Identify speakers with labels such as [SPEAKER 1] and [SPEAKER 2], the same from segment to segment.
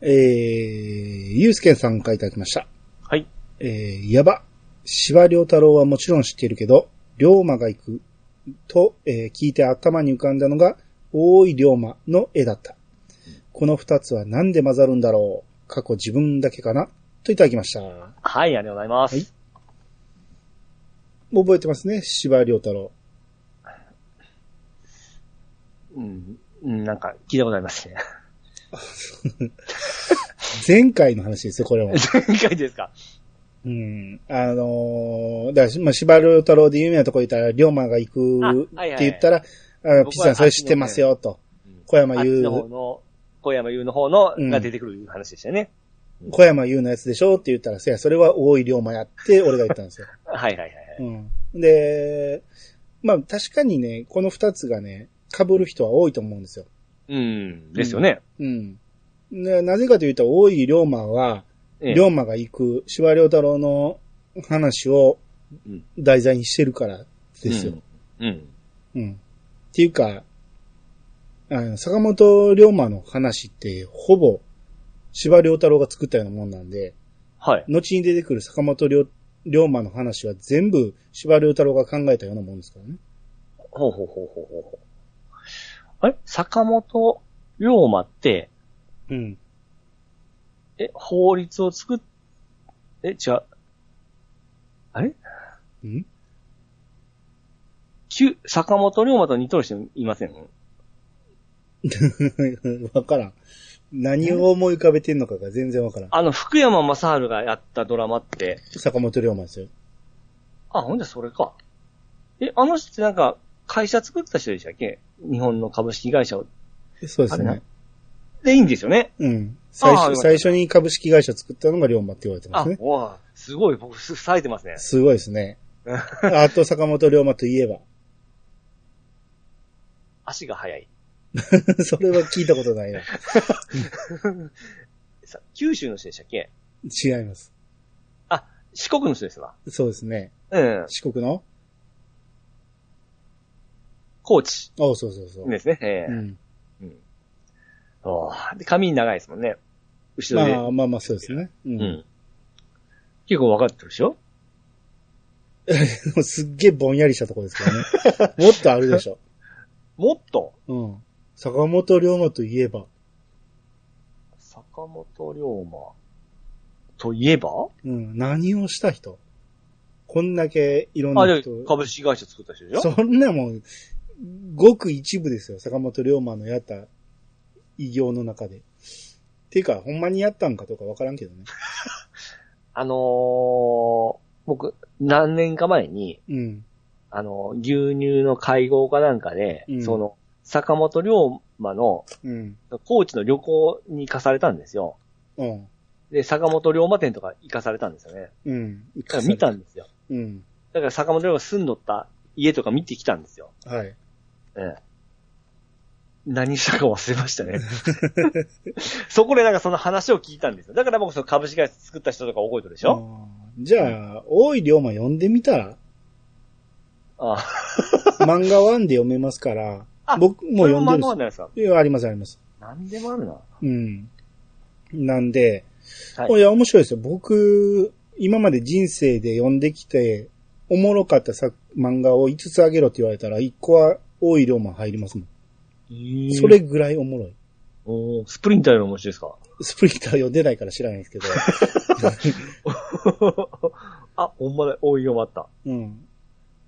[SPEAKER 1] えー、ゆうすけさんからいただきました。
[SPEAKER 2] はい。
[SPEAKER 1] えー、やば。芝良太郎はもちろん知っているけど、龍馬が行く。と、えー聞いて頭に浮かんだのが、大井龍馬の絵だった。この二つはなんで混ざるんだろう。過去自分だけかなといただきました。
[SPEAKER 2] はい、ありがとうございます。
[SPEAKER 1] はい覚えてますね、芝良太郎。
[SPEAKER 2] うん、うんなんか、聞いたことあ りますね。
[SPEAKER 1] 前回の話ですよ、こ れも。
[SPEAKER 2] 前回ですか
[SPEAKER 1] うん。あのー、だから、まあ、芝良太郎で有名なとこ言ったら、龍馬が行く
[SPEAKER 2] あはいはいはい
[SPEAKER 1] って言ったら、あの、ピッチさんそれ知ってますよ、と。小山
[SPEAKER 2] あっち
[SPEAKER 1] 優
[SPEAKER 2] の方の、小山優の方の、
[SPEAKER 1] うん
[SPEAKER 2] が出てくる話でしたよね。
[SPEAKER 1] 小山優のやつでしょって言ったら、せや、それは大井龍馬やって、俺が言ったんですよ。
[SPEAKER 2] はいはいはい はい。
[SPEAKER 1] うん。で、まあ確かにね、この二つがね、被る人は多いと思うんですよ。
[SPEAKER 2] うん、ですよね。
[SPEAKER 1] うん。でなぜかというと、大井龍馬は、
[SPEAKER 2] ええ
[SPEAKER 1] 龍馬が行く、司馬遼太郎の話を
[SPEAKER 2] うん
[SPEAKER 1] 題材にしてるからですよ。
[SPEAKER 2] うん。
[SPEAKER 1] うん。っていうか、あの、坂本龍馬の話って、ほぼ、司馬遼太郎が作ったようなもんなんで、
[SPEAKER 2] はい。
[SPEAKER 1] 後に出てくる坂本龍龍馬の話は全部司馬遼太郎が考えたようなもんですからね。
[SPEAKER 2] ほうほうほうほうほうほう。あれ坂本龍馬って、
[SPEAKER 1] うん。
[SPEAKER 2] え、法律を作っ、え、違う。あれ
[SPEAKER 1] ん
[SPEAKER 2] 旧坂本龍馬と似とる人いません
[SPEAKER 1] わからん。 何を思い浮かべてんのかが全然わからん。
[SPEAKER 2] あの、福山雅治がやったドラマって、
[SPEAKER 1] 坂本龍馬ですよ。
[SPEAKER 2] あ、ほんでそれか。え、あの人ってなんか、会社作った人でしたっけ日本の株式会社を。
[SPEAKER 1] そうです
[SPEAKER 2] あれ
[SPEAKER 1] ね
[SPEAKER 2] な。で、いいんですよね。
[SPEAKER 1] うん。最
[SPEAKER 2] ああよかっ
[SPEAKER 1] 初、
[SPEAKER 2] た
[SPEAKER 1] 最初に株式会社作ったのが龍馬って言われてま
[SPEAKER 2] あ
[SPEAKER 1] すね、。
[SPEAKER 2] わあすごい、僕、す冴えてますね。
[SPEAKER 1] すごいです ね。あと坂本龍馬といえば。
[SPEAKER 2] 足が速い。
[SPEAKER 1] それは聞いたことないな。
[SPEAKER 2] さ九州の人でしたっけ
[SPEAKER 1] 違います。
[SPEAKER 2] 四国の人ですわ。
[SPEAKER 1] そうですね。
[SPEAKER 2] うん。
[SPEAKER 1] 四国の
[SPEAKER 2] 高知
[SPEAKER 1] おうそうそうそう。
[SPEAKER 2] ですね。ええ
[SPEAKER 1] うん。
[SPEAKER 2] おーで、髪長いですもんね。後ろで。
[SPEAKER 1] まあまあまあそうですね。う。
[SPEAKER 2] うんん。結構分かってるでしょ
[SPEAKER 1] すっげえぼんやりしたとこです からね。もっとあるでしょ。
[SPEAKER 2] もっと、
[SPEAKER 1] うん。坂本龍馬といえば。
[SPEAKER 2] 坂本龍馬といえば
[SPEAKER 1] うん。何をした人こんだけいろん
[SPEAKER 2] あ、
[SPEAKER 1] な
[SPEAKER 2] で
[SPEAKER 1] 人。、
[SPEAKER 2] 株式会社作った人でしょ
[SPEAKER 1] そんなもん、ごく一部ですよ。坂本龍馬のやった偉業の中で。っていうか、ほんまにやったんかどうかわからんけどね。
[SPEAKER 2] あのー、僕、何年か前に、
[SPEAKER 1] うん。
[SPEAKER 2] あのー、牛乳の会合かなんかで、
[SPEAKER 1] うん
[SPEAKER 2] その、坂本龍馬の、
[SPEAKER 1] うん。
[SPEAKER 2] 高知の旅行に行かされたんですよ。
[SPEAKER 1] うん。
[SPEAKER 2] で、坂本龍馬店とか行かされたんですよね。
[SPEAKER 1] うん。
[SPEAKER 2] だから見たんですよ。
[SPEAKER 1] うん。
[SPEAKER 2] だから坂本龍馬が住んどった家とか見てきたんですよ。
[SPEAKER 1] はい。
[SPEAKER 2] ええ。何したか忘れまし たね。そこでなんかその話を聞いたんですよ。だから僕その株式会社作った人とか覚えてるでしょ、
[SPEAKER 1] あーじゃあ、大井龍馬読んでみたら
[SPEAKER 2] あ
[SPEAKER 1] 漫画1で読めますから
[SPEAKER 2] あ、
[SPEAKER 1] 僕もう読んで
[SPEAKER 2] これ
[SPEAKER 1] るし
[SPEAKER 2] も漫画じゃないですか。
[SPEAKER 1] いや、ありますあります。
[SPEAKER 2] 何でもあるな。
[SPEAKER 1] うん。なんで、
[SPEAKER 2] はい
[SPEAKER 1] い、や、面白いですよ。僕、今まで人生で読んできて、おもろかった作漫画を5つあげろって言われたら、1個は多い量も入りますもん。それぐらいおもろい。
[SPEAKER 2] おースプリンターより面白いですか
[SPEAKER 1] スプリンター読んでないから知らないです けど。
[SPEAKER 2] あ、ほんまだ、おいよ、まった。
[SPEAKER 1] うん。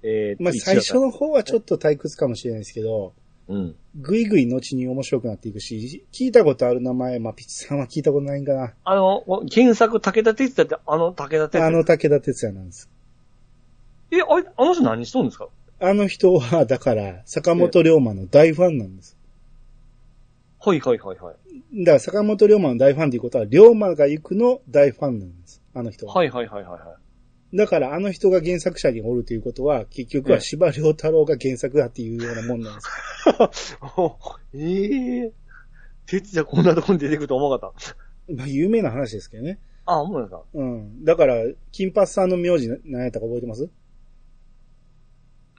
[SPEAKER 2] えー、
[SPEAKER 1] まあ、
[SPEAKER 2] 一
[SPEAKER 1] 最初
[SPEAKER 2] だっ
[SPEAKER 1] の方はちょっと退屈かもしれないですけど、
[SPEAKER 2] た。うん。
[SPEAKER 1] ぐいぐい後に面白くなっていくし、聞いたことある名前、まあ、ピッチさんは聞いたことないんか な。
[SPEAKER 2] あの、検索、武田鉄矢って、あの武田鉄矢。
[SPEAKER 1] あの武田鉄矢なんです。
[SPEAKER 2] え、あれ、あの人何しとるんですか
[SPEAKER 1] あの人は、だから、坂本龍馬の大ファンなんです。
[SPEAKER 2] ほいほいほいほい。
[SPEAKER 1] だから坂本龍馬の大ファンっていうことは、龍馬が行くの大ファンなんです。あの人は。
[SPEAKER 2] はいはいはいはいはい。
[SPEAKER 1] だからあの人が原作者におるということは、結局は司馬遼太郎が原作だっていうようなもんなん です。
[SPEAKER 2] お ええー。哲也こんなとこに出てくると思わなかった。
[SPEAKER 1] まあ、有名な話ですけどね。
[SPEAKER 2] あ、思うんですか
[SPEAKER 1] うん。だから、金八さんの名字な何やったか覚えてます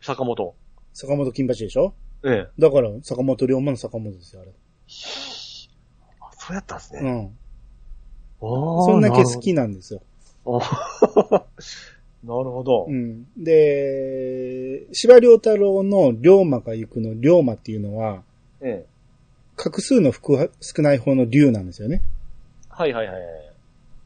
[SPEAKER 2] 坂本。
[SPEAKER 1] 坂本金八でしょ
[SPEAKER 2] ええ。
[SPEAKER 1] だから、坂本龍馬の坂本ですよ、あれ。
[SPEAKER 2] あ、そうやったんです
[SPEAKER 1] う
[SPEAKER 2] ね。
[SPEAKER 1] ん。そ
[SPEAKER 2] そ
[SPEAKER 1] んだけ好。きなんですよ。
[SPEAKER 2] なるほど
[SPEAKER 1] う。ん。で、芝良太郎の龍馬が行くの龍馬っていうのは、
[SPEAKER 2] ええ。
[SPEAKER 1] 画数の少少ない方の龍なんですよね。
[SPEAKER 2] はいはいはいはい。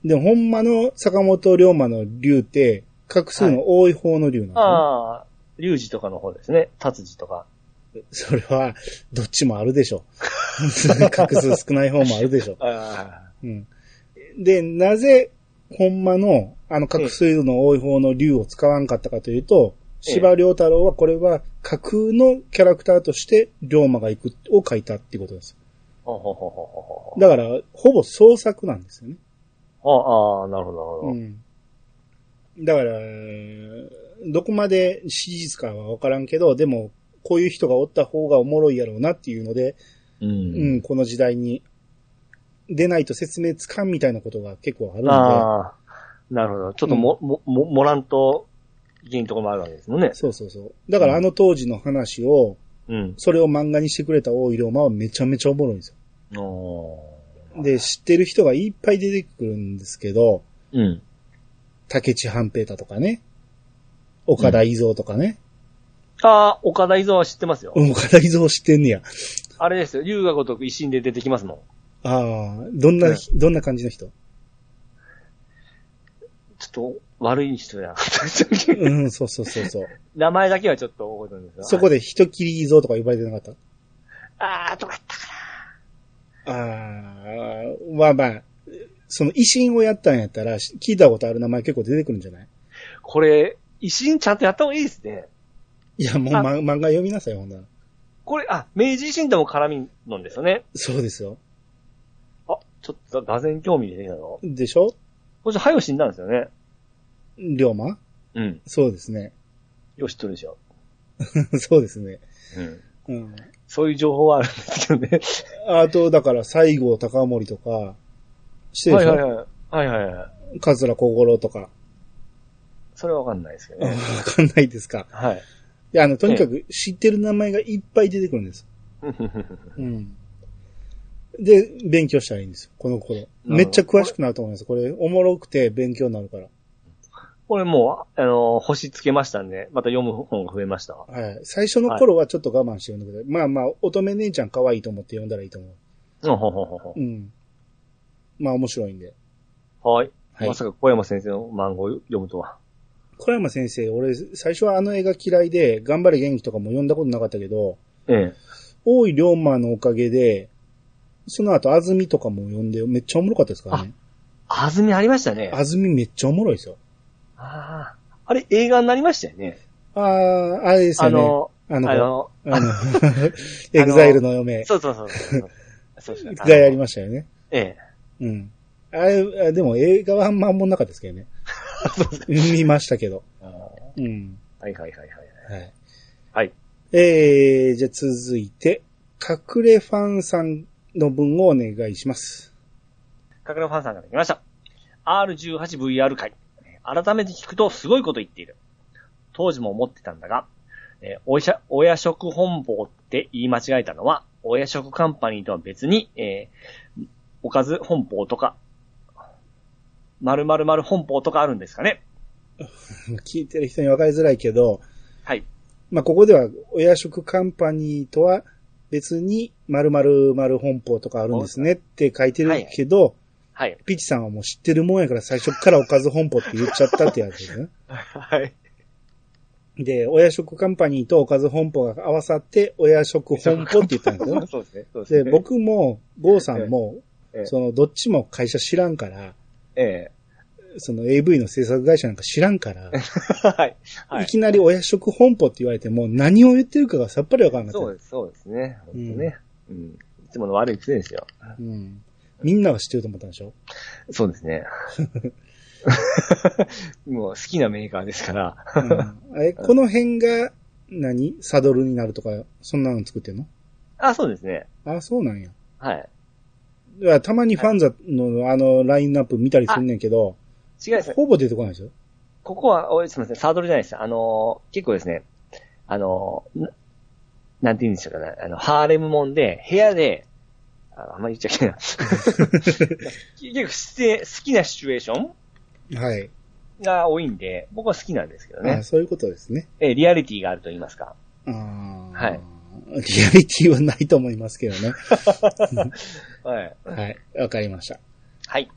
[SPEAKER 1] で、ほんまの坂本龍馬の龍って、画数の多い方の龍なんですね、
[SPEAKER 2] ああ、龍二とかの方ですね。達治とか。
[SPEAKER 1] それは、どっちもあるでしょ。 画数少ない方もあるでしょ。
[SPEAKER 2] あ
[SPEAKER 1] うん。で、なぜ、ほんまの、あの、画数の多い方の竜を使わんかったかというと、
[SPEAKER 2] ええ
[SPEAKER 1] 芝良太郎はこれは架空のキャラクターとして、龍馬が行くを書いたっていうことです。
[SPEAKER 2] あ。ほうほうほうほうほう
[SPEAKER 1] だから、ほぼ創作なんですよね。
[SPEAKER 2] ほう。ああ、なるほどな
[SPEAKER 1] う
[SPEAKER 2] る
[SPEAKER 1] ん。だから、どこまで史実かはわからんけど、でも、こういう人がおった方がおもろいやろうなっていうので、
[SPEAKER 2] ほど。う
[SPEAKER 1] うん、。この時代に、出ないと説明つかんみたいなことが結構あるので、
[SPEAKER 2] ああ、なるほど。ちょっとも、も、も、もらんと、いけんとこもあるわけですもんね。
[SPEAKER 1] そうそうそう。だからあの当時の話を、
[SPEAKER 2] うん。
[SPEAKER 1] それを漫画にしてくれた大井龍馬はめちゃめちゃおもろいんです
[SPEAKER 2] お
[SPEAKER 1] よ。で、知ってる人がいっぱい出てくるんですけど、
[SPEAKER 2] うん。
[SPEAKER 1] 竹地半平太とかね、岡田伊蔵とかね、
[SPEAKER 2] ああ、岡田伊蔵は知ってますよ。
[SPEAKER 1] うん岡田伊蔵知ってんねや。
[SPEAKER 2] あれですよ。龍が如く一心で出てきますもん。
[SPEAKER 1] ああ、どんな、
[SPEAKER 2] うん
[SPEAKER 1] どんな感じの人
[SPEAKER 2] ちょっと、悪い人や。
[SPEAKER 1] うん、そうそうそうそう。
[SPEAKER 2] 名前だけはちょっと覚えてるんですが。
[SPEAKER 1] そこで人切り伊蔵とか呼ばれてなかった
[SPEAKER 2] ああ、どうやったか
[SPEAKER 1] ああ、まあまあ、その維新をやったんやったら、聞いたことある名前結構出てくるんじゃない
[SPEAKER 2] な。これ、一心ちゃんとやった方がいいですね。
[SPEAKER 1] いや、もう、
[SPEAKER 2] あ
[SPEAKER 1] ま、漫画読みなさい、ほんなら。
[SPEAKER 2] これ、あ、明治維新とも絡みのんですよね。
[SPEAKER 1] そうですよ。
[SPEAKER 2] あ、ちょっと、がぜん興味出てきたの。
[SPEAKER 1] でしょ
[SPEAKER 2] これ、はよ死んだんですよね。
[SPEAKER 1] 龍馬
[SPEAKER 2] うん。
[SPEAKER 1] そうですね。
[SPEAKER 2] よし、とるでしょ。
[SPEAKER 1] そうですね。
[SPEAKER 2] うん。
[SPEAKER 1] うん。
[SPEAKER 2] そういう情報はあるんですけ どね。
[SPEAKER 1] あと、だから、西郷隆盛とか、してるでしょ、
[SPEAKER 2] はいはいはい。はいはいはい。
[SPEAKER 1] 桂小五郎とか。
[SPEAKER 2] それはわかんないですけど
[SPEAKER 1] わ
[SPEAKER 2] ね。
[SPEAKER 1] かんないですか。
[SPEAKER 2] はい。
[SPEAKER 1] いや、あの、とにかく知ってる名前がいっぱい出てくるんです。うん。で、勉強したらいいんですよ、この頃。めっちゃ詳しくなると思います。これ、おもろくて勉強になるから。
[SPEAKER 2] これもう、あの、星つけましたんで、また読む本が増えましたわ。
[SPEAKER 1] はい。最初の頃はちょっと我慢して読んでください。まあまあ、乙女姉ちゃん可愛いと思って読んだらいいと思
[SPEAKER 2] うんほんほんほんほ
[SPEAKER 1] う。うん。まあ面白いんで。
[SPEAKER 2] んはい。
[SPEAKER 1] はい
[SPEAKER 2] まさか小山先生の漫画を読むとは。
[SPEAKER 1] 小山先生、俺、最初はあの映画嫌いで、頑張れ元気とかも読んだことなかったけど、
[SPEAKER 2] え
[SPEAKER 1] 大井龍馬のおかげで、その後、あずみとかも読んで、めっちゃおもろかったですからね。
[SPEAKER 2] え。はずみありましたね。
[SPEAKER 1] あずみめっちゃおもろいですよ。
[SPEAKER 2] ああ。あれ、映画になりましたよね。
[SPEAKER 1] ああ、あれです
[SPEAKER 2] あ
[SPEAKER 1] よね。
[SPEAKER 2] の、
[SPEAKER 1] あ
[SPEAKER 2] あ
[SPEAKER 1] の、あの、
[SPEAKER 2] の、
[SPEAKER 1] エグザイルの嫁
[SPEAKER 2] そうそうそ うそう。そうそう
[SPEAKER 1] がやりましたよね。
[SPEAKER 2] ええ。
[SPEAKER 1] うん。あれ、あでも映画はあんまおもんなかったですけどね。 見ましたけど。
[SPEAKER 2] ああ
[SPEAKER 1] うん。
[SPEAKER 2] はいはいはいはい。
[SPEAKER 1] はい。
[SPEAKER 2] はい。
[SPEAKER 1] えー、じゃあ続いて、隠れファンさんの文をお願いします。
[SPEAKER 2] かくれファンさんから来ました。R18VR 会。改めて聞くとすごいこと言っている。当時も思ってたんだが、えーお医者、親食本坊って言い間違えたのは、親食カンパニーとは別に、えーおかず本坊とか、〇〇〇本坊とかあるんですかね。
[SPEAKER 1] 聞いてる人に分かりづらいけど、
[SPEAKER 2] はい。
[SPEAKER 1] まあ、ここでは、親食カンパニーとは別に、〇〇〇本邦とかあるんですねって書いてるけど、
[SPEAKER 2] はい。
[SPEAKER 1] ピチさんはもう知ってるもんやから最初からおかず本舗って言っちゃったってやつですね。
[SPEAKER 2] はい。
[SPEAKER 1] で、親食カンパニーとおかず本舗が合わさって、親食本舗って言ったんです よ。
[SPEAKER 2] そうですね。そうです
[SPEAKER 1] で、
[SPEAKER 2] ね。、
[SPEAKER 1] 僕も、ゴーさんも
[SPEAKER 2] え、え
[SPEAKER 1] その、どっちも会社知らんから、
[SPEAKER 2] え
[SPEAKER 1] その AV の制作会社なんか知らんから、
[SPEAKER 2] えはい。 はいい。
[SPEAKER 1] きなり親食本舗って言われても何を言ってるかがさっぱりわからなか
[SPEAKER 2] そう
[SPEAKER 1] っ
[SPEAKER 2] です、そうですね。本当ね。うん。いつもの悪い癖ですよ。
[SPEAKER 1] た。うん。みんなが知ってると思ったん でしょ
[SPEAKER 2] そうです ね。もう好きなメーカーですから。
[SPEAKER 1] うんえ、この辺が何、サドルになるとか、そんなの作ってんの
[SPEAKER 2] あ、そうですね。
[SPEAKER 1] あ、そうなんや。
[SPEAKER 2] はい。
[SPEAKER 1] いやたまにファンザのあの、ラインナップ見たりすんねんけど、
[SPEAKER 2] 違います。
[SPEAKER 1] ほぼ出てこないですよ。
[SPEAKER 2] ここは、おいすみません。サードルじゃないです。あのー結構ですね、あのーななんて言うんでしょうかね。あの、ハーレムもんで、部屋で、ああんまり言っち ゃいけない。結構、好きなシチュエーション
[SPEAKER 1] はい。
[SPEAKER 2] が多いんで、僕は好きなんですけど
[SPEAKER 1] あ
[SPEAKER 2] ね。
[SPEAKER 1] そういうことですね。
[SPEAKER 2] えーリアリティがあると言いますか。
[SPEAKER 1] あは
[SPEAKER 2] はい。
[SPEAKER 1] リアリティはないと思いますけどね。
[SPEAKER 2] はい。
[SPEAKER 1] はい。わかりました。
[SPEAKER 2] はい。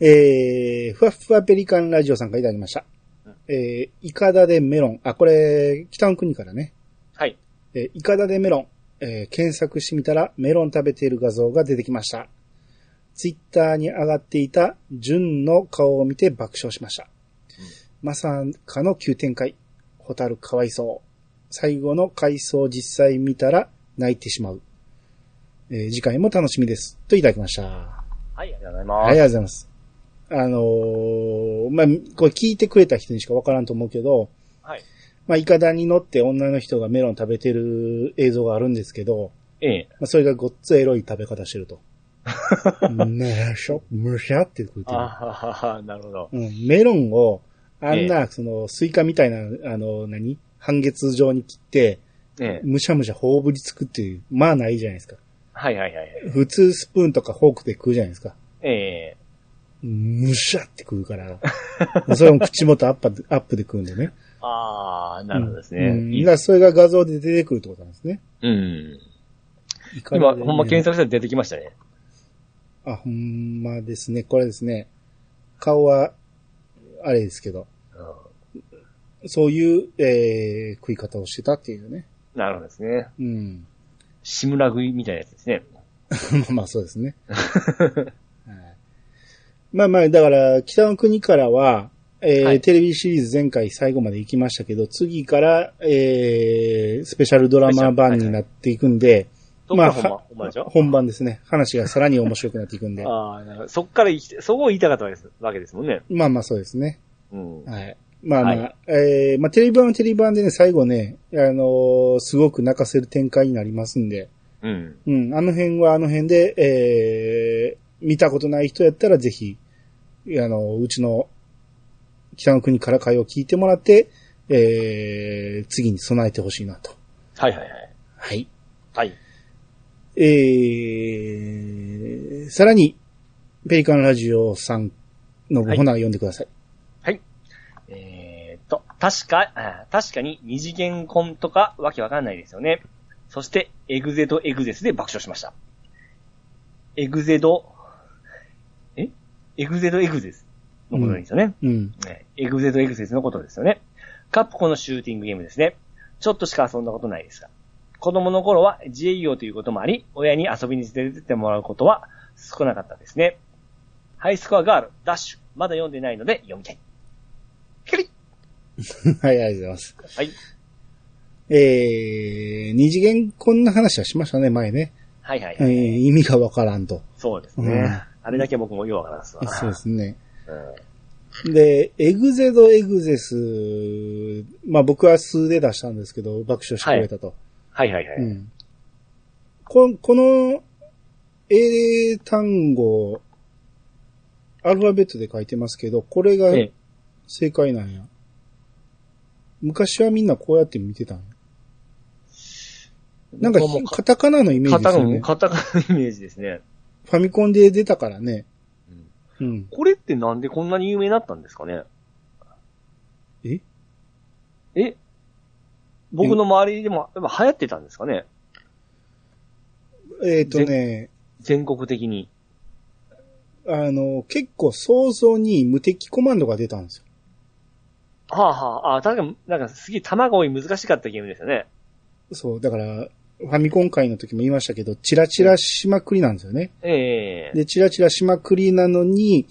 [SPEAKER 1] えー、ふわふわペリカンラジオさんからいただきました
[SPEAKER 2] うん。
[SPEAKER 1] えー、イカダでメロン。あ、これ、北の国からね。
[SPEAKER 2] はい。
[SPEAKER 1] えーイカダでメロン、えー検索してみたらメロン食べている画像が出てきました。ツイッターに上がっていた純の顔を見て爆笑しました。まさかの急展開。ホタルかわいそう。最後の回想実際見たら泣いてしまう。えー次回も楽しみです。といただきました。
[SPEAKER 2] はい、ありがとうござい
[SPEAKER 1] あ
[SPEAKER 2] ま
[SPEAKER 1] りがと
[SPEAKER 2] す。
[SPEAKER 1] うございます。あのーまあ、これ聞いてくれた人にしかわからんと思うけど、
[SPEAKER 2] はい。
[SPEAKER 1] まあ、イカダに乗って女の人がメロン食べてる映像があるんですけど、
[SPEAKER 2] ええ。
[SPEAKER 1] まあ、それがごっつエロい食べ方して ると。むしょ、むしゃって食うて
[SPEAKER 2] あ
[SPEAKER 1] る。
[SPEAKER 2] ははは、なるほど。
[SPEAKER 1] うん、メロンを、あんな、その、スイカみたいな、あの、何半月状に切って、
[SPEAKER 2] ええ。
[SPEAKER 1] むしゃむしゃ頬ぶりつくっていう、まあないじゃないですか。
[SPEAKER 2] はいはいはい。
[SPEAKER 1] 普通スプーンとかフォークで食うじゃないですか。
[SPEAKER 2] ええ。
[SPEAKER 1] むしゃって食うから。 それも口元アップで、アップで食うんでね。
[SPEAKER 2] ああ、なるほどです
[SPEAKER 1] う
[SPEAKER 2] ね。
[SPEAKER 1] ん
[SPEAKER 2] いい
[SPEAKER 1] だからそれが画像で出てくるってことなんですね。
[SPEAKER 2] うん。
[SPEAKER 1] いか
[SPEAKER 2] 今、
[SPEAKER 1] でね
[SPEAKER 2] ほんま検索したら出てきましたね。
[SPEAKER 1] あ、ほんまですね。これですね。顔は、あれですけど、
[SPEAKER 2] うん
[SPEAKER 1] そういう、えー、食い方をしてたっていうね。
[SPEAKER 2] なるほどですね。
[SPEAKER 1] うん。
[SPEAKER 2] 志村食いみたいなやつですね。
[SPEAKER 1] まあまあ、そうですね。はいまあまあ、だから、北の国からは、えー
[SPEAKER 2] はい
[SPEAKER 1] テレビシリーズ前回最後まで行きましたけど、次から、えー、スペシャルドラマ版になっていくんで、
[SPEAKER 2] そっから
[SPEAKER 1] ま
[SPEAKER 2] ほ
[SPEAKER 1] あ
[SPEAKER 2] んま、ほんまでしょ
[SPEAKER 1] 本番ですね。話がさらに面白くなっていくんで。
[SPEAKER 2] ああ、なるほどそっから言いき、そこを言いたかったわけですわけですもんね。
[SPEAKER 1] まあまあ、そうですね。
[SPEAKER 2] うん。
[SPEAKER 1] はい。まあまあ、
[SPEAKER 2] は
[SPEAKER 1] えー、まあテレビ版はテレビ版でね、最後ね、あのーすごく泣かせる展開になりますんで、
[SPEAKER 2] うん。
[SPEAKER 1] うん、あの辺はあの辺で、えー、見たことない人やったらぜひ、あの、うちの北の国から会を聞いてもらって、えー、次に備えてほしいなと。
[SPEAKER 2] はいはいはい。
[SPEAKER 1] はい。
[SPEAKER 2] はい。
[SPEAKER 1] えー、さらに、ペリカンラジオさんの
[SPEAKER 2] はい
[SPEAKER 1] ほな読んでください。
[SPEAKER 2] えーっと、確か、あー確かに二次元コンとかわけわかんないですよね。そして、エグゼとエグゼスで爆笑しました。エグゼド、えエグゼドエグゼスのことですよね。
[SPEAKER 1] うん。
[SPEAKER 2] ねエグゼドエグゼスのことですよね。カプコンのシューティングゲームですね。ちょっとしか遊んだことないですが。子供の頃は自営業ということもあり、親に遊びに連れてってもらうことは少なかったですね。ハイスコアガール、ダッシュ、まだ読んでないので読みたい。ひり
[SPEAKER 1] はい、ありがとうございます。
[SPEAKER 2] はい。
[SPEAKER 1] えー、二次元こんな話はしましたね、前ね。
[SPEAKER 2] はいはい
[SPEAKER 1] え
[SPEAKER 2] は
[SPEAKER 1] ー、
[SPEAKER 2] い。
[SPEAKER 1] 意味がわからんと。
[SPEAKER 2] そうですね。
[SPEAKER 1] うん
[SPEAKER 2] あれだけ僕もようわからんすわ。
[SPEAKER 1] そうですね。
[SPEAKER 2] うん
[SPEAKER 1] で、エグゼドエグゼス、まあ僕は数で出したんですけど、爆笑してくれたと。
[SPEAKER 2] はいはいはい。
[SPEAKER 1] うん、ここの英単語、アルファベットで書いてますけど、これが
[SPEAKER 2] ええ
[SPEAKER 1] 正解なんや。昔はみんなこうやって見てたのなんか
[SPEAKER 2] 僕はもう、
[SPEAKER 1] カタカナのイメー
[SPEAKER 2] カ
[SPEAKER 1] ジで
[SPEAKER 2] タ
[SPEAKER 1] す
[SPEAKER 2] カ
[SPEAKER 1] よ
[SPEAKER 2] ナ、
[SPEAKER 1] ね。
[SPEAKER 2] カタカナのイメージですね。
[SPEAKER 1] ファミコンで出たからね。
[SPEAKER 2] うん
[SPEAKER 1] うん。
[SPEAKER 2] これってなんでこんなに有名になったんですかね
[SPEAKER 1] え
[SPEAKER 2] え僕の周りでも、やっぱ流行ってたんですかね
[SPEAKER 1] えっ、とね、
[SPEAKER 2] 全国的に。
[SPEAKER 1] あの、結構早々に無敵コマンドが出たんですよ。
[SPEAKER 2] はあはあ、あ確かに、なんかすげえ玉が多い難しかったゲームですよね。
[SPEAKER 1] そう、だから、ファミコン会の時も言いましたけど、チラチラしまくりなんですよね。
[SPEAKER 2] ええ
[SPEAKER 1] で、チラチラしまくりなのに、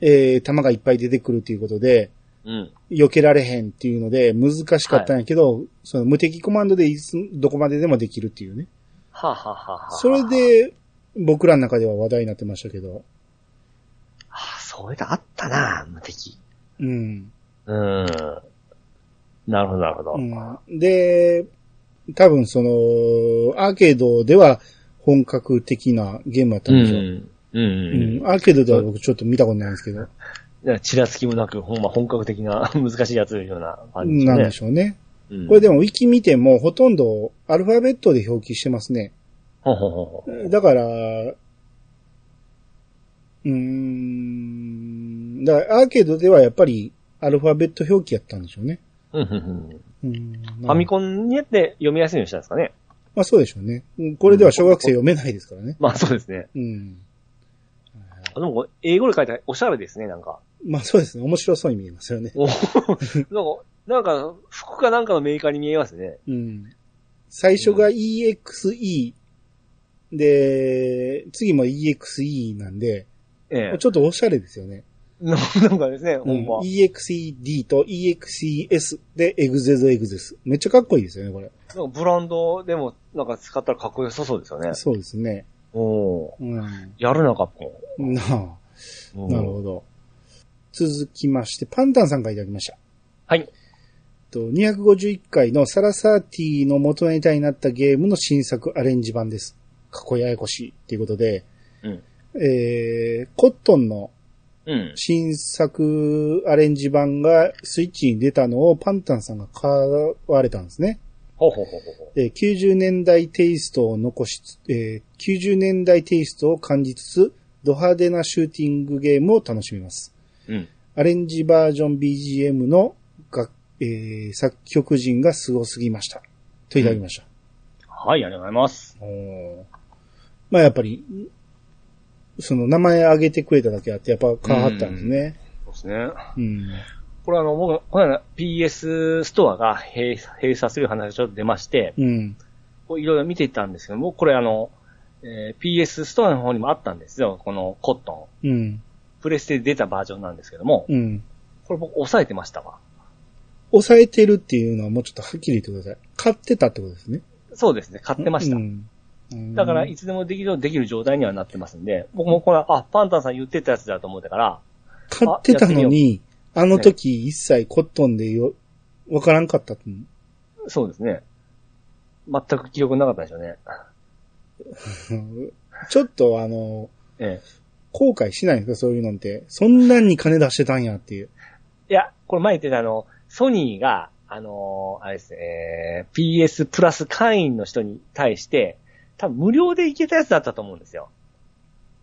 [SPEAKER 1] えー、弾がいっぱい出てくるということで、
[SPEAKER 2] うん。
[SPEAKER 1] 避けられへんっていうので、難しかったんやけど、その無敵コマンドでいつ、どこまででもできるっていうね。
[SPEAKER 2] はあ、はあはあはあ、
[SPEAKER 1] それ、で、僕らの中では話題になってましたけど、
[SPEAKER 2] はあ、そういうのあったな、無敵。
[SPEAKER 1] うん。
[SPEAKER 2] うん。なるほど、なるほど。
[SPEAKER 1] うん、で、多分その、アーケードでは本格的なゲームだったんでしょう。
[SPEAKER 2] うん。うん。
[SPEAKER 1] うんアーケードでは僕ちょっと見たことないんですけど、
[SPEAKER 2] うん。ちらつきもなく、ほんま本格的な 難しいやつのような感じ
[SPEAKER 1] なん
[SPEAKER 2] で
[SPEAKER 1] ですしょうね。
[SPEAKER 2] ね。うん
[SPEAKER 1] これでも、ウィキ見ても、ほとんどアルファベットで表記してますね。
[SPEAKER 2] ほうほうほうほう
[SPEAKER 1] だから、うーん。だからアーケードではやっぱりアルファベット表記やったんでしょうね。
[SPEAKER 2] うんうんう
[SPEAKER 1] う
[SPEAKER 2] ん。
[SPEAKER 1] ん。
[SPEAKER 2] フ
[SPEAKER 1] ま
[SPEAKER 2] ァ
[SPEAKER 1] あ
[SPEAKER 2] ミコンにやって読みやすいようにしたんですかね。
[SPEAKER 1] まあそうでしょうね。うんこれでは小学生読めないですからね。
[SPEAKER 2] まあそうですね。
[SPEAKER 1] うん。
[SPEAKER 2] あでもこれ英語で書いてあるおしゃれですね、なんか。
[SPEAKER 1] まあそうですね。面白そうに見えますよね。
[SPEAKER 2] お なんか、なんか、服かなんかのメーカーに見えますね。
[SPEAKER 1] うん。最初が EXE。で、次も EXE なんで、
[SPEAKER 2] え え。
[SPEAKER 1] ちょっとおしゃれですよね。
[SPEAKER 2] ななんかですね、ほ
[SPEAKER 1] うんん
[SPEAKER 2] ま。
[SPEAKER 1] EXED と EXES でエグゼゾエグゼス。めっちゃかっこいいですよね、これ。
[SPEAKER 2] なんかブランドでも、なんか使ったらかっこよさそうですよね。
[SPEAKER 1] そうですね。
[SPEAKER 2] おー
[SPEAKER 1] うん。
[SPEAKER 2] やるな、カプコ
[SPEAKER 1] なあ。
[SPEAKER 2] ン。
[SPEAKER 1] なる
[SPEAKER 2] ど。
[SPEAKER 1] ほど。続きまして、パンタンさんからいただきました。
[SPEAKER 2] はい。
[SPEAKER 1] と251回のサラサーティの元ネタになったゲームの新作アレンジ版です。過去ややこしいっていうことで、
[SPEAKER 2] うん
[SPEAKER 1] えー、コットンの
[SPEAKER 2] うん。
[SPEAKER 1] 新作アレンジ版がスイッチに出たのをパンタンさんが買われたんですね。
[SPEAKER 2] ほうほうほうほうほ
[SPEAKER 1] えー90年代テイストを残しつ、えー90年代テイストを感じつつ、ド派手なシューティングゲームを楽しみます。
[SPEAKER 2] う。うん。
[SPEAKER 1] アレンジバージョン BGM の楽、えー作曲陣が凄すぎました。といただきました。
[SPEAKER 2] はい、ありがとうございます。
[SPEAKER 1] おーまあやっぱり、んその名前挙げてくれただけあって、やっぱ変わったんですね。
[SPEAKER 2] そうですね。
[SPEAKER 1] うん。
[SPEAKER 2] これあの、僕、この間 PS ストアが閉鎖閉鎖する話がちょっと出まして、
[SPEAKER 1] うん。
[SPEAKER 2] こういろいろ見ていったんですけども、これあの、えー PS ストアの方にもあったんですよ。このコットン。
[SPEAKER 1] うん。
[SPEAKER 2] プレステで出たバージョンなんですけども、
[SPEAKER 1] うん。
[SPEAKER 2] これ僕押さえてましたわ。
[SPEAKER 1] 抑えてるっていうのはもうちょっとはっきり言ってください。買ってたってことですね。
[SPEAKER 2] そうですね、買ってました
[SPEAKER 1] う。んうん
[SPEAKER 2] だから、いつでもできる、できる状態にはなってますんで、僕もこれ、あ、パンタンさん言ってたやつだと思ってから、
[SPEAKER 1] 買ってたのに、あの時一切コットンでよ、わからんかったと思
[SPEAKER 2] そうですね。全く記憶なかったんでしょうね。
[SPEAKER 1] う。ちょっとあの、
[SPEAKER 2] ええ。
[SPEAKER 1] 後悔しないんですかそういうのって。そんなに金出してたんやっていう。
[SPEAKER 2] いや、これ前言ってたあの、ソニーが、あのーあれですね、えー PS プラス会員の人に対して、多分無料でいけたやつだったと思うんですよ。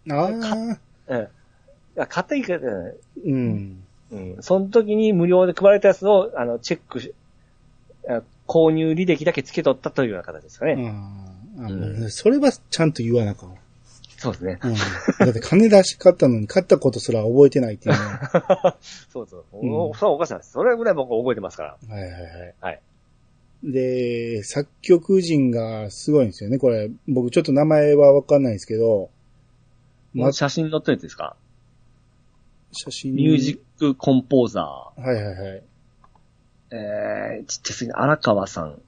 [SPEAKER 1] ああ。
[SPEAKER 2] かうん。いや買った言い方じゃない
[SPEAKER 1] うん。
[SPEAKER 2] うん。その時に無料で配られたやつを、あの、チェックし、あ購入履歴だけ付け取ったというような形ですかね。
[SPEAKER 1] あーあ
[SPEAKER 2] う
[SPEAKER 1] それはちゃんと言わなあかんわ。
[SPEAKER 2] そうですね。
[SPEAKER 1] うん、だって金出し買ったのに買ったことすら覚えてないっていうのは。
[SPEAKER 2] そうそう。
[SPEAKER 1] うん
[SPEAKER 2] おそれはおかしいです。それぐらい僕は覚えてますから。
[SPEAKER 1] はいはいはい。
[SPEAKER 2] はい。
[SPEAKER 1] で、作曲人がすごいんですよね。これ、僕ちょっと名前はわかんないですけど、ま
[SPEAKER 2] 写真載ってるやつですか、
[SPEAKER 1] 写真。
[SPEAKER 2] ミュージックコンポーザ
[SPEAKER 1] はいはいはい。
[SPEAKER 2] ー、えー、ちっちゃすぎる荒川さん、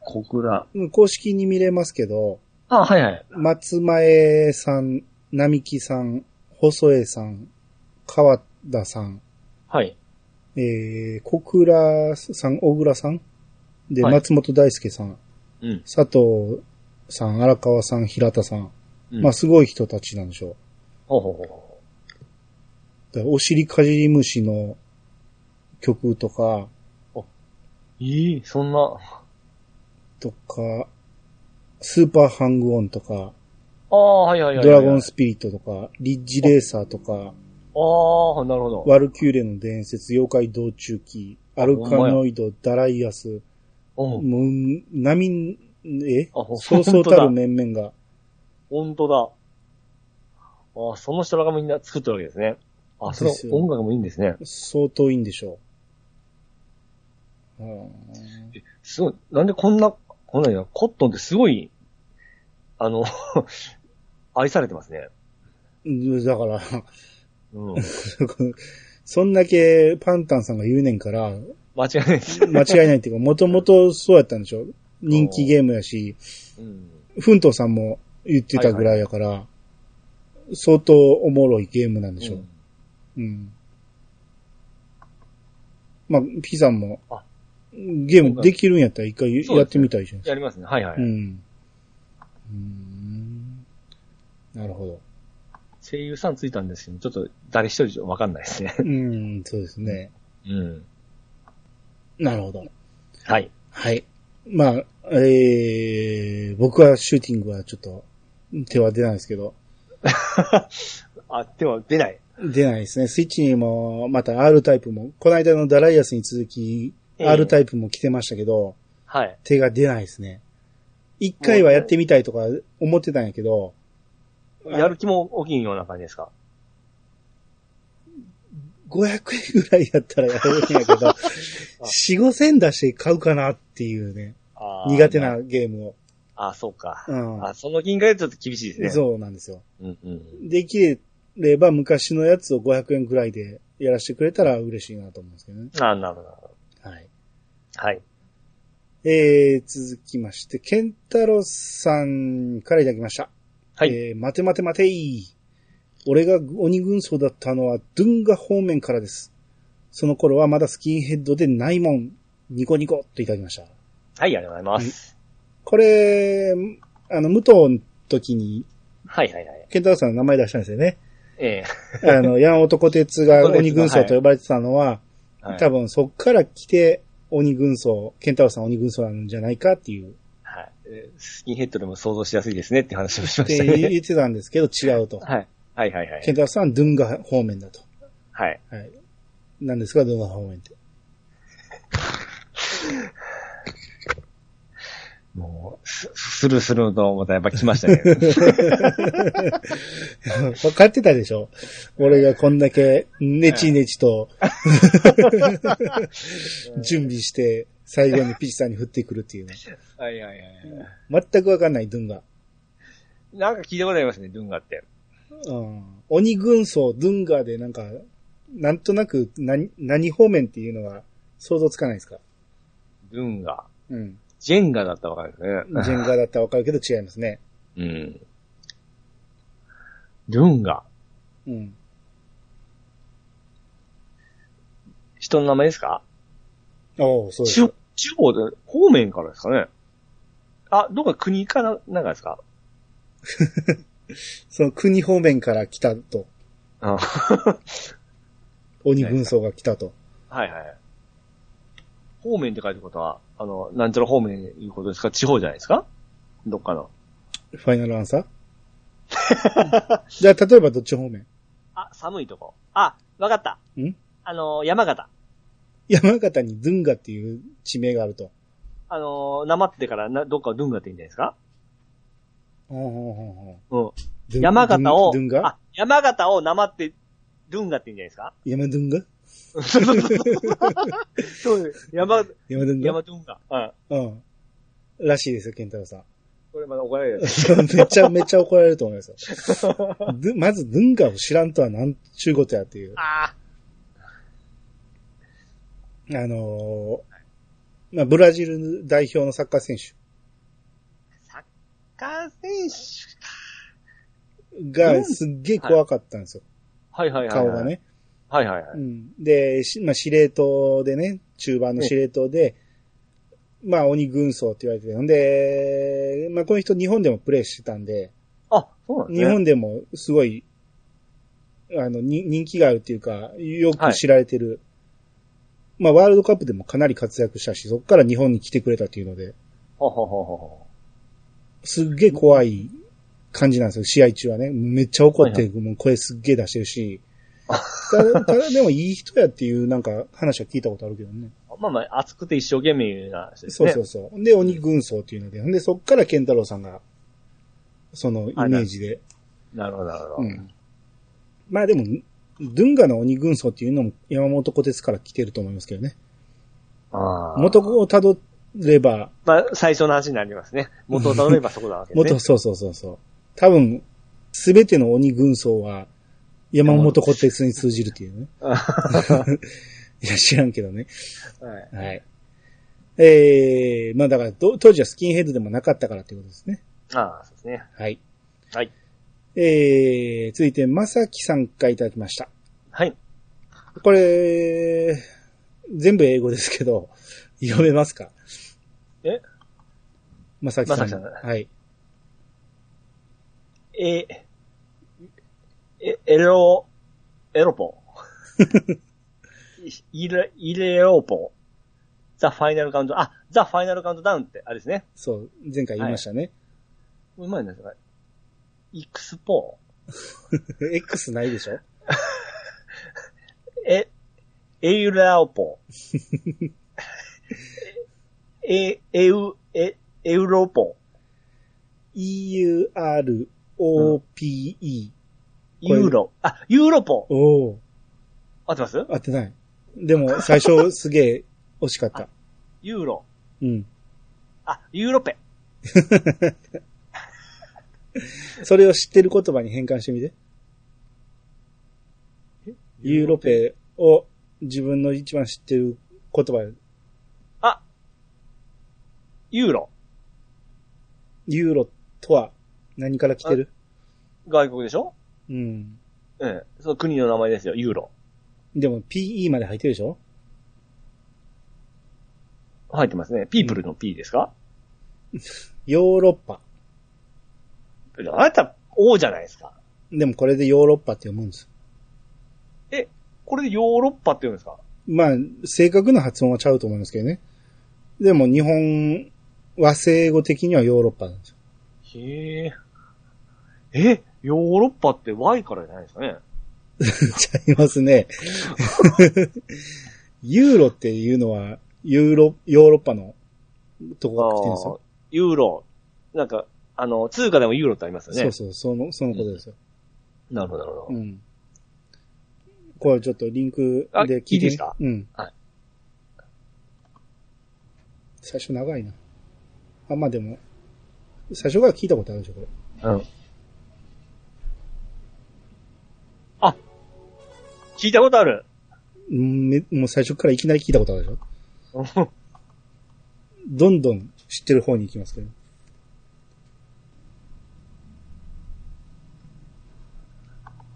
[SPEAKER 2] 小倉。
[SPEAKER 1] うん公式に見れますけど、
[SPEAKER 2] あ、はいはい。
[SPEAKER 1] 松前さん、並木さん、細江さん、川田さん、
[SPEAKER 2] はい。
[SPEAKER 1] えー、小倉さん、小倉さんで、
[SPEAKER 2] はい
[SPEAKER 1] 松本大輔さん、
[SPEAKER 2] うん。
[SPEAKER 1] 佐藤さん、荒川さん、平田さん。
[SPEAKER 2] うん、
[SPEAKER 1] まあ、すごい人たちなんでしょう。
[SPEAKER 2] ほうほうほうほ
[SPEAKER 1] だからお尻かじり虫の曲とか、
[SPEAKER 2] う。いい、そんな。
[SPEAKER 1] とか、スーパーハングオンとか、
[SPEAKER 2] ああ、はいはいはいはい。
[SPEAKER 1] ドラゴンスピリットとか、リッジレーサーとか、
[SPEAKER 2] ああ、なるほど。
[SPEAKER 1] ワルキューレの伝説、妖怪道中記、アルカノイド、ダライアス、
[SPEAKER 2] うん
[SPEAKER 1] もう、波、え
[SPEAKER 2] あほ
[SPEAKER 1] そうそうたる面々が。
[SPEAKER 2] 本当だ。ああ、その人らがみんな作ってるわけですね。あ、その
[SPEAKER 1] ですよ
[SPEAKER 2] 音楽もいいんですね。
[SPEAKER 1] 相当いいんでしょう。うん
[SPEAKER 2] えすごい。なんでこんな、こんなんや、コットンってすごい、あの、 愛されてますね。
[SPEAKER 1] だから、
[SPEAKER 2] うん。
[SPEAKER 1] そんだけパンタンさんが言うねんから、
[SPEAKER 2] 間違いないです。
[SPEAKER 1] 間違いない っていうか、もともとそうやったんでしょ人気ゲームやし、
[SPEAKER 2] うん。
[SPEAKER 1] フントさんも言ってたぐらいやから、相当おもろいゲームなんでしょう。うん。まあ、P さんも
[SPEAKER 2] あ、
[SPEAKER 1] ゲームできるんやったら一回
[SPEAKER 2] そうですね
[SPEAKER 1] やってみたいじゃないです
[SPEAKER 2] やりますね。はいはい。
[SPEAKER 1] か。うん。うーん。なるほど。
[SPEAKER 2] 声優さんついたんですけど、ちょっと誰一人じゃわかんないですね。
[SPEAKER 1] うん、そうですね。
[SPEAKER 2] うん。
[SPEAKER 1] なるほど。
[SPEAKER 2] はい。
[SPEAKER 1] はい。まあ、えー、僕はシューティングはちょっと手は出ないですけど、
[SPEAKER 2] あっては出ない。
[SPEAKER 1] 出ないですね。スイッチにも、また R タイプも、この間のダライアスに続き、
[SPEAKER 2] ええ
[SPEAKER 1] R タイプも来てましたけど、
[SPEAKER 2] はい。
[SPEAKER 1] 手が出ないですね。一回はやってみたいとか思ってたんやけど、
[SPEAKER 2] やる気も起きんような感じですか。
[SPEAKER 1] 500円ぐらいやったらやるんやけ ど、4、5千出して買うかなっていうね、
[SPEAKER 2] あー
[SPEAKER 1] 苦手。なゲームを。
[SPEAKER 2] あ、そうか。
[SPEAKER 1] うん
[SPEAKER 2] あ、その金額はちょっと厳しいですね。う。
[SPEAKER 1] そうなんですよ。
[SPEAKER 2] うんうん。
[SPEAKER 1] できれば昔のやつを500円ぐらいでやらせてくれたら嬉しいなと思うんですけどね。
[SPEAKER 2] あなるほどなるほど。
[SPEAKER 1] はい。
[SPEAKER 2] はい。
[SPEAKER 1] えー、続きまして、ケンタロスさんからいただきました。
[SPEAKER 2] はい。
[SPEAKER 1] えー、待て待て待てい。俺が鬼軍曹だったのは、ドゥンガ方面からです。その頃はまだスキンヘッドでないもん。ニコニコといただきました。
[SPEAKER 2] はい、ありがとうございます。
[SPEAKER 1] これ、あの、武藤の時に、
[SPEAKER 2] はい、はい、はい。
[SPEAKER 1] ケンタロスさんの名前出したんですよね。
[SPEAKER 2] え
[SPEAKER 1] あの、ヤン男鉄が鬼軍曹と呼ばれてたのは、
[SPEAKER 2] えはい。
[SPEAKER 1] 多分そっから来て、鬼軍曹、ケンタロスさん鬼軍曹なんじゃないかっていう
[SPEAKER 2] はい。えースキンヘッドでも想像しやすいですねって話をし
[SPEAKER 1] っ
[SPEAKER 2] ましてたね。
[SPEAKER 1] 言ってたんですけど、違うと。
[SPEAKER 2] はい。はいはいは
[SPEAKER 1] ケン
[SPEAKER 2] い。
[SPEAKER 1] タロスさんはドゥンガ方面だと。
[SPEAKER 2] はい。
[SPEAKER 1] はい。何ですか、ドゥンガ方面って。
[SPEAKER 2] もう、ススルスルと思ったらやっぱ来ましたね。
[SPEAKER 1] 分かってたでしょ俺がこんだけ、ネチネチ と、 準備して、最後にピチさんに振ってくるっていうね。
[SPEAKER 2] はいはいはい。
[SPEAKER 1] 全くわかんない、ドゥンガ。
[SPEAKER 2] なんか聞いたことありますね、ドゥンガって。
[SPEAKER 1] うん鬼軍曹、ドゥンガでなんか、なんとなく何、何方面っていうのが想像つかないですか
[SPEAKER 2] ドゥンガ。
[SPEAKER 1] うん。
[SPEAKER 2] ジェンガだったらわかるんで
[SPEAKER 1] ジ
[SPEAKER 2] す
[SPEAKER 1] ェ
[SPEAKER 2] ね。
[SPEAKER 1] ンガだったらわかるけど違いますね。
[SPEAKER 2] うん。ドゥンガ。
[SPEAKER 1] うん。
[SPEAKER 2] 人の名前ですか
[SPEAKER 1] おおそうです。
[SPEAKER 2] 中、中央で、方面からですかね。あ、どこか国かな、なんかですか
[SPEAKER 1] その国方面から来たと。
[SPEAKER 2] あ
[SPEAKER 1] 鬼軍曹が来たと。
[SPEAKER 2] はいはい。方面って書いてることは、あの、なんちゃら方面いうことですか地方じゃないですかどっかの。
[SPEAKER 1] ファイナルアン サーじゃあ、例えばどっち方面
[SPEAKER 2] あ、寒いとこ。あ、わかった。
[SPEAKER 1] ん
[SPEAKER 2] あの、山形。
[SPEAKER 1] 山形にドゥンガっていう地名があると。
[SPEAKER 2] あの、なまってからな、どっかドゥンガっていいんじゃないですかうん。
[SPEAKER 1] ドゥン
[SPEAKER 2] 山形を
[SPEAKER 1] ドゥン、ガ
[SPEAKER 2] あ、山形をなまって、ドゥンガっていいんじゃないですか
[SPEAKER 1] 山ドゥンガ
[SPEAKER 2] そうです。山、
[SPEAKER 1] 山ドゥンガ
[SPEAKER 2] 山ドゥンガ。うん。
[SPEAKER 1] うん。らしいですよ、ケンタロウさん。
[SPEAKER 2] これまだ怒られるや つ。
[SPEAKER 1] めちゃめちゃ怒られると思いますよ。ドゥまず、文化を知らんとはなんちゅうことやっていう。あ
[SPEAKER 2] あ
[SPEAKER 1] のーまあ、ブラジル代表のサッカー選手
[SPEAKER 2] ー、サッカー選手か。う
[SPEAKER 1] が
[SPEAKER 2] ん
[SPEAKER 1] すっげえ怖かったんですよ、
[SPEAKER 2] はいはいはい。
[SPEAKER 1] 顔が。ね。
[SPEAKER 2] はいはいは
[SPEAKER 1] う
[SPEAKER 2] い。
[SPEAKER 1] ん、で、しまあ、司令塔でね、中盤の司令塔で、まあ、鬼軍曹って言われてて、ほんで、まあ、この人日本でもプレーしてたんで、
[SPEAKER 2] あ、そうなんです
[SPEAKER 1] 日
[SPEAKER 2] ね。
[SPEAKER 1] 本でもすごい、あの、に人気があるっていうか、よく知られてる。まあ、ワールドカップでもかなり活躍したし、そこから日本に来てくれたっていうので、
[SPEAKER 2] ほほほほほ。
[SPEAKER 1] すっげえ怖い感じなんですよ、試合中はね。めっちゃ怒って、もう声すっげえ出してる し。ただ、ただでもいい人やっていうなんか話は聞いたことあるけどね。
[SPEAKER 2] まあまあ、熱くて一生懸命な人です
[SPEAKER 1] そう
[SPEAKER 2] ね。
[SPEAKER 1] そうそう。で、鬼軍曹っていうので、で、そっから健太郎さんが、そのイメージで
[SPEAKER 2] なるほど、なるほど。
[SPEAKER 1] うんまあでも、ドゥンガの鬼軍曹っていうのも山本小鉄から来てると思いますけどね。
[SPEAKER 2] ああ。
[SPEAKER 1] 元をたどれば、
[SPEAKER 2] まあ、最初の話になりますね。元をたどればそこだわけですね。
[SPEAKER 1] 元、そうそうそうそう。多分、すべての鬼軍曹は山本小鉄に通じるって いうね。いや、知らんけどね。
[SPEAKER 2] はい。
[SPEAKER 1] はい。えー、まあだから、ど当時はスキンヘッドでもなかったからっていうことですね。
[SPEAKER 2] ああ、そうですね。
[SPEAKER 1] はい。
[SPEAKER 2] はい。
[SPEAKER 1] えー、続いて、まさきさんからいただきました。
[SPEAKER 2] はい。
[SPEAKER 1] これ、全部英語ですけど、 読めますか
[SPEAKER 2] え
[SPEAKER 1] まさきさん。
[SPEAKER 2] まさきさん
[SPEAKER 1] はい。
[SPEAKER 2] えー、え、エロ、エロ ポ。いイレ、イレオポ。ザ・ファイナルカウント、あ、ザ・ファイナルカウントダウンって、あれですね。
[SPEAKER 1] そう、前回言いましたね。
[SPEAKER 2] うまいな、それ。イクスポ
[SPEAKER 1] X ないでしょ
[SPEAKER 2] え、エウラオ ポ。え、エウ、え、エウロポ。
[SPEAKER 1] ?E-U-R-O-P-E。これ
[SPEAKER 2] ユーロ。あ、ユーロポ。
[SPEAKER 1] おー、
[SPEAKER 2] 合ってます
[SPEAKER 1] 当てない。で も、最初すげえ惜しかった
[SPEAKER 2] あ。ユーロ。
[SPEAKER 1] うん。
[SPEAKER 2] あ、ユーロペ。
[SPEAKER 1] それを知ってる言葉に変換してみて。ユーロ。ペを自分の一番知ってる言葉、
[SPEAKER 2] あ、ユーロ。
[SPEAKER 1] ユーロとは何から来てる
[SPEAKER 2] 外国でしょ
[SPEAKER 1] うん。
[SPEAKER 2] うん。その国の名前ですよ、ユーロ。
[SPEAKER 1] でも PE まで入ってるでしょ
[SPEAKER 2] 入ってますね。ピープルの P ですか、
[SPEAKER 1] ヨーロッパ。
[SPEAKER 2] あなた、O じゃないですか。
[SPEAKER 1] でもこれでヨーロッパって読むんです。
[SPEAKER 2] これでヨーロッパって言うんですか
[SPEAKER 1] まあ、正確な発音はちゃうと思いますけどね。でも日本、和製語的にはヨーロッパなんですよ。
[SPEAKER 2] へえ。え、ヨーロッパって Y からじゃないですかね。
[SPEAKER 1] ちゃいますね。 ユーロっていうのは、ユーロ、ヨーロッパのとこが来てるんですよ。
[SPEAKER 2] ユーロ。なんか、あの、通貨でもユーロってありますよね。
[SPEAKER 1] そうそう、その、そのことですよ。
[SPEAKER 2] なるほど、なるほど。
[SPEAKER 1] うん。これちょっとリンクで聞いてみ
[SPEAKER 2] あいいですか
[SPEAKER 1] うん。
[SPEAKER 2] はい
[SPEAKER 1] 最初長いな。あ、まあでも、最初から聞いたことあるでしょ、これ。
[SPEAKER 2] うん。あ、聞いたことある。
[SPEAKER 1] うんめもう最初からいきなり聞いたことあるでしょ。どんどん知ってる方に行きますけど。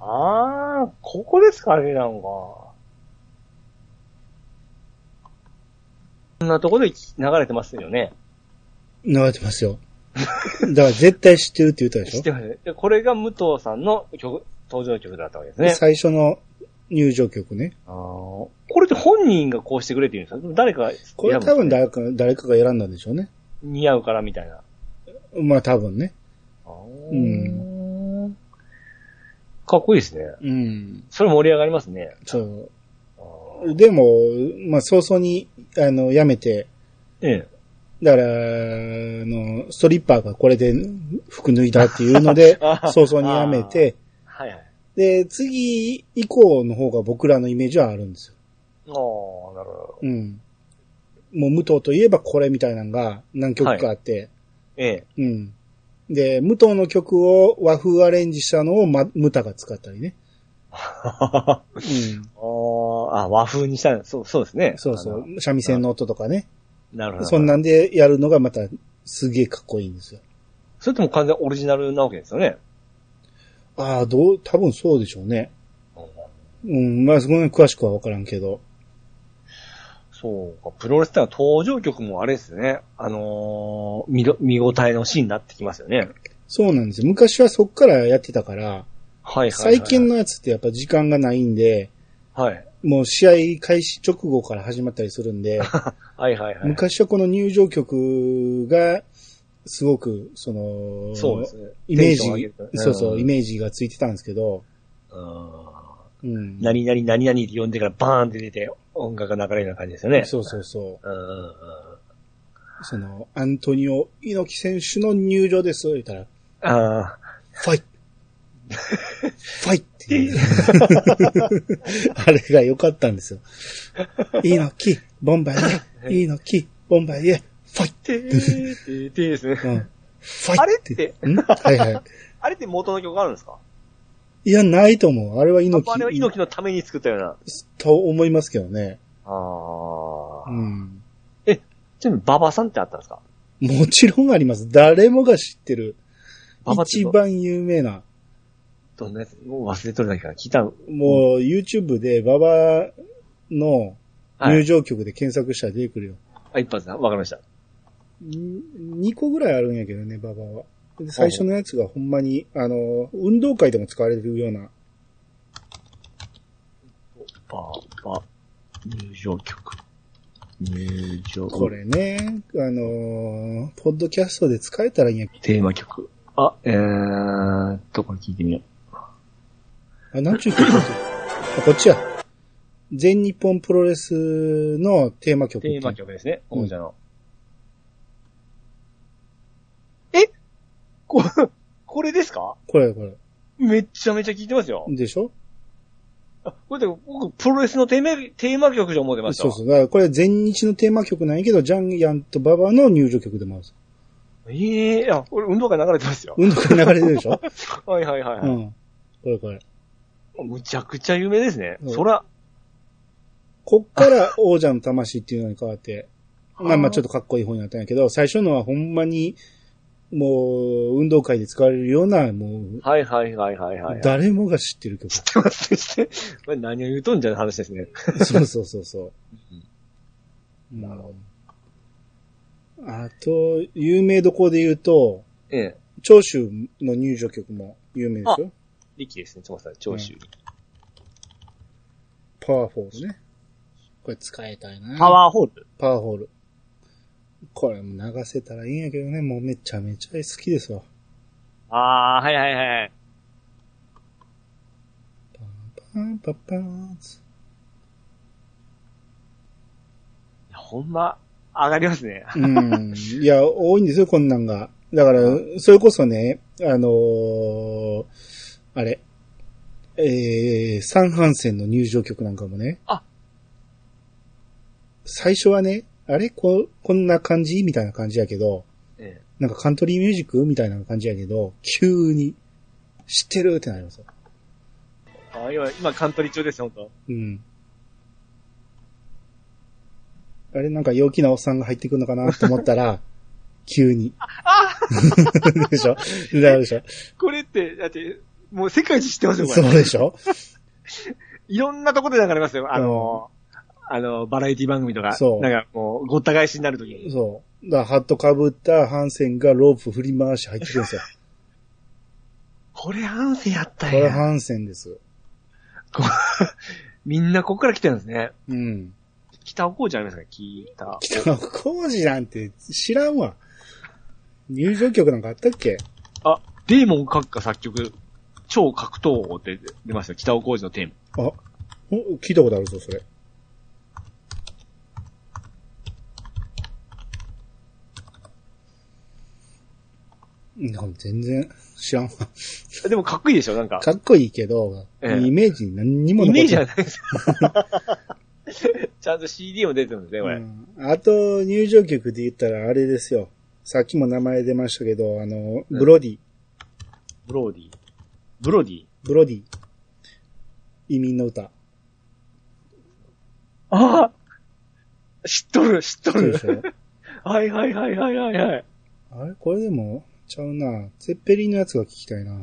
[SPEAKER 2] あー、ここですかね、なんか。こんなとこで流れてますよね。
[SPEAKER 1] 流れてますよ。だから絶対知ってるって言ったでし
[SPEAKER 2] 知
[SPEAKER 1] ょ
[SPEAKER 2] ってますね。でこれが武藤さんの曲、登場曲だったわけですね。
[SPEAKER 1] 最初の入場曲ね。
[SPEAKER 2] あーこれって本人がこうしてくれって言うんですか誰か選ぶんですか
[SPEAKER 1] これ多分誰か誰かが選んだんでしょうね。
[SPEAKER 2] 似合うからみたいな。
[SPEAKER 1] まあ多分ね。
[SPEAKER 2] うん。かっこいいですね。
[SPEAKER 1] うん。
[SPEAKER 2] それ盛り上がりますね。
[SPEAKER 1] そ
[SPEAKER 2] あ
[SPEAKER 1] う。
[SPEAKER 2] ー
[SPEAKER 1] でも、まあ早々に、あの、やめて、
[SPEAKER 2] え、
[SPEAKER 1] だから、あの、ストリッパーがこれで服脱いだっていうので
[SPEAKER 2] あ
[SPEAKER 1] 早々にやめて、
[SPEAKER 2] え。はいはい。あ
[SPEAKER 1] で、次以降の方が僕らのイメージはあるんですよ。
[SPEAKER 2] あ、なるほ
[SPEAKER 1] う
[SPEAKER 2] ど。
[SPEAKER 1] ん。もう武藤といえばこれみたいなのが何曲かあって、
[SPEAKER 2] ええ。
[SPEAKER 1] うん。で、武藤の曲を和風アレンジしたのを、ま、ムタが使ったりね。
[SPEAKER 2] あ
[SPEAKER 1] う ん。
[SPEAKER 2] ーあ、和風にしたそう、そうですね。
[SPEAKER 1] そうそ
[SPEAKER 2] あ
[SPEAKER 1] う。三味線の音とかね。
[SPEAKER 2] の。なるほど。
[SPEAKER 1] そん。なんでやるのがまたすげえかっこいいんですよ。
[SPEAKER 2] それとも完全オリジナルなわけですよね。
[SPEAKER 1] ああ、どう、多分そうでしょうね。うん、まあそこに詳しくはわからんけど。
[SPEAKER 2] そうか。プロレスってのは登場曲もあれですね。あのー見ど、見応えのシーンになってきますよね。
[SPEAKER 1] そうなんですよ。昔はそっからやってたから、
[SPEAKER 2] はいはい、はい。
[SPEAKER 1] 最近。のやつってやっぱ時間がないんで、
[SPEAKER 2] はい。
[SPEAKER 1] もう試合開始直後から始まったりするんで、
[SPEAKER 2] はいはいはい。
[SPEAKER 1] 昔はこの入場曲が、すごく、その、
[SPEAKER 2] そうですね。
[SPEAKER 1] イメー
[SPEAKER 2] テンション上
[SPEAKER 1] ジ
[SPEAKER 2] げるから、
[SPEAKER 1] そうそう、
[SPEAKER 2] ん
[SPEAKER 1] イメージがついてたんですけど、
[SPEAKER 2] うん
[SPEAKER 1] うん。
[SPEAKER 2] 何々何々って呼んでからバーンって出て音楽が流れるような感じですよね。
[SPEAKER 1] そうそうそ
[SPEAKER 2] うんうんうん。
[SPEAKER 1] う。その、アントニオ猪木選手の入場です、言ったら、
[SPEAKER 2] ああ、
[SPEAKER 1] ファイトファイトっていう。あれが良かったんですよ。猪木、ボンバイエ、猪木、ボンバイエ、ファイ
[SPEAKER 2] てー、てー、てーですね。
[SPEAKER 1] トうん。ファイト
[SPEAKER 2] あれって、
[SPEAKER 1] んはいは
[SPEAKER 2] あれって元の曲あるんですか
[SPEAKER 1] い。いや、ないと思う。あれは猪
[SPEAKER 2] あれは
[SPEAKER 1] 木
[SPEAKER 2] 猪木のために作ったような。
[SPEAKER 1] と思いますけどね。
[SPEAKER 2] ああ。
[SPEAKER 1] うん。
[SPEAKER 2] ちなみに、馬場さんってあったんですか
[SPEAKER 1] もちろんあります。誰もが知ってる
[SPEAKER 2] 馬場。って
[SPEAKER 1] 一番有名な。
[SPEAKER 2] どんなやつもう忘れとるだけから聞いたの。
[SPEAKER 1] もう YouTube で馬場の
[SPEAKER 2] は
[SPEAKER 1] 入
[SPEAKER 2] い。
[SPEAKER 1] 場曲で検索したら出てくるよ。
[SPEAKER 2] あ、一発だ。わかりました。
[SPEAKER 1] 2個ぐらいあるんやけどね、馬場は。で最初のやつがほんまに、あの、運動会でも使われるような。
[SPEAKER 2] 馬場、入場曲。入場
[SPEAKER 1] これね、あのー、ポッドキャストで使えたらいいんやけ
[SPEAKER 2] テーマ曲。あ、えーっと、これ聞いてみよう。
[SPEAKER 1] あ、なんちゅう曲だっけあこっちや。全日本プロレスのテーマ曲。
[SPEAKER 2] テーマ。曲ですね、
[SPEAKER 1] うん
[SPEAKER 2] 王者の。えこ、 これですか
[SPEAKER 1] これこれ。
[SPEAKER 2] めっちゃめちゃ聞いてますよ。
[SPEAKER 1] でしょ
[SPEAKER 2] あこれで僕、プロレスのテーマテーマ曲じゃ思ってました
[SPEAKER 1] そう
[SPEAKER 2] わ。
[SPEAKER 1] そう。だからこれ全日のテーマ曲なんやけど、ジャイアンとババアの入場曲でもあるんです。
[SPEAKER 2] ええあ、俺運動会流れてますよ。
[SPEAKER 1] 運動会流れてるでしょ
[SPEAKER 2] はいはいはいは
[SPEAKER 1] う
[SPEAKER 2] い。
[SPEAKER 1] ん。これこれ。
[SPEAKER 2] むちゃくちゃ有名ですね。
[SPEAKER 1] うん
[SPEAKER 2] そら。
[SPEAKER 1] こっから王者の魂っていうのに変わ って、まあまあちょっ
[SPEAKER 2] と。
[SPEAKER 1] とかっこいい方になったんやけど、最初のはほんまに、もう、運動会で使われるような、もう、
[SPEAKER 2] はいはいはいはいはい。知っ
[SPEAKER 1] 誰もが知ってる曲。
[SPEAKER 2] てますして。これ何を言うとんじゃの話ですね。
[SPEAKER 1] そうそうそうそう。
[SPEAKER 2] なるほ
[SPEAKER 1] うんあと、有名どころで言うと、
[SPEAKER 2] ええ。
[SPEAKER 1] 長州の入場曲も有名ですよ。
[SPEAKER 2] 力ですね、つまさん、長州。
[SPEAKER 1] パワーフォールね。これ使いたいな。
[SPEAKER 2] パワーホール。
[SPEAKER 1] パワーフォール。これも流せたらいいんやけどね、もうめちゃめちゃ好きですわ。
[SPEAKER 2] ああー、はいはいはい。
[SPEAKER 1] パンパンパンツ
[SPEAKER 2] いやほんま、上がりますね。
[SPEAKER 1] うん。いや、多いんですよ、こんなんが。だから、それこそね、あのーあれ、えー、三半戦の入場曲なんかもね。
[SPEAKER 2] あ
[SPEAKER 1] 最初はね、あれこ、こんな感じみたいな感じやけど、
[SPEAKER 2] ええ
[SPEAKER 1] なんかカントリーミュージックみたいな感じやけど、急に、知ってるってなりますよ。
[SPEAKER 2] あー今、今、カントリー中ですよ、ほんと。
[SPEAKER 1] うん。あれなんか陽気なおっさんが入ってくるのかなと思った ら、急に。 でしょだからでしょ
[SPEAKER 2] これって、だって、もう世界一知ってますよ、こ
[SPEAKER 1] そ
[SPEAKER 2] れ。
[SPEAKER 1] うでしょ
[SPEAKER 2] いろんなとこで流れますよ、あの、あの、バラエティ番組とか。
[SPEAKER 1] そう
[SPEAKER 2] なんかもう、ごった返しになるときに。
[SPEAKER 1] そう。だからハットかぶったハンセンがロープ振り回し入ってくるんですよ。
[SPEAKER 2] これハンセやった
[SPEAKER 1] こ
[SPEAKER 2] んや
[SPEAKER 1] れハンセンです。
[SPEAKER 2] こみんなここから来てるんですね。
[SPEAKER 1] うん。
[SPEAKER 2] 北尾工じゃありますか北。
[SPEAKER 1] 北野浩二なんて知らんわ。入場曲なんかあったっけ
[SPEAKER 2] あ、デーモン閣下作曲、超格闘王って出ましたよ。北尾工事のテーマ。
[SPEAKER 1] あ、お聞いたことあるぞ、それ。なんか全然知らんわ。
[SPEAKER 2] でもかっこいいでしょなんか。
[SPEAKER 1] かっこいいけど、
[SPEAKER 2] ええ
[SPEAKER 1] イメージに何にも
[SPEAKER 2] イ
[SPEAKER 1] 残
[SPEAKER 2] メー
[SPEAKER 1] っ
[SPEAKER 2] ジじ
[SPEAKER 1] て
[SPEAKER 2] ゃ
[SPEAKER 1] ない。
[SPEAKER 2] ないです。ちゃんと CD も出てるんですね、これ。
[SPEAKER 1] うんあと、入場曲で言ったらあれですよ。さっきも名前出ましたけど、あの、ブロディ、
[SPEAKER 2] ブローディ。ブローディ。
[SPEAKER 1] ブロディ。移民の 歌。
[SPEAKER 2] ああ知っとる、知っと
[SPEAKER 1] そうで
[SPEAKER 2] る
[SPEAKER 1] し。ょ
[SPEAKER 2] はいはいはいはいはいはい。
[SPEAKER 1] あれこれでも、ちゃうな。ゼッペリンのやつが聞きたいな。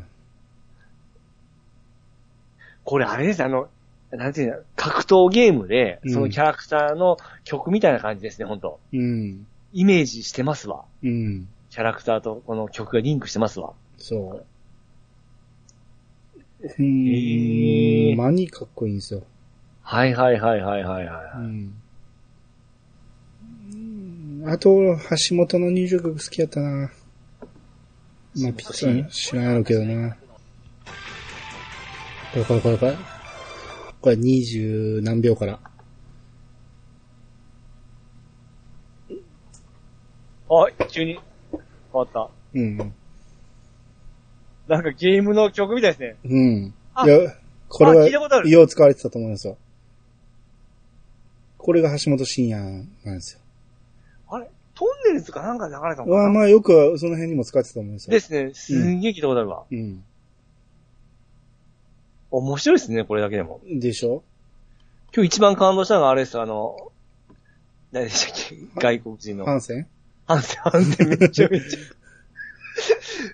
[SPEAKER 2] これあれです、あの、なんていうの、格闘ゲームで、そのキャラクターの曲みたいな感じですね、本当
[SPEAKER 1] うん。
[SPEAKER 2] イメージしてますわ。
[SPEAKER 1] うん。
[SPEAKER 2] キャラクターとこの曲がリンクしてますわ。
[SPEAKER 1] そう。うーん。マニかっこいいんですよ。
[SPEAKER 2] はいはいはいはいはいは
[SPEAKER 1] う
[SPEAKER 2] い。
[SPEAKER 1] ん。うんあと、橋本の入場曲好きやったな。まあ、ピッチャー知らんやろうけどな。これこれこれこれ。これ二十何秒から。
[SPEAKER 2] あ、急に変わった。
[SPEAKER 1] うん。
[SPEAKER 2] なんかゲームの曲みたいですね。
[SPEAKER 1] うん。
[SPEAKER 2] あ
[SPEAKER 1] いや、これ
[SPEAKER 2] あ聞いたことあ
[SPEAKER 1] は、
[SPEAKER 2] る
[SPEAKER 1] よう使われてたと思うんですよ。これが橋本真也なんですよ。
[SPEAKER 2] あれトンネルズかなんかで流れたの
[SPEAKER 1] まあ
[SPEAKER 2] かな
[SPEAKER 1] まあよくその辺にも使ってたと思うんですよ。
[SPEAKER 2] ですね。すんげえ聞いたことあるわ。
[SPEAKER 1] うん。
[SPEAKER 2] 面白いですね、これだけでも。
[SPEAKER 1] でしょ
[SPEAKER 2] 今日一番感動したのがあれです、あの、何でしたっけ外国人の
[SPEAKER 1] ハ。ンセン
[SPEAKER 2] ハンセン、ハンセン、めちゃめちゃ。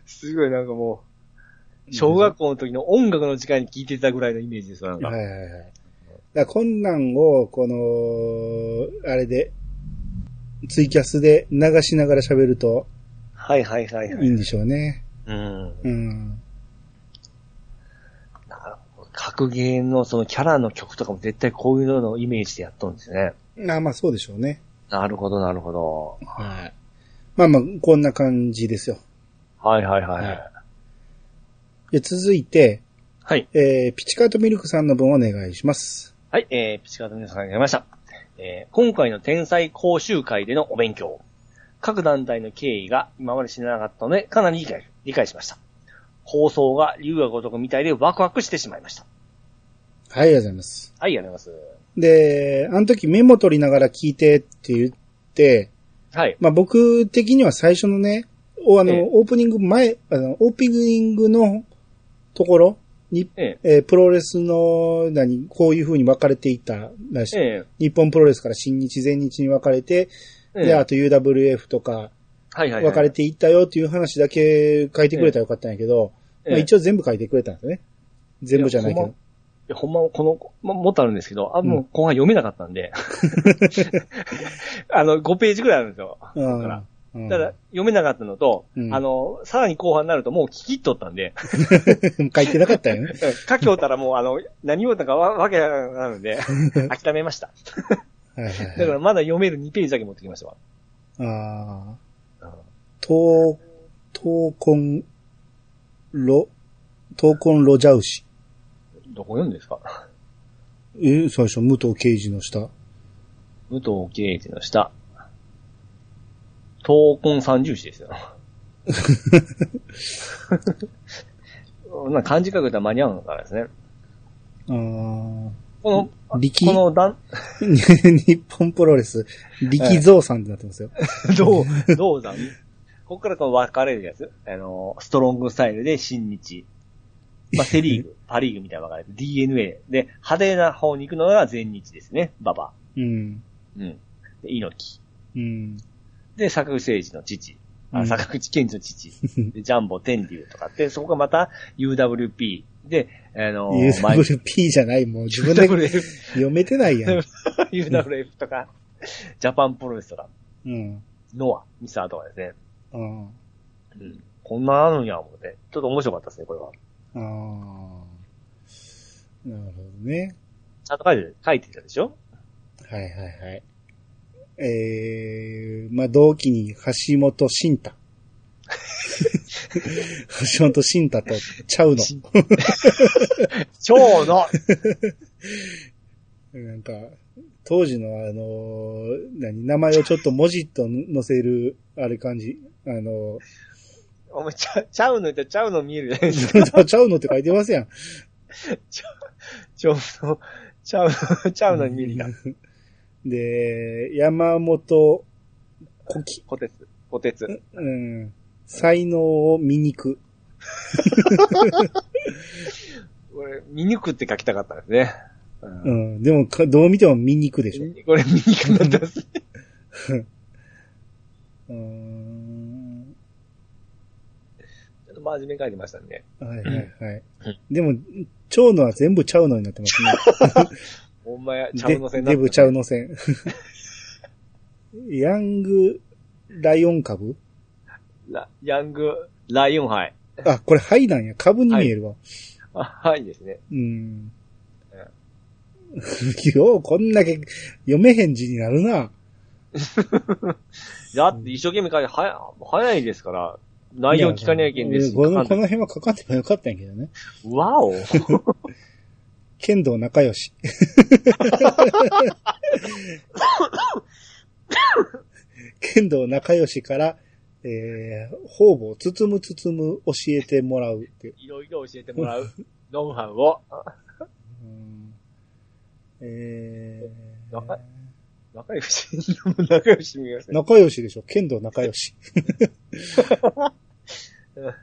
[SPEAKER 2] すごいなんかもう、小学校の時の音楽の時間に聴いてたぐらいのイメージですわ、なんか。
[SPEAKER 1] はいはいはい。だからこんなんを、この、あれで、ツイキャスで流しながら喋ると
[SPEAKER 2] はいはいはいはい
[SPEAKER 1] い
[SPEAKER 2] い。
[SPEAKER 1] んでしょうね。
[SPEAKER 2] うん。
[SPEAKER 1] うん。
[SPEAKER 2] 格ゲーのそのキャラの曲とかも絶対こういうののイメージでやっとるんですね。
[SPEAKER 1] あまあそうでしょうね。
[SPEAKER 2] なるほど、なるほど。
[SPEAKER 1] はい。まあまあ、こんな感じですよ。
[SPEAKER 2] はいはいはい。
[SPEAKER 1] はいで続いて、
[SPEAKER 2] はい。
[SPEAKER 1] えー、ピチカートミルクさんの分お願いします。
[SPEAKER 2] はい、えー、ピチカート皆さんありがとうございました。えー、今回の天才講習会でのお勉強。各団体の経緯が今まで知らなかったので、かなり理解理解しました。放送が竜が如くみたいでワクワクしてしまいました。
[SPEAKER 1] はい、ありがとうございます。
[SPEAKER 2] はい、ありがとうござい
[SPEAKER 1] で、あの時メモ取りながら聞いてって言って、
[SPEAKER 2] ます。はい。
[SPEAKER 1] まあ、僕的には最初のね、おあの、
[SPEAKER 2] ええ
[SPEAKER 1] オープニング前、あの、オープニングのところに、
[SPEAKER 2] え
[SPEAKER 1] えープロレスの、何、こういう風に分かれていったらし
[SPEAKER 2] え
[SPEAKER 1] い、
[SPEAKER 2] え
[SPEAKER 1] 日本プロレスから新日、全日に分かれて、
[SPEAKER 2] ええ
[SPEAKER 1] で、あと UWF とか
[SPEAKER 2] はいはいはい。
[SPEAKER 1] 分かれていったよっていう話だけ書いてくれたらよかったんやけど、
[SPEAKER 2] ええ
[SPEAKER 1] まあ、一応全部書いてくれたんですね。全部じゃないけ
[SPEAKER 2] いや
[SPEAKER 1] ど。
[SPEAKER 2] いや、ほんま、この、ま、もっとあるんですけど、あ、
[SPEAKER 1] う
[SPEAKER 2] も
[SPEAKER 1] ん
[SPEAKER 2] う後半読めなかった んで。あの、5ページくらいあるんですよ。
[SPEAKER 1] うん
[SPEAKER 2] か
[SPEAKER 1] う
[SPEAKER 2] ら
[SPEAKER 1] ん
[SPEAKER 2] ただ、読めなかったのと、
[SPEAKER 1] うん
[SPEAKER 2] あの、さらに後半になるともう聞きっとったんで、
[SPEAKER 1] 書いてなかったよ ね。
[SPEAKER 2] 書きおったらもう、あの、何をったかわわけがなるん で、諦めました。
[SPEAKER 1] はいはいはい
[SPEAKER 2] だからまだ読める2ページだけ持ってきましたわ。
[SPEAKER 1] あ
[SPEAKER 2] うん
[SPEAKER 1] あ。闘、闘魂、ロ、闘魂ロジャウシ。
[SPEAKER 2] どこ読んですか
[SPEAKER 1] え、最初、武藤刑事の下。
[SPEAKER 2] 武藤敬司の下。闘魂三重視です よ。なんか漢字書くと間に合うのからですね。
[SPEAKER 1] ああ。
[SPEAKER 2] この、
[SPEAKER 1] 力
[SPEAKER 2] こ、の段、
[SPEAKER 1] 日本プロレス、力蔵さんってなってますよ。
[SPEAKER 2] どう、どうだここからこの分かれるやつ。あの、ストロングスタイルで新日。まあ、セリーグ、パリーグみたいな分かれて、DNA。で、派手な方に行くのが全日ですね。ババ。
[SPEAKER 1] うん。
[SPEAKER 2] うん。で、猪
[SPEAKER 1] う
[SPEAKER 2] 木。
[SPEAKER 1] ん。
[SPEAKER 2] で、坂口誠二の父。
[SPEAKER 1] う
[SPEAKER 2] あ
[SPEAKER 1] ん
[SPEAKER 2] 坂口健二の 父。で、ジャンボ天竜とかって、そこがまた UWP。で、あのー、前
[SPEAKER 1] UWP じゃない、もう自分で
[SPEAKER 2] UWF
[SPEAKER 1] 読めてないや ん。
[SPEAKER 2] UWF とか、ジャパンプロレスとか、
[SPEAKER 1] うん。
[SPEAKER 2] ノア、ミサーとかですね。
[SPEAKER 1] あー
[SPEAKER 2] うん。こんなあるんや、思って。ちょっと面白かったですね、これは。
[SPEAKER 1] あー。なるほどね。
[SPEAKER 2] ちゃんと書いて、書いてたでし ょ
[SPEAKER 1] はいはいはい。えー、まあ、同期に橋本慎 太。橋本慎太とちゃうの。
[SPEAKER 2] し超の
[SPEAKER 1] なんか、当時のあのー何、名前をちょっと文字と載せる、あれ感じ。あの
[SPEAKER 2] お前、ちゃ、ちゃうのってちゃうの見えるじゃないですか。
[SPEAKER 1] ー ちゃうのって書いてますやん。
[SPEAKER 2] ちょうの、ちゃうの、ちゃうのに見えるが。
[SPEAKER 1] で、山本古希。
[SPEAKER 2] 小鉄、小鉄。
[SPEAKER 1] うん。才能を見にく。
[SPEAKER 2] 俺、見にくって書きたかったですね。う
[SPEAKER 1] うんん。でもか、どう見ても見にくでしょ。
[SPEAKER 2] これ見にくなったっす。
[SPEAKER 1] うーん。
[SPEAKER 2] 真面目に書いてましたね。
[SPEAKER 1] はいはいはい。でも、蝶のは全部ちゃうのになって ますね。
[SPEAKER 2] ほんまや、ちゃう
[SPEAKER 1] で
[SPEAKER 2] のせ
[SPEAKER 1] デブちゃう
[SPEAKER 2] の。
[SPEAKER 1] の線。 ヤングライオン株
[SPEAKER 2] ラヤング、ライオンハイ。
[SPEAKER 1] あ、これハイなんや。株に見えるわ。
[SPEAKER 2] あ、はいですね。
[SPEAKER 1] うん。 よう、こんだけ読めへん字になるな。
[SPEAKER 2] だって一生懸命書いて、はや、早いですから、内容聞かなきゃいけんです
[SPEAKER 1] う
[SPEAKER 2] し。
[SPEAKER 1] こ
[SPEAKER 2] かか
[SPEAKER 1] の
[SPEAKER 2] ん
[SPEAKER 1] こ
[SPEAKER 2] ない
[SPEAKER 1] の辺はかかってもよかったんやけどね。
[SPEAKER 2] わお
[SPEAKER 1] 剣道仲良し。剣道仲良しから、えー、方々包む包む教えてもらうっていう。
[SPEAKER 2] いろいろ教えてもらう。ノウハウを。
[SPEAKER 1] うんえー
[SPEAKER 2] 仲仲良し、仲良し見ますね。
[SPEAKER 1] 仲良しでしょ剣道仲良し。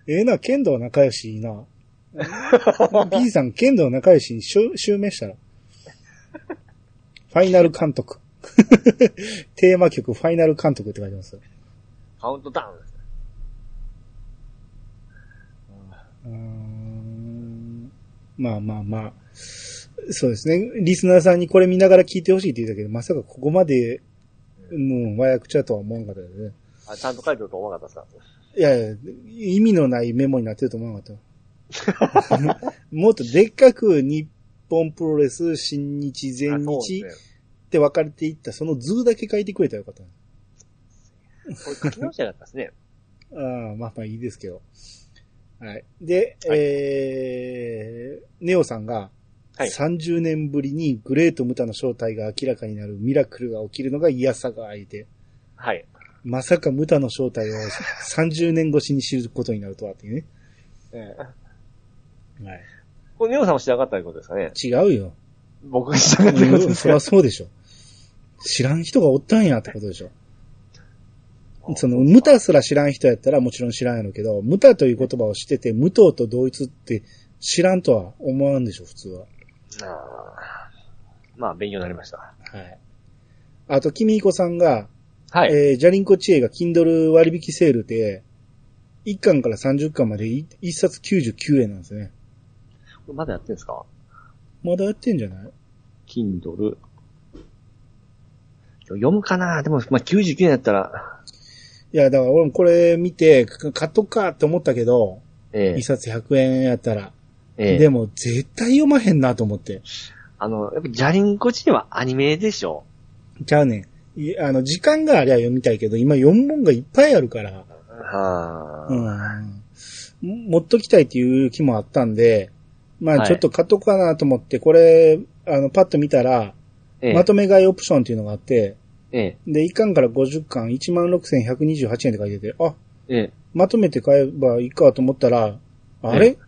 [SPEAKER 1] ええな、剣道仲良しいいな。B さん、剣道仲良しに襲襲名したら。ファイナル監督。 テーマ曲、ファイナル監督って書いてますよ。
[SPEAKER 2] カウントダウンですね。
[SPEAKER 1] うーんまあまあまあ。そうですね。リスナーさんにこれ見ながら聞いてほしいって言ったけど、まさかここまで、うん、和訳ちゃとは思わなかったよね。
[SPEAKER 2] あ、ちゃんと書いてると思わなかったっすか
[SPEAKER 1] いやいや、意味のないメモになってると思わなかった。 もっとでっかく日本プロレス、新日、
[SPEAKER 2] あ
[SPEAKER 1] 全
[SPEAKER 2] そう
[SPEAKER 1] 日
[SPEAKER 2] で
[SPEAKER 1] っ
[SPEAKER 2] す
[SPEAKER 1] て分かれていった、その図だけ書いてくれたらよかったな。
[SPEAKER 2] ねこれ書き直してなかったですね。
[SPEAKER 1] ああ、まあまあいいですけど。はい。で、
[SPEAKER 2] はい
[SPEAKER 1] えー、ネオさんが、
[SPEAKER 2] はい
[SPEAKER 1] 30年ぶりにグレートムタの正体が明らかになるミラクルが起きるのが嫌さが相手。
[SPEAKER 2] はい。
[SPEAKER 1] まさかムタの正体を30年越しに知ることになるとはっていう
[SPEAKER 2] ええ
[SPEAKER 1] ね。はい。
[SPEAKER 2] これ、ネオさんもしなかったということですかね。
[SPEAKER 1] 違うよ。
[SPEAKER 2] 僕がしなかったということ
[SPEAKER 1] うん
[SPEAKER 2] です
[SPEAKER 1] そ
[SPEAKER 2] か
[SPEAKER 1] りゃそうでしょ。知らん人がおったんやってことでしょ。その、ムタすら知らん人やったらもちろん知らんやろうけど、ムタという言葉を知ってて、無党と同一って知らんとは思わんでしょ、普通は。
[SPEAKER 2] あーまあ、勉強になりました。
[SPEAKER 1] はい。あと、キミイコさんが、
[SPEAKER 2] はい。
[SPEAKER 1] えー、ジャリンコ知恵が Kindle 割引セールで、1巻から30巻までい1冊99円なんですね。
[SPEAKER 2] これまだやってんですか
[SPEAKER 1] まだやってんじゃない
[SPEAKER 2] Kindle。読むかなでも、まあ、99円だったら、
[SPEAKER 1] いや、だから俺もこれ見て、か買っとくかって思ったけど、
[SPEAKER 2] ええ
[SPEAKER 1] 1冊100円やったら。
[SPEAKER 2] ええ
[SPEAKER 1] でも、絶対読まへんなと思って。
[SPEAKER 2] あの、やっぱ、ジャリンコチにはアニメでしょ
[SPEAKER 1] ちゃうねん。いあの、時間がありゃ読みたいけど、今読むもんがいっぱいあるから、
[SPEAKER 2] は
[SPEAKER 1] う
[SPEAKER 2] あ、
[SPEAKER 1] ん。持っときたいっていう気もあったんで、ま
[SPEAKER 2] は
[SPEAKER 1] あ
[SPEAKER 2] い
[SPEAKER 1] ちょっと買っとこうかなと思って、これ、あの、パッと見たら、
[SPEAKER 2] ええ
[SPEAKER 1] まとめ買いオプションっていうのがあって、
[SPEAKER 2] ええ
[SPEAKER 1] で、1巻から50巻、16,128円って書いてて、あ、
[SPEAKER 2] ええ
[SPEAKER 1] まとめて買えばいいかと思ったら、あれ、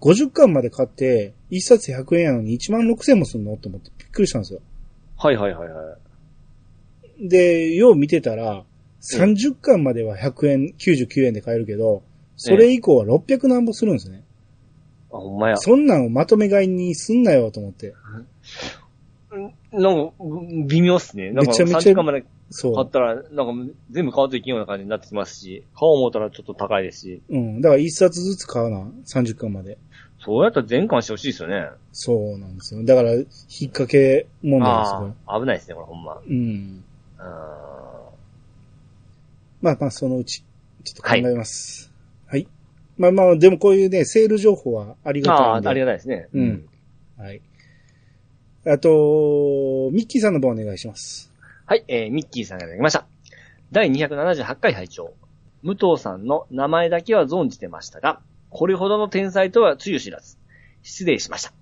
[SPEAKER 1] ?50 巻まで買って、1冊100円やのに16,000もすんのと思ってびっくりしたんですよ。
[SPEAKER 2] はいはいはいはい。
[SPEAKER 1] で、よう見てたら、30巻までは100円、99円で買えるけど、それ以降は600何ぼするんですね。
[SPEAKER 2] あ、ほんまや。
[SPEAKER 1] そんなんをまとめ買いにすんなよと思って。
[SPEAKER 2] なんか、うん微妙っすね。なんか、
[SPEAKER 1] めちゃめちゃ
[SPEAKER 2] 3時間まで買
[SPEAKER 1] そ
[SPEAKER 2] ったら、なんか、全部買わんといけんような感じになってきますし、買おう思ったらちょっと高いですし、
[SPEAKER 1] う。うん。だから1冊ずつ買うな。30巻まで。
[SPEAKER 2] そうやったら全巻してほしいですよね。
[SPEAKER 1] そうなんですよ。だから、引っ掛け問題です
[SPEAKER 2] あ
[SPEAKER 1] よ。
[SPEAKER 2] あ、危ないですね、これほんま。
[SPEAKER 1] うん。
[SPEAKER 2] あ
[SPEAKER 1] まあまあ、そのうち、ちょっと考えます。はい。まあまあ、でもこういうね、セール情報はあり
[SPEAKER 2] ー
[SPEAKER 1] がたい
[SPEAKER 2] あ
[SPEAKER 1] ん
[SPEAKER 2] ー、
[SPEAKER 1] で。
[SPEAKER 2] ありがたいですね。
[SPEAKER 1] うん。はい。あと、ミッキーさんの方お願いします。
[SPEAKER 2] はい、えー、ミッキーさんがいただきました。第278回拝聴武藤さんの名前だけは存じてましたが、これほどの天才とはつゆ知らず。失礼しました。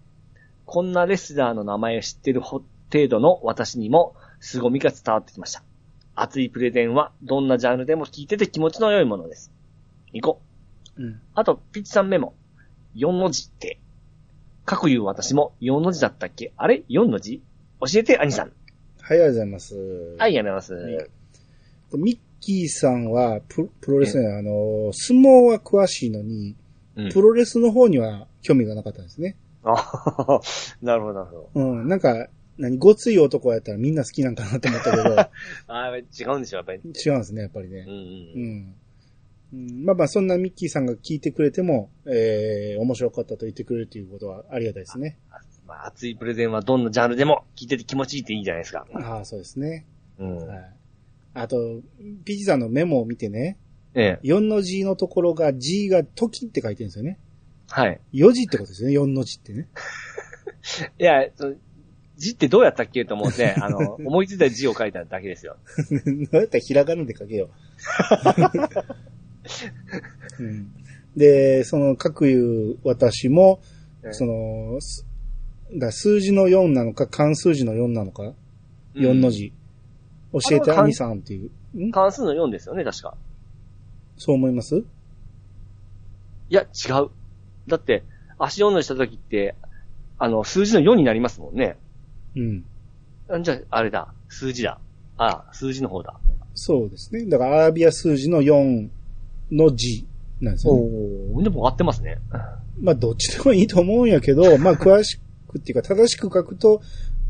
[SPEAKER 2] こんなレスラーの名前を知ってるほ程度の私にも凄みが伝わってきました。熱いプレゼンはどんなジャンルでも聞いてて気持ちの良いものです。行こう。
[SPEAKER 1] うん。
[SPEAKER 2] あと、ピッチさんメモ。4の字って。かくいう私も4の字だったっけあれ ?4 の字教えて、兄さん。
[SPEAKER 1] はい、ありがとうございます。
[SPEAKER 2] はい、やめます。
[SPEAKER 1] ミッキーさんはプ、プロレスね、あの、相撲は詳しいのに、
[SPEAKER 2] うん
[SPEAKER 1] プロレスの方には興味がなかったんですね。
[SPEAKER 2] あなるほど、なるほど。
[SPEAKER 1] うん、なんか、何、ごつい男やったらみんな好きなんかなと思ったけ ど、
[SPEAKER 2] ああ、違うんでしょ、やっぱり。
[SPEAKER 1] 違うんですね、やっぱり
[SPEAKER 2] うん
[SPEAKER 1] ね。
[SPEAKER 2] う。
[SPEAKER 1] うんん。うんまあまあ、そんなミッキーさんが聞いてくれても、えー、面白かったと言ってくれるということはありがたいですね。
[SPEAKER 2] まあ、熱いプレゼンはどんなジャンルでも聞いてて気持ちいいっていいんじゃないですか。
[SPEAKER 1] ああ、そうですね。
[SPEAKER 2] うん。
[SPEAKER 1] はい。あと、ピッチさんのメモを見てね、
[SPEAKER 2] ええ。
[SPEAKER 1] 4の字のところが G が時って書いてるんですよね。
[SPEAKER 2] はい。
[SPEAKER 1] 4字ってことですよね、4の字ってね。
[SPEAKER 2] いや、その字ってどうやったっけと思って、あの、思いついた字を書いただけですよ。
[SPEAKER 1] どうやったらひらがなで書けよ。 うんで、その、各言う私も、
[SPEAKER 2] ええ
[SPEAKER 1] その、すだ数字の4なのか、漢数字の4なのか、
[SPEAKER 2] うん
[SPEAKER 1] 4の。字。教えて
[SPEAKER 2] あの
[SPEAKER 1] 兄さんっていう。ん
[SPEAKER 2] 関数の4ですよね、確か。
[SPEAKER 1] そう思います
[SPEAKER 2] いや、違う。だって、足4のした時って、あの、数字の4になりますもんね。
[SPEAKER 1] うん。
[SPEAKER 2] あじゃあ、あれだ。数字だ。ああ、数字の方だ。
[SPEAKER 1] そうですね。だから、アラビア数字の4の字なんですよね。
[SPEAKER 2] おー、でも合ってますね。
[SPEAKER 1] まあ、どっちでもいいと思うんやけど、まあ、詳しくっていうか、正しく書くと、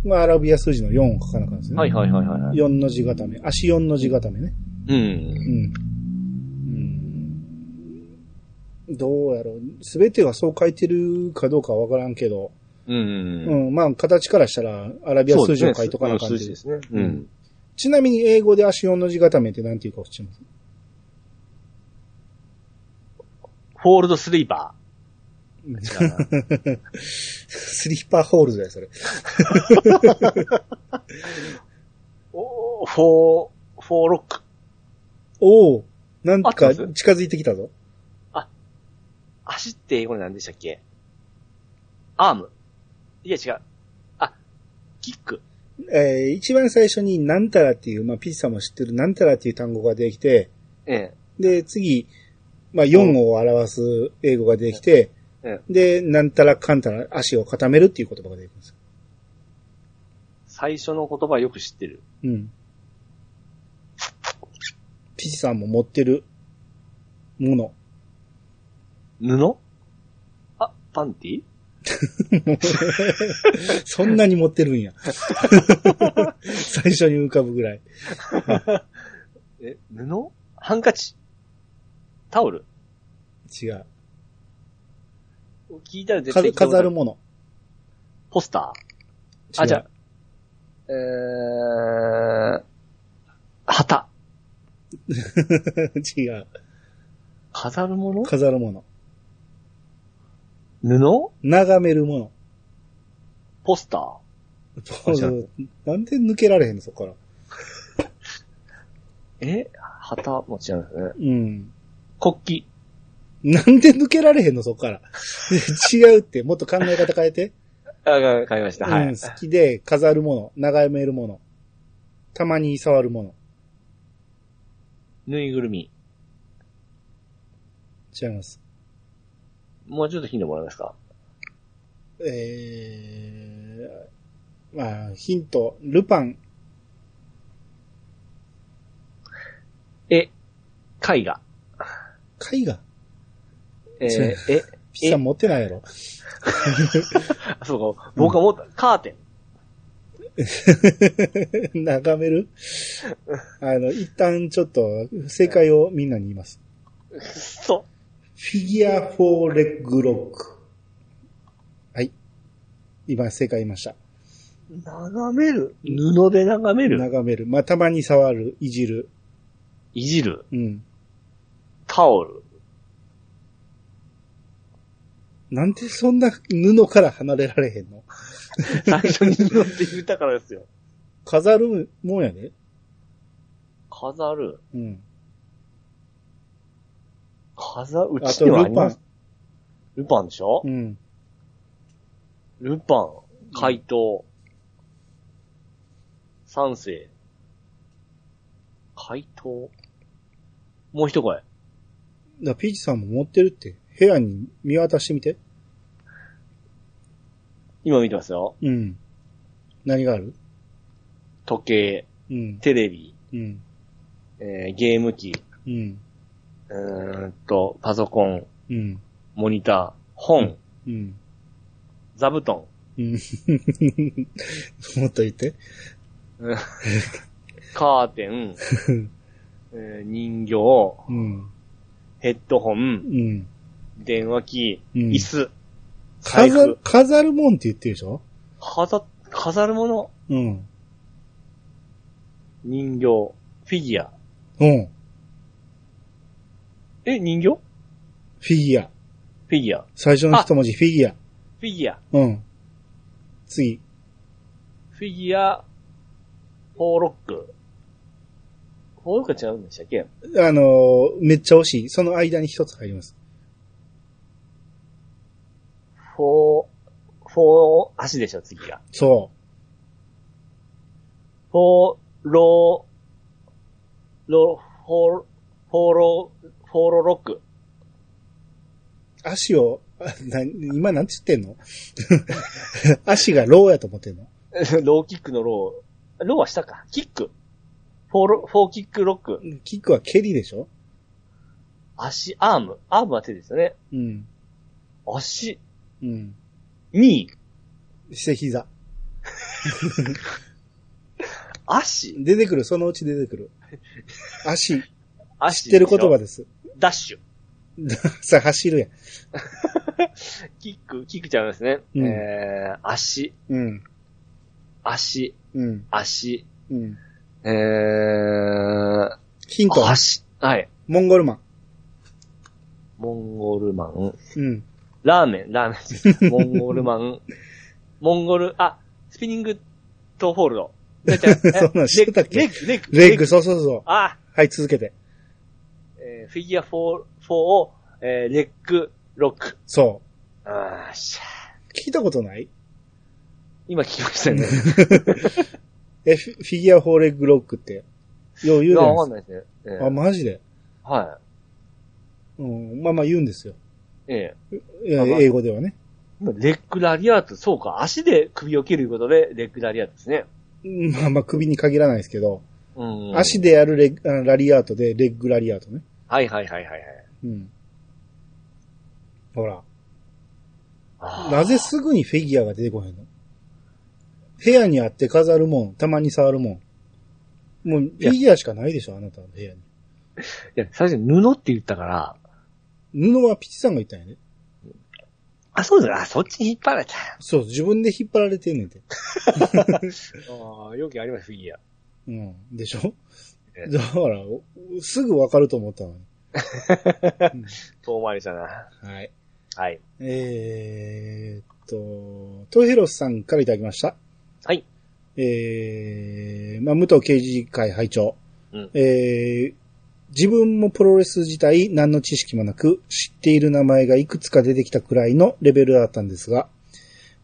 [SPEAKER 1] まあ、アラビア数字の4を書かなあかんですね。
[SPEAKER 2] はいはいはいはいはい。
[SPEAKER 1] 4の字固め。足4の字固めね。
[SPEAKER 2] うん
[SPEAKER 1] う。ん。うん、どうやろう。すべてがそう書いてるかどうかはわからんけど。
[SPEAKER 2] う。
[SPEAKER 1] うんん。まあ、形からしたら、アラビア
[SPEAKER 2] そう
[SPEAKER 1] 数
[SPEAKER 2] です
[SPEAKER 1] 字
[SPEAKER 2] ね
[SPEAKER 1] を書いとかな感
[SPEAKER 2] 数
[SPEAKER 1] じで。
[SPEAKER 2] 字ですすね。うん。
[SPEAKER 1] ちなみに、英語で足4の字固めってなんていうか、こっちの。
[SPEAKER 2] フォールドスリーパ ー。違うな
[SPEAKER 1] スリッパーホールズだよ、それ。
[SPEAKER 2] おーフォー、フォーロック。
[SPEAKER 1] おおなん
[SPEAKER 2] 合って
[SPEAKER 1] か、
[SPEAKER 2] ます
[SPEAKER 1] 近づいてきたぞ。
[SPEAKER 2] 足って英語で何でしたっけアーム。いや違う。あ、キック。
[SPEAKER 1] えー一番最初になんたらっていう、まあ、ピッサも知ってるなんたらっていう単語ができて、
[SPEAKER 2] え
[SPEAKER 1] で、次、まあ、4を表す英語ができて、
[SPEAKER 2] え。ええ。
[SPEAKER 1] で、なんたらかんたら足を固めるっていう言葉ができます。
[SPEAKER 2] 最初の言葉よく知ってる。
[SPEAKER 1] うん。ピッサも持ってるもの。
[SPEAKER 2] 布あ、パンティ
[SPEAKER 1] そんなに持ってるん や。最初に浮かぶぐらい。
[SPEAKER 2] え、布ハンカチタオル
[SPEAKER 1] 違う。
[SPEAKER 2] 聞いたら絶
[SPEAKER 1] か
[SPEAKER 2] 対聞いたことあ
[SPEAKER 1] 飾るもの。
[SPEAKER 2] ポスタ
[SPEAKER 1] 違
[SPEAKER 2] ーあ、
[SPEAKER 1] う
[SPEAKER 2] じゃあ。えー、旗。
[SPEAKER 1] 違う。
[SPEAKER 2] 飾るもの
[SPEAKER 1] 飾るもの。
[SPEAKER 2] 布
[SPEAKER 1] 眺めるもの。
[SPEAKER 2] ポスターあじゃあ
[SPEAKER 1] なんで抜けられへんの、そこから。
[SPEAKER 2] え旗も違うんですね。
[SPEAKER 1] うん。
[SPEAKER 2] 国旗。
[SPEAKER 1] なんで抜けられへんの、 そこから。違うって、もっと考え方変えて。
[SPEAKER 2] あ、わかりました。は
[SPEAKER 1] うん
[SPEAKER 2] い。
[SPEAKER 1] 好きで、飾るもの、眺めるもの、たまに触るもの。
[SPEAKER 2] ぬいぐるみ。
[SPEAKER 1] 違います。
[SPEAKER 2] もうちょっとヒントもらえますか
[SPEAKER 1] えー、まあ、ヒント、ルパン、
[SPEAKER 2] え、絵画。
[SPEAKER 1] 絵画。
[SPEAKER 2] え
[SPEAKER 1] 違
[SPEAKER 2] ー
[SPEAKER 1] う、
[SPEAKER 2] え、
[SPEAKER 1] ピッサ持ってないやろ。
[SPEAKER 2] あそうか、僕は思った。カーテン。
[SPEAKER 1] 眺めるあの、一旦ちょっと、正解をみんなに言います。
[SPEAKER 2] そう。
[SPEAKER 1] フィギュアフォーレッグロック。はい。今、正解言いました。
[SPEAKER 2] 眺める布で眺める
[SPEAKER 1] 眺める。まあ、たまに触る、いじる。
[SPEAKER 2] いじる
[SPEAKER 1] うん。
[SPEAKER 2] タオル
[SPEAKER 1] なんでそんな布から離れられへんの
[SPEAKER 2] 最初に布って言ったからですよ。
[SPEAKER 1] 飾るもんやで。
[SPEAKER 2] 飾る
[SPEAKER 1] うん。
[SPEAKER 2] 飾るう
[SPEAKER 1] あ
[SPEAKER 2] ち
[SPEAKER 1] と、
[SPEAKER 2] にはあ
[SPEAKER 1] ル
[SPEAKER 2] り
[SPEAKER 1] パ
[SPEAKER 2] ま
[SPEAKER 1] ン
[SPEAKER 2] す。。ルパンでしょ
[SPEAKER 1] うん。
[SPEAKER 2] ルパン、怪盗、三世、怪盗。もう一声。
[SPEAKER 1] だピーチさんも持ってるって、部屋に見渡してみて。
[SPEAKER 2] 今見てますよ。
[SPEAKER 1] うん。何がある
[SPEAKER 2] 時計、
[SPEAKER 1] うん。
[SPEAKER 2] テレビ、
[SPEAKER 1] うん。
[SPEAKER 2] えーゲーム機、
[SPEAKER 1] うん。
[SPEAKER 2] うーんと、パソコン、
[SPEAKER 1] うん。
[SPEAKER 2] モニター、本、
[SPEAKER 1] うん。
[SPEAKER 2] 座布団、
[SPEAKER 1] うん もっと言って。
[SPEAKER 2] カー テン、えー人形、
[SPEAKER 1] うん。
[SPEAKER 2] ヘッドホ
[SPEAKER 1] う
[SPEAKER 2] ン、
[SPEAKER 1] ん。
[SPEAKER 2] 電話機、
[SPEAKER 1] うん
[SPEAKER 2] 椅子、財
[SPEAKER 1] 飾る
[SPEAKER 2] 布、、
[SPEAKER 1] 飾るもんって言ってるでしょ
[SPEAKER 2] 飾、飾るもの、
[SPEAKER 1] うん。
[SPEAKER 2] 人形、フィギュア。
[SPEAKER 1] うん。
[SPEAKER 2] え、人形フ
[SPEAKER 1] フィギュア。
[SPEAKER 2] ィギュア。フ
[SPEAKER 1] 最初の一文字、フィギュア。
[SPEAKER 2] ィギュア。
[SPEAKER 1] うん。次。
[SPEAKER 2] フィギュア、フォーロック。フォーロックは違うんでしたっけ
[SPEAKER 1] あのーめっちゃ惜しい。その間に一つ入ります。
[SPEAKER 2] フォー、フォー、足でしょ、次が。
[SPEAKER 1] そ
[SPEAKER 2] フォー、ロー、ロー、フォー、フォーロー、フォーロロック。
[SPEAKER 1] う。足を、 あな今なんて言ってんの 足がローやと思ってんの
[SPEAKER 2] ローキックのロー。ローは下か。キック。フォーロ、フォーキックロック。
[SPEAKER 1] キックは蹴りでしょ
[SPEAKER 2] 足、アーム。アームは手ですよね。
[SPEAKER 1] うん。
[SPEAKER 2] 足、
[SPEAKER 1] うん。
[SPEAKER 2] に、
[SPEAKER 1] して膝。
[SPEAKER 2] 足、
[SPEAKER 1] 出てくる、そのうち出てくる。足、
[SPEAKER 2] 足。
[SPEAKER 1] 知ってる言葉
[SPEAKER 2] でし
[SPEAKER 1] です。
[SPEAKER 2] ょ。ダッシュ。
[SPEAKER 1] さ、走るやん。
[SPEAKER 2] キック、キックちゃうんですね。
[SPEAKER 1] うん
[SPEAKER 2] えー、足、
[SPEAKER 1] うん。
[SPEAKER 2] 足、
[SPEAKER 1] うん。
[SPEAKER 2] 足、
[SPEAKER 1] うん。
[SPEAKER 2] えー、
[SPEAKER 1] ヒント。
[SPEAKER 2] 足、はい。
[SPEAKER 1] モンゴルマン。
[SPEAKER 2] モンゴルマン、
[SPEAKER 1] うん。
[SPEAKER 2] ラーメン、ラー メン、モンゴルマン、モンゴル、あ、スピニングとホールド。え
[SPEAKER 1] そんなん知ってたっけ
[SPEAKER 2] レッグ、レッグ、
[SPEAKER 1] レッグ、そうそうそう。
[SPEAKER 2] あ、
[SPEAKER 1] はい、続けて。
[SPEAKER 2] えーフィギュア4、4を、えーレッグ、ロック。
[SPEAKER 1] そ
[SPEAKER 2] あーしゃ
[SPEAKER 1] う。聞いたことない
[SPEAKER 2] 今聞きました よね。
[SPEAKER 1] え、フィフィギュアフォーレッグロックって。よう
[SPEAKER 2] い
[SPEAKER 1] 言うじ
[SPEAKER 2] や、
[SPEAKER 1] ゃないで
[SPEAKER 2] わかん
[SPEAKER 1] す
[SPEAKER 2] ないですね。え
[SPEAKER 1] か。あ、マジで。
[SPEAKER 2] えは
[SPEAKER 1] うん、まあまあ言うんですよ。
[SPEAKER 2] い。ええ。
[SPEAKER 1] いや
[SPEAKER 2] まあまあ
[SPEAKER 1] 英語ではね。
[SPEAKER 2] レッグラリアート、そうか、足で首を切るいうことで、レッグラリアートですね。
[SPEAKER 1] うんまあまあ首に限らないですけど、
[SPEAKER 2] うん。
[SPEAKER 1] 足でやるレッあラリアートで、レッグラリアートね。
[SPEAKER 2] はいはいはいはい
[SPEAKER 1] うん。ほら、
[SPEAKER 2] はい。
[SPEAKER 1] なぜすぐにフィギュアが出てこへんの部屋にあって飾るもん、たまに触るもん。もう、フィギュアしかないでしょ、あなたの部屋に。
[SPEAKER 2] いや、最初に布って言ったから、
[SPEAKER 1] 布はピチさんが言ったんやね。
[SPEAKER 2] あ、そうだ、あ、そっちに引っ張られた。
[SPEAKER 1] そう、自分で引っ張られてんねんて。
[SPEAKER 2] ああ、容器あります、フィギュア。
[SPEAKER 1] うん。でしょ
[SPEAKER 2] え
[SPEAKER 1] だから、おすぐわかると思ったのに。
[SPEAKER 2] 遠回りしたな。
[SPEAKER 1] はい。
[SPEAKER 2] はい。
[SPEAKER 1] えー、っと、トヘロスさんからいただきました。
[SPEAKER 2] はい。
[SPEAKER 1] えー、まあ、武藤刑事会会長。
[SPEAKER 2] うん
[SPEAKER 1] えー、自分もプロレス自体何の知識もなく、知っている名前がいくつか出てきたくらいのレベルだったんですが、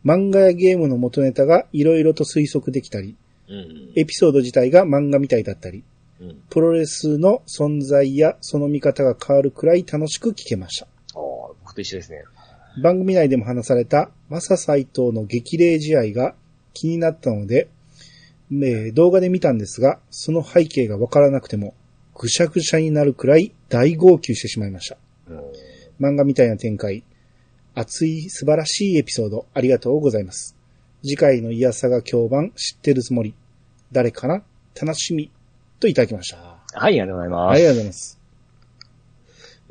[SPEAKER 1] 漫画やゲームの元ネタが色々と推測できたり、
[SPEAKER 2] うん。
[SPEAKER 1] エピソード自体が漫画みたいだったり、
[SPEAKER 2] うん。
[SPEAKER 1] プロレスの存在やその見方が変わるくらい楽しく聞けました。
[SPEAKER 2] ああ、僕と一緒ですね。
[SPEAKER 1] 番組内でも話されたマサ斎藤の激励試合が気になったので、えー動画で見たんですが、その背景がわからなくても、ぐしゃぐしゃになるくらい大号泣してしまいました。
[SPEAKER 2] うん。
[SPEAKER 1] 漫画みたいな展開、熱い素晴らしいエピソードありがとうございます。次回のイヤサが評判知ってるつもり。誰かな楽しみ。といただきました。
[SPEAKER 2] はい、ありがとうございま
[SPEAKER 1] あり
[SPEAKER 2] す。
[SPEAKER 1] がとうございます。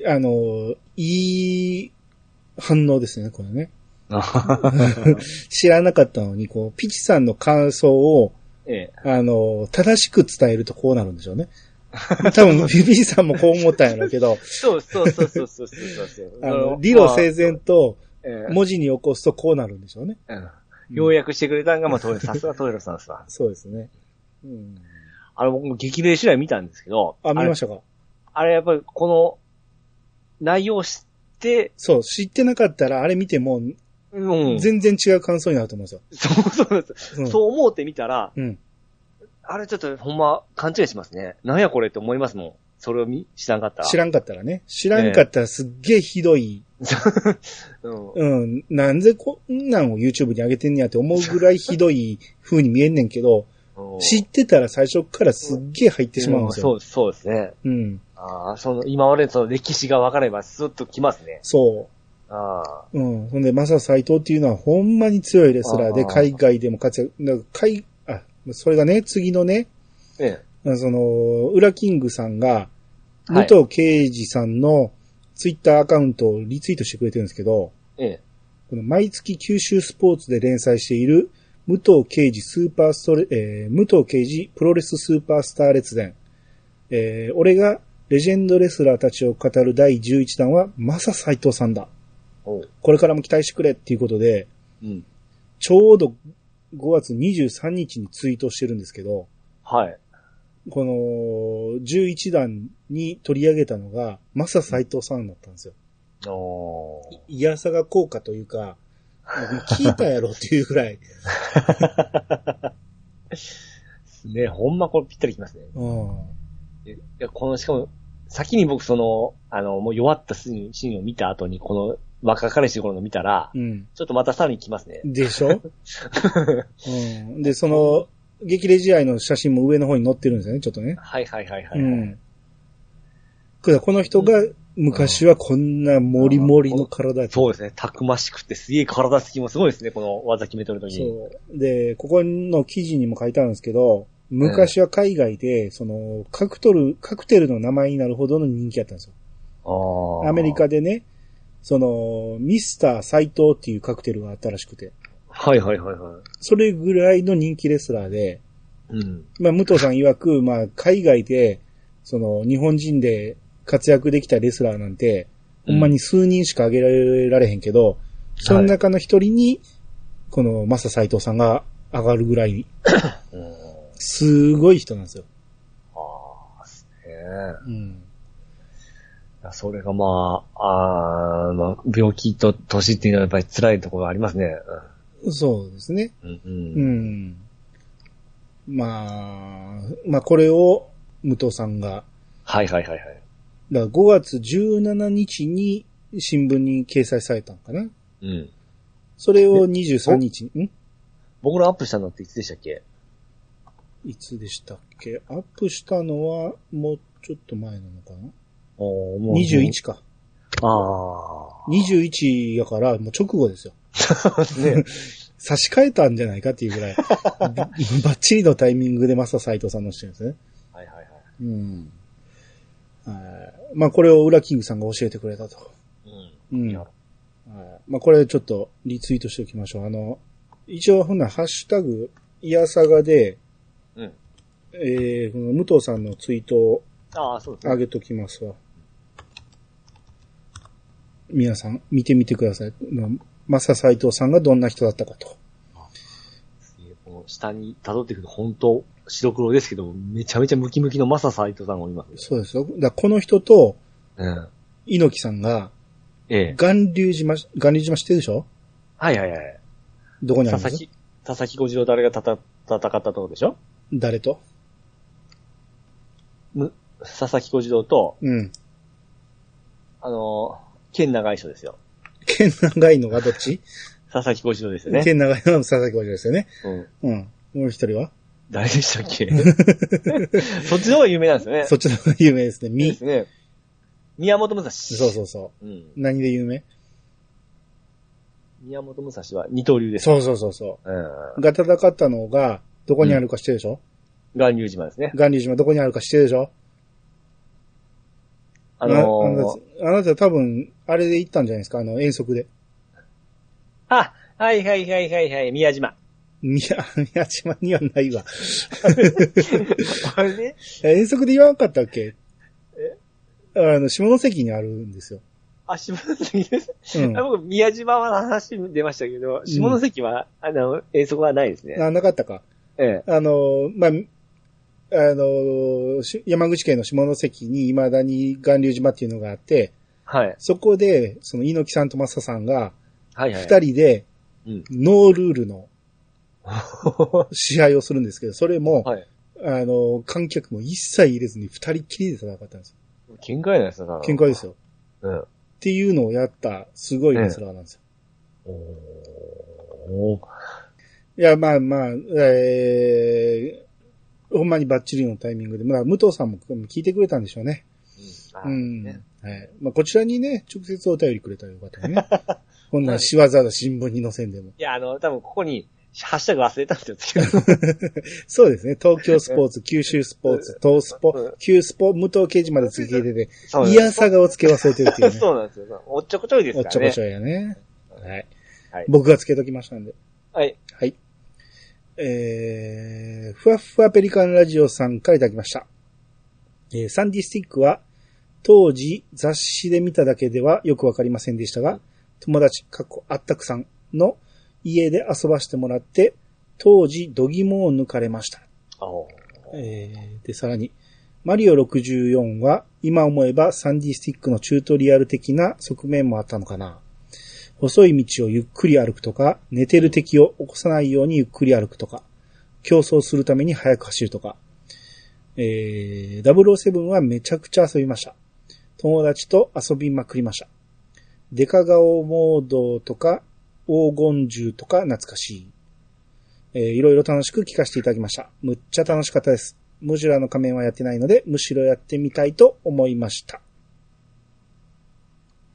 [SPEAKER 1] あの、いい反応ですね、これね。 知らなかったのに、こう、ピチさんの感想を、
[SPEAKER 2] ええ。
[SPEAKER 1] あの、正しく伝えるとこうなるんでしょうね。 多分、ピチさんもこう思ったんやろうけ ど、
[SPEAKER 2] そうそうそうそうそうそう そう。
[SPEAKER 1] あの、理路整然と
[SPEAKER 2] ええ
[SPEAKER 1] 文字に起こすとこうなるんでしょうね。
[SPEAKER 2] うんようやくしてくれたんが、まあ、トイレさすがトイレさんですわ。
[SPEAKER 1] そうですね。うん、
[SPEAKER 2] あの、僕も激励試合見たんですけど、
[SPEAKER 1] あ、見ま
[SPEAKER 2] し
[SPEAKER 1] したか
[SPEAKER 2] た。あれ、やっぱりこの、内容を知って、
[SPEAKER 1] そう、知ってなかったら、あれ見ても、
[SPEAKER 2] うん。
[SPEAKER 1] 全然違う感想になると思うんです
[SPEAKER 2] そうそうなんです。
[SPEAKER 1] よ。うん、
[SPEAKER 2] そう思うてみたら、
[SPEAKER 1] うん。
[SPEAKER 2] あれちょっとほんま勘違いしますね。なんやこれって思いますもん。それを見、知らんかったら。
[SPEAKER 1] 知らんかったらね。知らんかったらすっげえひどい、
[SPEAKER 2] うん。
[SPEAKER 1] うん、なんでこんなんを YouTube に上げてんねやって思うぐらいひどい風に見えんねんけど、
[SPEAKER 2] うん
[SPEAKER 1] 知ってたら最初からすっげえ入ってしまうんですよ。
[SPEAKER 2] そう、そうですね。
[SPEAKER 1] うん。
[SPEAKER 2] ああ、その、今までのその歴史が分かればスッときますね。
[SPEAKER 1] そ
[SPEAKER 2] ああ。
[SPEAKER 1] う。うん。ほんで、マサ斎藤っていうのはほんまに強いレスラーで、
[SPEAKER 2] あー
[SPEAKER 1] 海外でも活躍、なんか海、あ、それがね、次のね、
[SPEAKER 2] え
[SPEAKER 1] その、ウラキングさんが、
[SPEAKER 2] え。は
[SPEAKER 1] 武
[SPEAKER 2] い。
[SPEAKER 1] 藤敬司さんのツイッターアカウントをリツイートしてくれてるんですけど、
[SPEAKER 2] ええ。
[SPEAKER 1] この毎月九州スポーツで連載している、武藤敬司スーパーストレ、えー武藤敬司プロレススーパースター列伝。えー俺がレジェンドレスラーたちを語る第11弾は、まさ斎藤さんだ。
[SPEAKER 2] おう。
[SPEAKER 1] これからも期待してくれっていうことで、
[SPEAKER 2] うん。
[SPEAKER 1] ちょうど5月23日にツイートしてるんですけど、
[SPEAKER 2] はい。
[SPEAKER 1] この11弾に取り上げたのが、まさ斎藤さんだったんですよ。
[SPEAKER 2] おー
[SPEAKER 1] いやさが効果というか、聞いたやろっていうぐらい、
[SPEAKER 2] ね、ほんまこれぴったりきますね。
[SPEAKER 1] うん、
[SPEAKER 2] いや、この、しかも、先に僕その、あの、もう弱ったシーンシーンを見た後に、この若彼氏の頃の見たら、
[SPEAKER 1] うん。
[SPEAKER 2] ちょっとまたさらにきます ね。
[SPEAKER 1] でしょ、うん、で、その、激励試合の写真も上の方に載ってるんですよね、ちょっとね。
[SPEAKER 2] はいはいはいはい。
[SPEAKER 1] うん。だからこの人が昔はこんなモリモリの体やった
[SPEAKER 2] そうですね。たくましくて、すげえ体つきもすごいですね。この技決めとるときに。
[SPEAKER 1] そう。で、ここの記事にも書いてあるんですけど、昔は海外で、その、カクトル、カクテルの名前になるほどの人気だったんですよ。
[SPEAKER 2] あー
[SPEAKER 1] アメリ。カでね、その、ミスター斎藤っていうカクテルがあったらしくて、
[SPEAKER 2] はいはいはいは
[SPEAKER 1] それぐらいの人気レスラーで、
[SPEAKER 2] い。うん。
[SPEAKER 1] まあ、武藤さん曰く、まあ、海外で、その、日本人で活躍できたレスラーなんて、ほんまに数人しか挙げられられへんけど、その中の一人に、この、マサ斎藤さんが上がるぐらい、
[SPEAKER 2] うん。あ
[SPEAKER 1] すごい人なんですよ。
[SPEAKER 2] あ、ですね。
[SPEAKER 1] うん。
[SPEAKER 2] やそれがまあ、あーまあ、病気と年っていうのはやっぱり辛いところがありますね。
[SPEAKER 1] そうですね。
[SPEAKER 2] うん。う。
[SPEAKER 1] うんん。まあ、まあこれを武藤さんが、
[SPEAKER 2] はいはいはいはい。
[SPEAKER 1] だから5月17日に新聞に掲載されたのかな。
[SPEAKER 2] うん。
[SPEAKER 1] それを23日に、ん
[SPEAKER 2] 僕らアップしたのっていつでしたっけ
[SPEAKER 1] いつでしたっけアップしたのはもうちょっと前なのかな
[SPEAKER 2] おーもう
[SPEAKER 1] ?21 か。
[SPEAKER 2] あ
[SPEAKER 1] 21やからもう直後ですよ。
[SPEAKER 2] あ。 ね。
[SPEAKER 1] 差し替えたんじゃないかっていう ぐらい、ばっちりのタイミングでマサ斎藤さんのしてるんですね。
[SPEAKER 2] はいはいはい。
[SPEAKER 1] うん。はいまあこれをウラキングさんが教えてくれたと。
[SPEAKER 2] うん。
[SPEAKER 1] うん。
[SPEAKER 2] な
[SPEAKER 1] はい
[SPEAKER 2] る
[SPEAKER 1] まあこれちょっとリツイートしておきましょう。あの、一応ほんならハッシュタグ、いやさがで、
[SPEAKER 2] うん。
[SPEAKER 1] えー、この武藤さんのツイートを
[SPEAKER 2] ああ、そうです
[SPEAKER 1] 上
[SPEAKER 2] ね。
[SPEAKER 1] げときますわ。皆さん、見てみてください。マサ斎藤さんがどんな人だったかと。
[SPEAKER 2] この下に辿っていくと本当白黒ですけど、めちゃめちゃムキムキのマササイトさんがおります。
[SPEAKER 1] そうですよ。だからこの人と、
[SPEAKER 2] うん。
[SPEAKER 1] 猪木さんが、
[SPEAKER 2] ええ。
[SPEAKER 1] 巌流島、巌流島知ってるでしょ
[SPEAKER 2] はいはいはい。
[SPEAKER 1] どこにあるんで
[SPEAKER 2] 佐々
[SPEAKER 1] す
[SPEAKER 2] 木、佐々木小次郎誰がたた、戦ったところでしょ
[SPEAKER 1] 誰と
[SPEAKER 2] む佐々木小次郎と、
[SPEAKER 1] うん。
[SPEAKER 2] あのー、剣長い人ですよ。
[SPEAKER 1] 剣長いのがどっち、
[SPEAKER 2] 佐々木小次郎ですよね。
[SPEAKER 1] 剣長いのは佐々木小次郎ですよね。
[SPEAKER 2] うん。
[SPEAKER 1] うん。もう一人は
[SPEAKER 2] 誰でしたっけそっちの方が有名なんですよね。
[SPEAKER 1] そっちの方が有名ですね。
[SPEAKER 2] で
[SPEAKER 1] み。
[SPEAKER 2] すね。宮本武蔵。
[SPEAKER 1] そうそうそう。
[SPEAKER 2] うん。
[SPEAKER 1] 何で有名
[SPEAKER 2] 宮本武蔵は二刀流です。。
[SPEAKER 1] そうそうそうそうう。が戦ったのが、どこにあるか知ってるでしょ、
[SPEAKER 2] ん。巌流島ですね。
[SPEAKER 1] 巌流島どこにあるか知ってるでしょ
[SPEAKER 2] あのー、
[SPEAKER 1] あなたあなた多分、あれで行ったんじゃないですかあの、遠足で。
[SPEAKER 2] あ、はいはいはいはいはい、宮島。
[SPEAKER 1] 宮、宮島にはないわ。
[SPEAKER 2] あれね。
[SPEAKER 1] え遠足で言わなかったっけあの、下関にあるんですよ。
[SPEAKER 2] あ、下関です。
[SPEAKER 1] うん
[SPEAKER 2] あ。僕、宮島は話出ましたけど、下関は、あの、遠足はないですね。
[SPEAKER 1] あ、なかったか。
[SPEAKER 2] ええ。
[SPEAKER 1] あの、まあ、あの、し山口県の下関に未だに巌流島っていうのがあって、
[SPEAKER 2] はい。
[SPEAKER 1] そこで、その猪木さんとマサさんが、
[SPEAKER 2] はいはい。
[SPEAKER 1] 二人で、
[SPEAKER 2] うん
[SPEAKER 1] ノールールの
[SPEAKER 2] は
[SPEAKER 1] 試合をするんですけど、それ も、
[SPEAKER 2] い。
[SPEAKER 1] あの、観客も一切入れずに二人っきりで戦ったんですよ。
[SPEAKER 2] 喧嘩やないですか、
[SPEAKER 1] 喧嘩ですよ。
[SPEAKER 2] うん。
[SPEAKER 1] っていうのをやった、すごいレスラーなんですよ。
[SPEAKER 2] おー
[SPEAKER 1] いや、まあまあ、えー、ほんまにバッチリのタイミングで、まあ、武藤さんも聞いてくれたんでしょうね。
[SPEAKER 2] あ
[SPEAKER 1] うん。
[SPEAKER 2] ね
[SPEAKER 1] はい。まあ、こちらにね、直接お便りくれたらよかったよ ね。こんなん、しわざわざ新聞に載せんでも。
[SPEAKER 2] いや、あの、多分ここに、ハッシュタグ忘れたんですよつけるの。
[SPEAKER 1] そうですね。東京スポーツ、九州スポーツ、東ス
[SPEAKER 2] う
[SPEAKER 1] ポ
[SPEAKER 2] ん、
[SPEAKER 1] 旧スポ、無東刑事までつけてて、
[SPEAKER 2] そう
[SPEAKER 1] い
[SPEAKER 2] なん
[SPEAKER 1] やさがをつけ忘れてるっていう
[SPEAKER 2] です。
[SPEAKER 1] ね。
[SPEAKER 2] そうなんですよ。おっちょこちょいです
[SPEAKER 1] おっ
[SPEAKER 2] か
[SPEAKER 1] ちょ
[SPEAKER 2] ら
[SPEAKER 1] こ
[SPEAKER 2] ね
[SPEAKER 1] ち。ょいやね。はい。
[SPEAKER 2] はい
[SPEAKER 1] 僕がつけときましたんで。
[SPEAKER 2] はい。
[SPEAKER 1] はい。えー、ふわっふわペリカンラジオさんからいただきました。えーサンディスティックは、当時雑誌で見ただけではよくわかりませんでしたが、友達、かっこあったくさんの家で遊ばしてもらって、当時、度肝を抜かれました。
[SPEAKER 2] あお
[SPEAKER 1] えーで、さらに、マリオ64は、今思えばサンディスティックのチュートリアル的な側面もあったのかな。細い道をゆっくり歩くとか、寝てる敵を起こさないようにゆっくり歩くとか、競争するために速く走るとか。えー、007はめちゃくちゃ遊びました。友達と遊びまくりました。デカ顔モードとか、黄金銃とか懐かしい。えーいろいろ楽しく聞かせていただきました。むっちゃ楽しかったです。ムジュラの仮面はやってないので、むしろやってみたいと思いました。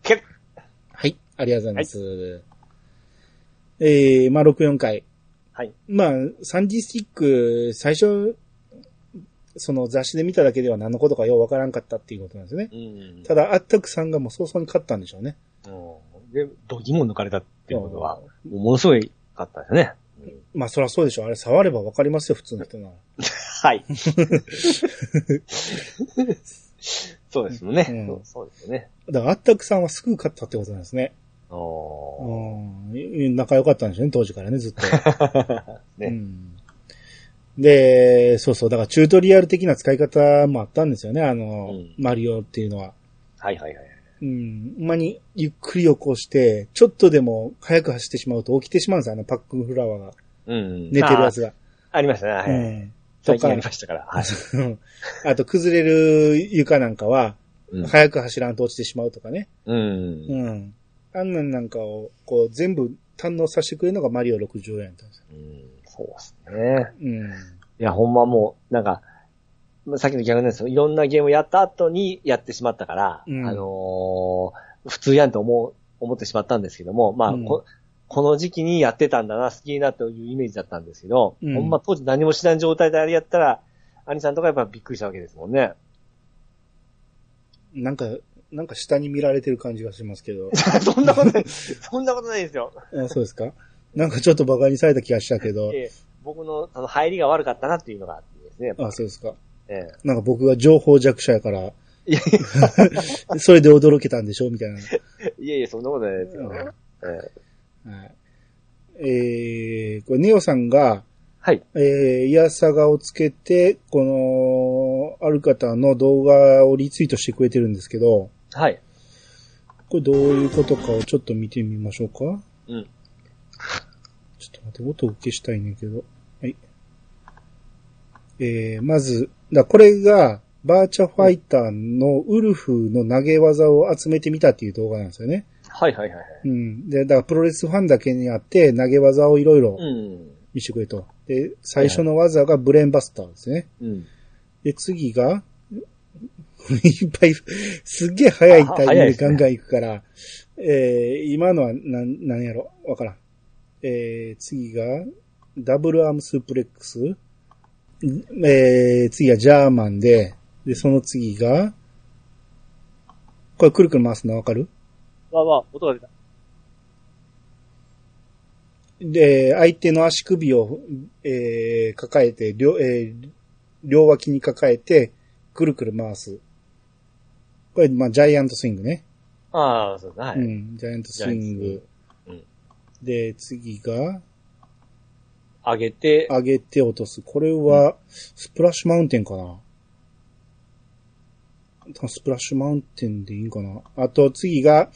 [SPEAKER 2] けっ
[SPEAKER 1] はい。ありがとうございます。えー、まあ、64回。
[SPEAKER 2] はい。
[SPEAKER 1] まあ、サンディスティック、最初、その雑誌で見ただけでは何のことかようわからんかったっていうことなんですよね。
[SPEAKER 2] うん。
[SPEAKER 1] ただ、あったくさんがもう早々に勝ったんでしょうね。
[SPEAKER 2] うんで、度肝を抜かれたっていうことは、もうものすごいかったですね。
[SPEAKER 1] まあ、そりゃそうでしょう。あれ、触ればわかりますよ、普通の人なら。
[SPEAKER 2] はい。そうですよね、
[SPEAKER 1] うん
[SPEAKER 2] そう。そうですよね。
[SPEAKER 1] だから、あったくさんはすぐ勝ったってことなんですね。
[SPEAKER 2] おー
[SPEAKER 1] うん。仲良かったんでしょうね、当時からね、ずっ と。
[SPEAKER 2] ね
[SPEAKER 1] うんで、そうそう、だからチュートリアル的な使い方もあったんですよね、あの、
[SPEAKER 2] うん
[SPEAKER 1] マリオっていうのは。
[SPEAKER 2] はいはいはい。
[SPEAKER 1] うん、ほんまにゆっくり起こして、ちょっとでも早く走ってしまうと起きてしまうんですよ、あのパックンフラワーが。
[SPEAKER 2] うん。
[SPEAKER 1] 寝てるやつが。
[SPEAKER 2] あ。ありましたね。はい。
[SPEAKER 1] うん
[SPEAKER 2] 最近ありましたから。はい。
[SPEAKER 1] うん あと、崩れる床なんかは、
[SPEAKER 2] うん
[SPEAKER 1] 早く走らんと落ちてしまうとかね。
[SPEAKER 2] うん。
[SPEAKER 1] うん。あんなんなんかを、こう、全部堪能させてくれるのがマリオ64やったんですよ。
[SPEAKER 2] うんそうですね。
[SPEAKER 1] うん。
[SPEAKER 2] いや、ほんまもう、なんか、まあさっきの逆なんですよ。いろんなゲームをやった後にやってしまったから、
[SPEAKER 1] うん
[SPEAKER 2] あのー普通やんと思う、思ってしまったんですけども、まあ、
[SPEAKER 1] うん
[SPEAKER 2] こ、この時期にやってたんだな、好きになというイメージだったんですけど、
[SPEAKER 1] うん
[SPEAKER 2] ほんま当時何もしない状態であれやったら、兄さんとかやっぱびっくりしたわけですもんね。
[SPEAKER 1] なんか、なんか下に見られてる感じがしますけど。
[SPEAKER 2] そん なことない、そんなことないですよ。
[SPEAKER 1] あそうですかなんかちょっと馬鹿にされた気がしたけど。
[SPEAKER 2] ええ僕のその入りが悪かったなっていうのがあってですね。
[SPEAKER 1] あ、そうですか。
[SPEAKER 2] ええ
[SPEAKER 1] なんか僕が情報弱者やから
[SPEAKER 2] いや い、
[SPEAKER 1] それで驚けたんでしょみたいな。
[SPEAKER 2] いえいえ、そんなことないですよ。
[SPEAKER 1] うん
[SPEAKER 2] ええ
[SPEAKER 1] はいえー、これ、ネオさんが、
[SPEAKER 2] はい。
[SPEAKER 1] えー、イヤサガをつけて、この、ある方の動画をリツイートしてくれてるんですけど、
[SPEAKER 2] はい。
[SPEAKER 1] これどういうことかをちょっと見てみましょうか。
[SPEAKER 2] うん。
[SPEAKER 1] ちょっと待って、音を消したいねんけど。はい。えー、まず、だこれが、バーチャファイターのウルフの投げ技を集めてみたっていう動画なんですよね。
[SPEAKER 2] はいはいはいはい。
[SPEAKER 1] うん。で、だからプロレスファンだけにあって、投げ技をいろいろ
[SPEAKER 2] うん。
[SPEAKER 1] 見せてくれと。で、最初の技がブレーンバスターですね。
[SPEAKER 2] うん。
[SPEAKER 1] で、次が、 いっぱい、すっげえ早いタイミン
[SPEAKER 2] あ早
[SPEAKER 1] グ
[SPEAKER 2] い
[SPEAKER 1] で
[SPEAKER 2] ですね
[SPEAKER 1] ガンガン行くから、えー、今のはなん、なんやろわからん。えー、次が、ダブルアームスープレックス。んえー、次がジャーマンで、で、その次が、これくるくる回すのわかる
[SPEAKER 2] わあわあ、音が出た。
[SPEAKER 1] で、相手の足首を、えー、抱えて、両、えー両脇に抱えて、くるくる回す。これ、まあ、ジャイアントスイングね。
[SPEAKER 2] ああ、そうだ、はい。
[SPEAKER 1] うん、ジャイアントスイング。
[SPEAKER 2] ジャイアントスイング
[SPEAKER 1] で、次が、
[SPEAKER 2] 上げて、
[SPEAKER 1] 上げて落とす。これは、スプラッシュマウンテンかな。多分スプラッシュマウンテンでいいんかな。あと、次が、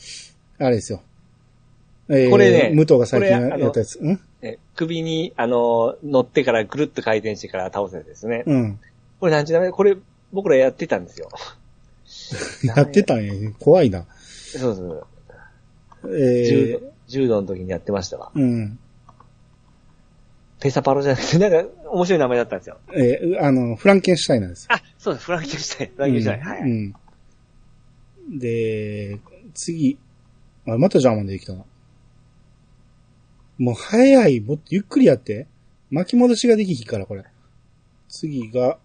[SPEAKER 1] あれですよ。え
[SPEAKER 2] これね
[SPEAKER 1] 武藤が最近
[SPEAKER 2] これあの
[SPEAKER 1] やったやつ。うん
[SPEAKER 2] え首に、あの、乗ってからぐるっと回転してから倒せるんですね。
[SPEAKER 1] うん。
[SPEAKER 2] これ何時だめこれ、僕らやってたんですよ。
[SPEAKER 1] やってたんや。怖いな。
[SPEAKER 2] そうそう。
[SPEAKER 1] え
[SPEAKER 2] 柔
[SPEAKER 1] ー、
[SPEAKER 2] 道柔道の時にやってましたわ。
[SPEAKER 1] うん。
[SPEAKER 2] ペサパロじゃなくて、なんか、面白い名前だったんですよ。
[SPEAKER 1] えーうあの、フランケンシュタインなんですよ。
[SPEAKER 2] あ、そうだ、フランケンシュタイン。フランケンシュタイン。はい。
[SPEAKER 1] うんうん。で、次。あ、またジャーマンできたな。もう早い。もっとゆっくりやって。巻き戻しができひんから、これ。次が、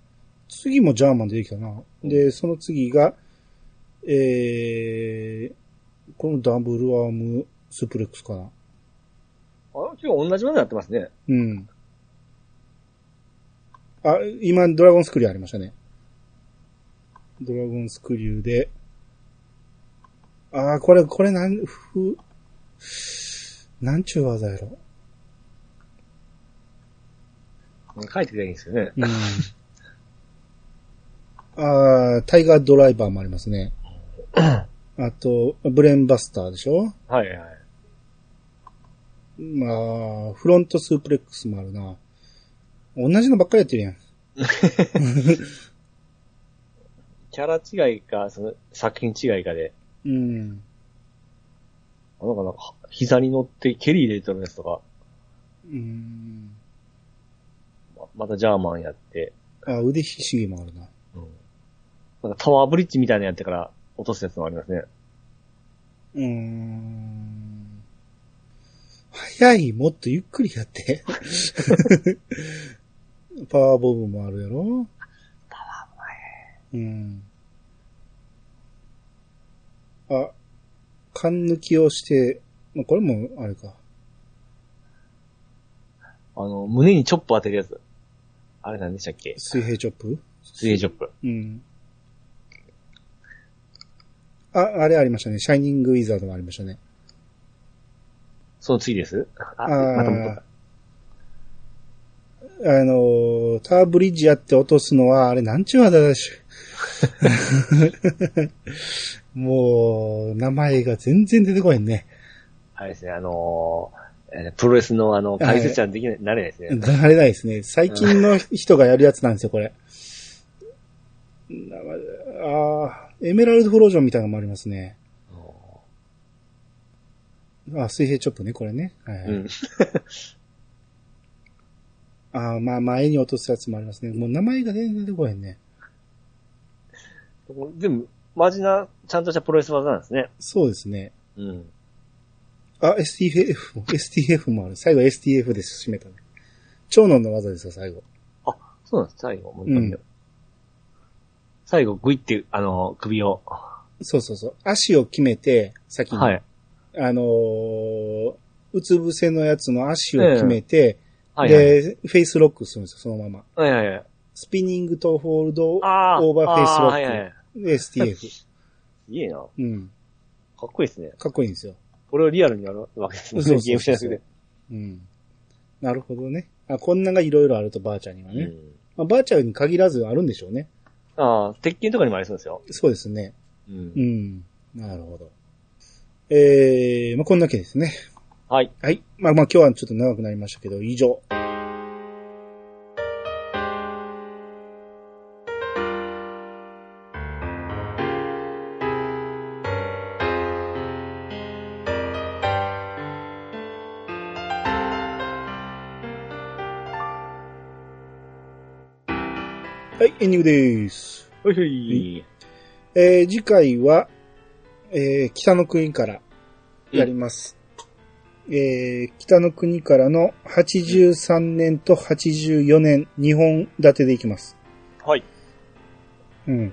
[SPEAKER 1] 次もジャーマンできたな。で、その次が、えー、このダブルアームスプレックスかな。
[SPEAKER 2] あ今日同じものになってますね。
[SPEAKER 1] うん。あ、今、ドラゴンスクリューありましたね。ドラゴンスクリューで。あー、これ、これなん、ふ、なんちゅう技やろ。
[SPEAKER 2] 書いてくれいいんですよね。
[SPEAKER 1] うん。あー、タイガードライバーもありますね。あと、ブレーンバスターでしょ
[SPEAKER 2] はいはい。
[SPEAKER 1] まあ、フロントスープレックスもあるな。同じのばっかりやってるやん。
[SPEAKER 2] キャラ違いか、その、作品違いかで、
[SPEAKER 1] うん。
[SPEAKER 2] あなんかなんか、膝に乗って蹴り入れてるやつとか、
[SPEAKER 1] うん。
[SPEAKER 2] ままたジャーマンやって、
[SPEAKER 1] あ、腕ひしぎもあるな。
[SPEAKER 2] うん。なんかタワーブリッジみたいなのやってから落とすやつもありますね。
[SPEAKER 1] うーん。早い、もっとゆっくりやって。 パワーボブもあるやろパワーボブうん。あ、缶抜きをして、まあこれもあれか。
[SPEAKER 2] あの、胸にチョップ当てるやつ。あれ何でしたっけ
[SPEAKER 1] 水平チョップ
[SPEAKER 2] 水泳チョップ。
[SPEAKER 1] うん。あ、あれありましたね。シャイニングウィザードもありましたね。
[SPEAKER 2] その次ですあ、
[SPEAKER 1] あ
[SPEAKER 2] また戻っ
[SPEAKER 1] ーあのー、ターブリッジやって落とすのは、あれ、なんちゅう技だし。もう、名前が全然出てこへんね。
[SPEAKER 2] あれですね、あのーえープロレスのあの、解説者にできない、なれないですね。
[SPEAKER 1] なれないですね。最近の人がやるやつなんですよ、これ。名前あーエメラルドフロージョンみたいなのもありますね。あ、水平チョップね、これね。はいはい。
[SPEAKER 2] うん。
[SPEAKER 1] あーまあ、前に落とすやつもありますね。もう名前が全然出てこへんね。
[SPEAKER 2] 全部、マジな、ちゃんとしたプロレス技なんですね。
[SPEAKER 1] そうですね。
[SPEAKER 2] うん。
[SPEAKER 1] あ、STF も、STF もある。最後 STF で締めたね。超能の技ですよ、最後。
[SPEAKER 2] そうなんです、最後。もう
[SPEAKER 1] うん
[SPEAKER 2] 最後、グイって、あのー、首を。は
[SPEAKER 1] そうそうそう。足を決めて、先に。
[SPEAKER 2] い。
[SPEAKER 1] あのーうつ伏せのやつの足を決めて、
[SPEAKER 2] はい。はい
[SPEAKER 1] で、フェイスロックするんですよ、そのまま。
[SPEAKER 2] はいはいはい。
[SPEAKER 1] スピニングとホールド、
[SPEAKER 2] あー
[SPEAKER 1] オーバーフェイスロック
[SPEAKER 2] あはいはいはい。
[SPEAKER 1] で STF。
[SPEAKER 2] いいな。か
[SPEAKER 1] うん。
[SPEAKER 2] っこいいですね。
[SPEAKER 1] かっこいいんですよ。
[SPEAKER 2] これをリアルにやるわけですね。
[SPEAKER 1] そうそうそう
[SPEAKER 2] ゲームじゃなくて。
[SPEAKER 1] うん。なるほどね。あ、こんながいろいろあると、ばあちゃんにはね。
[SPEAKER 2] うん
[SPEAKER 1] まあ、ばあちゃんに限らずあるんでしょうね。
[SPEAKER 2] ああ、鉄拳とかにもありそうですよ。
[SPEAKER 1] そうですね。
[SPEAKER 2] う。
[SPEAKER 1] うんん。なるほど。えー、まあ、こんなわけですね。
[SPEAKER 2] はい。
[SPEAKER 1] はい。まあまあ今日はちょっと長くなりましたけど、以上。はい、エンディングです。
[SPEAKER 2] ほいほい。
[SPEAKER 1] えー、次回は、えー、北の国からやります。えー、北の国からの83年と84年、2本立てでいきます。
[SPEAKER 2] はい。
[SPEAKER 1] うん。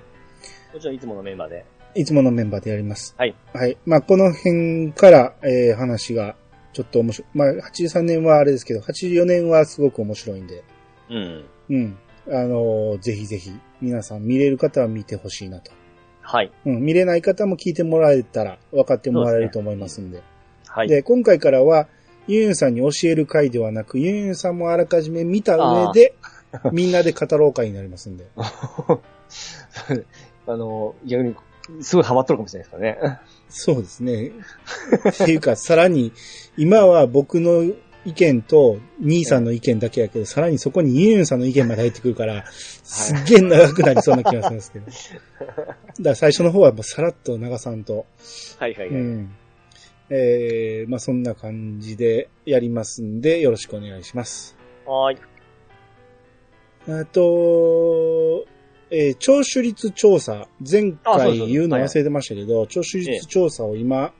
[SPEAKER 2] もちろんいつものメンバーで。
[SPEAKER 1] いつものメンバーでやります。
[SPEAKER 2] はい。
[SPEAKER 1] はい。まあ、この辺から、えー、話がちょっと面白い。まあ、83年はあれですけど、84年はすごく面白いんで、
[SPEAKER 2] うん。
[SPEAKER 1] うん。あのーぜひぜひ、皆さん見れる方は見てほしいなと。
[SPEAKER 2] はい。
[SPEAKER 1] うん、見れない方も聞いてもらえたら分かってもらえると思いますんで。
[SPEAKER 2] はい。
[SPEAKER 1] で、今回からは、ユンユンさんに教える回ではなく、ユンユンさんもあらかじめ見た上で、みんなで語ろう会になります んで。
[SPEAKER 2] あの、逆に、すごいハマっとるかもしれないですからね。
[SPEAKER 1] そうですね。っていうか、さらに、今は僕の意見と、兄さんの意見だけやけど、さらにそこにユンユンさんの意見まで入ってくるから、すっげえ長くなりそうな気がするんですけ ど。だから最初の方はもうさらっと長さんと、
[SPEAKER 2] はいはいうはい。
[SPEAKER 1] ん。えー、まあそんな感じでやりますんで、よろしくお願いします。
[SPEAKER 2] はーい。
[SPEAKER 1] あと、えー聴取率調査、前
[SPEAKER 2] あそ
[SPEAKER 1] 回
[SPEAKER 2] うですそうです
[SPEAKER 1] 言うの忘れてましたけど、聴取率調査を今、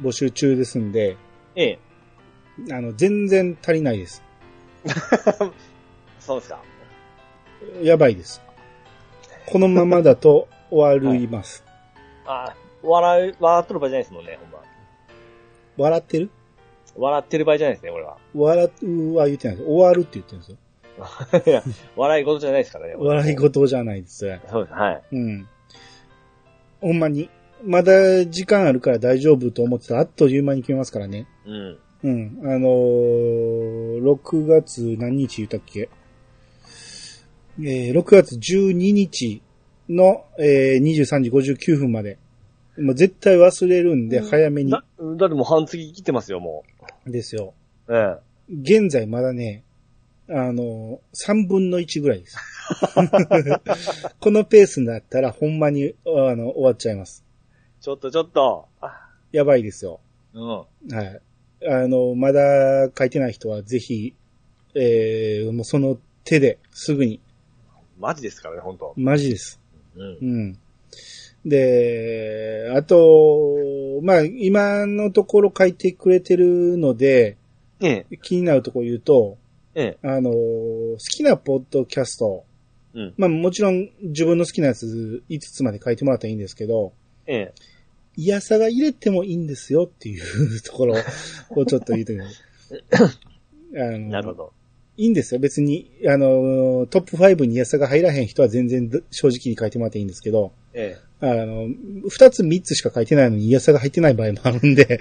[SPEAKER 1] 募集中ですんで、
[SPEAKER 2] ええ。
[SPEAKER 1] あの、全然足りないです。
[SPEAKER 2] そうですか。
[SPEAKER 1] やばいです。このままだ と終わります。
[SPEAKER 2] ああ、笑う、笑っとる場合じゃないですもんね、ほんま。
[SPEAKER 1] 笑ってる
[SPEAKER 2] 笑ってる場合じゃないですね、俺は。
[SPEAKER 1] 笑うは言ってないです。終わるって言ってるんですよ。
[SPEAKER 2] いや笑い事じゃないですからね。俺は
[SPEAKER 1] 笑い。事じゃないです。
[SPEAKER 2] そうです、はい。
[SPEAKER 1] うん。ほんまに。まだ時間あるから大丈夫と思ってたら、あっという間に決めますからね。
[SPEAKER 2] うん。
[SPEAKER 1] うん。あのー、6月何日言ったっけえー、6月12日の、えー、23時59分まで。もう絶対忘れるんで、
[SPEAKER 2] うん
[SPEAKER 1] 早めに
[SPEAKER 2] だ、だってもう半月切ってますよ、も
[SPEAKER 1] ですよ。
[SPEAKER 2] う。え
[SPEAKER 1] 現在まだね、あのー、3分の1ぐらい です。 このペースになったらほんまに、あの、終わっちゃいます。
[SPEAKER 2] え。ちょっとちょっと。あ
[SPEAKER 1] やばいですよ。
[SPEAKER 2] うん。
[SPEAKER 1] はい。あの、まだ書いてない人はぜひ、えー、もうその手ですぐに、
[SPEAKER 2] マジですからね、本当
[SPEAKER 1] マジです。
[SPEAKER 2] う。
[SPEAKER 1] うんん。で、あと、まあ、今のところ書いてくれてるので、
[SPEAKER 2] ええ、
[SPEAKER 1] 気になるところ言うと、
[SPEAKER 2] ええ。
[SPEAKER 1] あの、好きなポッドキャスト、
[SPEAKER 2] うん
[SPEAKER 1] まあもちろん自分の好きなやつ5つまで書いてもらったらいいんですけど、
[SPEAKER 2] ええ。
[SPEAKER 1] いやさが入れてもいいんですよっていうところをちょっと言うときにあの
[SPEAKER 2] なるほど。
[SPEAKER 1] いいんですよ。別に、あの、トップ5に安さが入らへん人は全然ど正直に書いてもらっていいんですけど、
[SPEAKER 2] え
[SPEAKER 1] あの、二つ三つしか書いてないのに安さが入ってない場合もあるん で、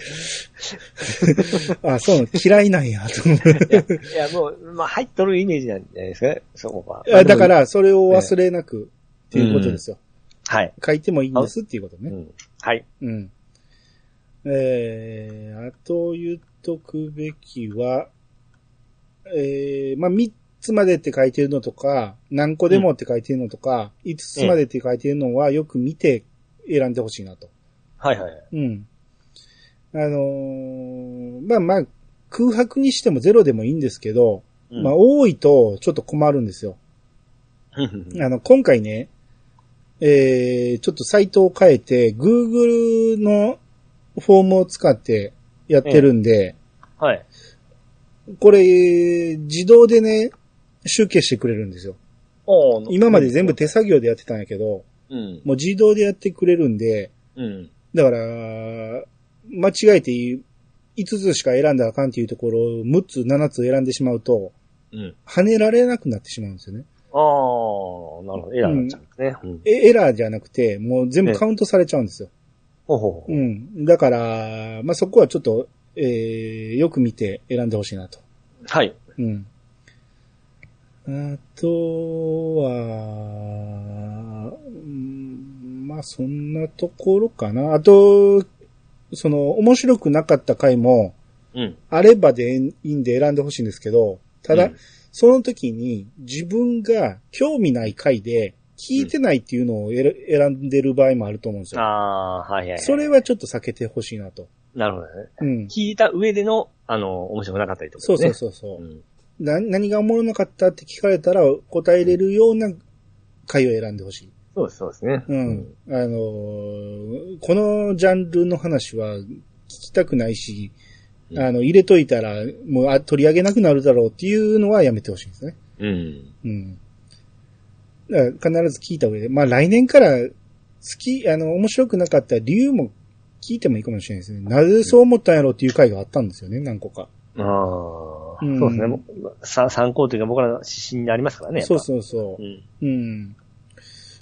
[SPEAKER 1] あ、そうなの、嫌いなんや、と思う。
[SPEAKER 2] え。い や、もう、まあ、入っ とるイメージなんじゃないですかね、そこは。
[SPEAKER 1] あだか、ら、それを忘れなく、っていうことですよ。
[SPEAKER 2] はい。
[SPEAKER 1] 書いてもいいんですっていうこと
[SPEAKER 2] う
[SPEAKER 1] ね。
[SPEAKER 2] ん。はい。
[SPEAKER 1] うん。えー、あと言っとくべきは、えー、まあ、3つまでって書いてるのとか、何個でもって書いてるのとか、5つまでって書いてるのはよく見て選んでほしいなと。
[SPEAKER 2] はいはいはい。
[SPEAKER 1] うん。あのーまあまあ、空白にしてもゼロでもいいんですけど、
[SPEAKER 2] うん
[SPEAKER 1] まあ、多いとちょっと困るんですよ。
[SPEAKER 2] うん
[SPEAKER 1] あの、今回ね、えー、ちょっとサイトを変えて、Google のフォームを使ってやってるんで、
[SPEAKER 2] はい。
[SPEAKER 1] これ、自動でね、集計してくれるんですよ。
[SPEAKER 2] おー
[SPEAKER 1] 今まで全部手作業でやってたんやけど、
[SPEAKER 2] うん。
[SPEAKER 1] もう自動でやってくれるんで、
[SPEAKER 2] うん。
[SPEAKER 1] だから、間違えてい5つしか選んだらあかんっていうところを6つ、7つ選んでしまうと、
[SPEAKER 2] うん。
[SPEAKER 1] 跳ねられなくなってしまうんですよね。
[SPEAKER 2] ああ、なるほど。エラーになっちゃうんですね。うん。
[SPEAKER 1] えエラーじゃなくて、もう全部カウントされちゃうんですよ。
[SPEAKER 2] ほうほうほう
[SPEAKER 1] うん。だから、まあ、そこはちょっと、えー、よく見て選んでほしいなと。
[SPEAKER 2] はい。
[SPEAKER 1] うん。あとは、うんまあ、そんなところかな。あと、その、面白くなかった回も、
[SPEAKER 2] うん。
[SPEAKER 1] あればでいいんで選んでほしいんですけど、ただ、
[SPEAKER 2] うん
[SPEAKER 1] その時に自分が興味ない回で、聞いてないっていうのを選選んでる場合もあると思うんですよ。
[SPEAKER 2] ああー、はいはいはい。
[SPEAKER 1] それはちょっと避けてほしいなと。
[SPEAKER 2] なるほどね。
[SPEAKER 1] うん。
[SPEAKER 2] 聞いた上での、あの、面白くなかったりとか、ね。
[SPEAKER 1] そうそうそうそう、
[SPEAKER 2] ん。
[SPEAKER 1] な。何がおもろなかったって聞かれたら答えれるような回を選んでほしい。
[SPEAKER 2] そうです、そうですね。
[SPEAKER 1] うん。。あのーこのジャンルの話は聞きたくないし、
[SPEAKER 2] うん
[SPEAKER 1] あの、入れといたらもうあ取り上げなくなるだろうっていうのはやめてほしいですね。
[SPEAKER 2] うん。
[SPEAKER 1] うん。だから必ず聞いた上で、まあ来年から好き、あの、面白くなかった理由も聞いてもいいかもしれないですね。なぜそう思ったんやろうっていう回があったんですよね、何個か。
[SPEAKER 2] ああ、
[SPEAKER 1] うん
[SPEAKER 2] そうですねもう。さ参考というか僕らの指針になりますからね。やっぱ
[SPEAKER 1] そうそうそう。
[SPEAKER 2] うん。
[SPEAKER 1] うん。だか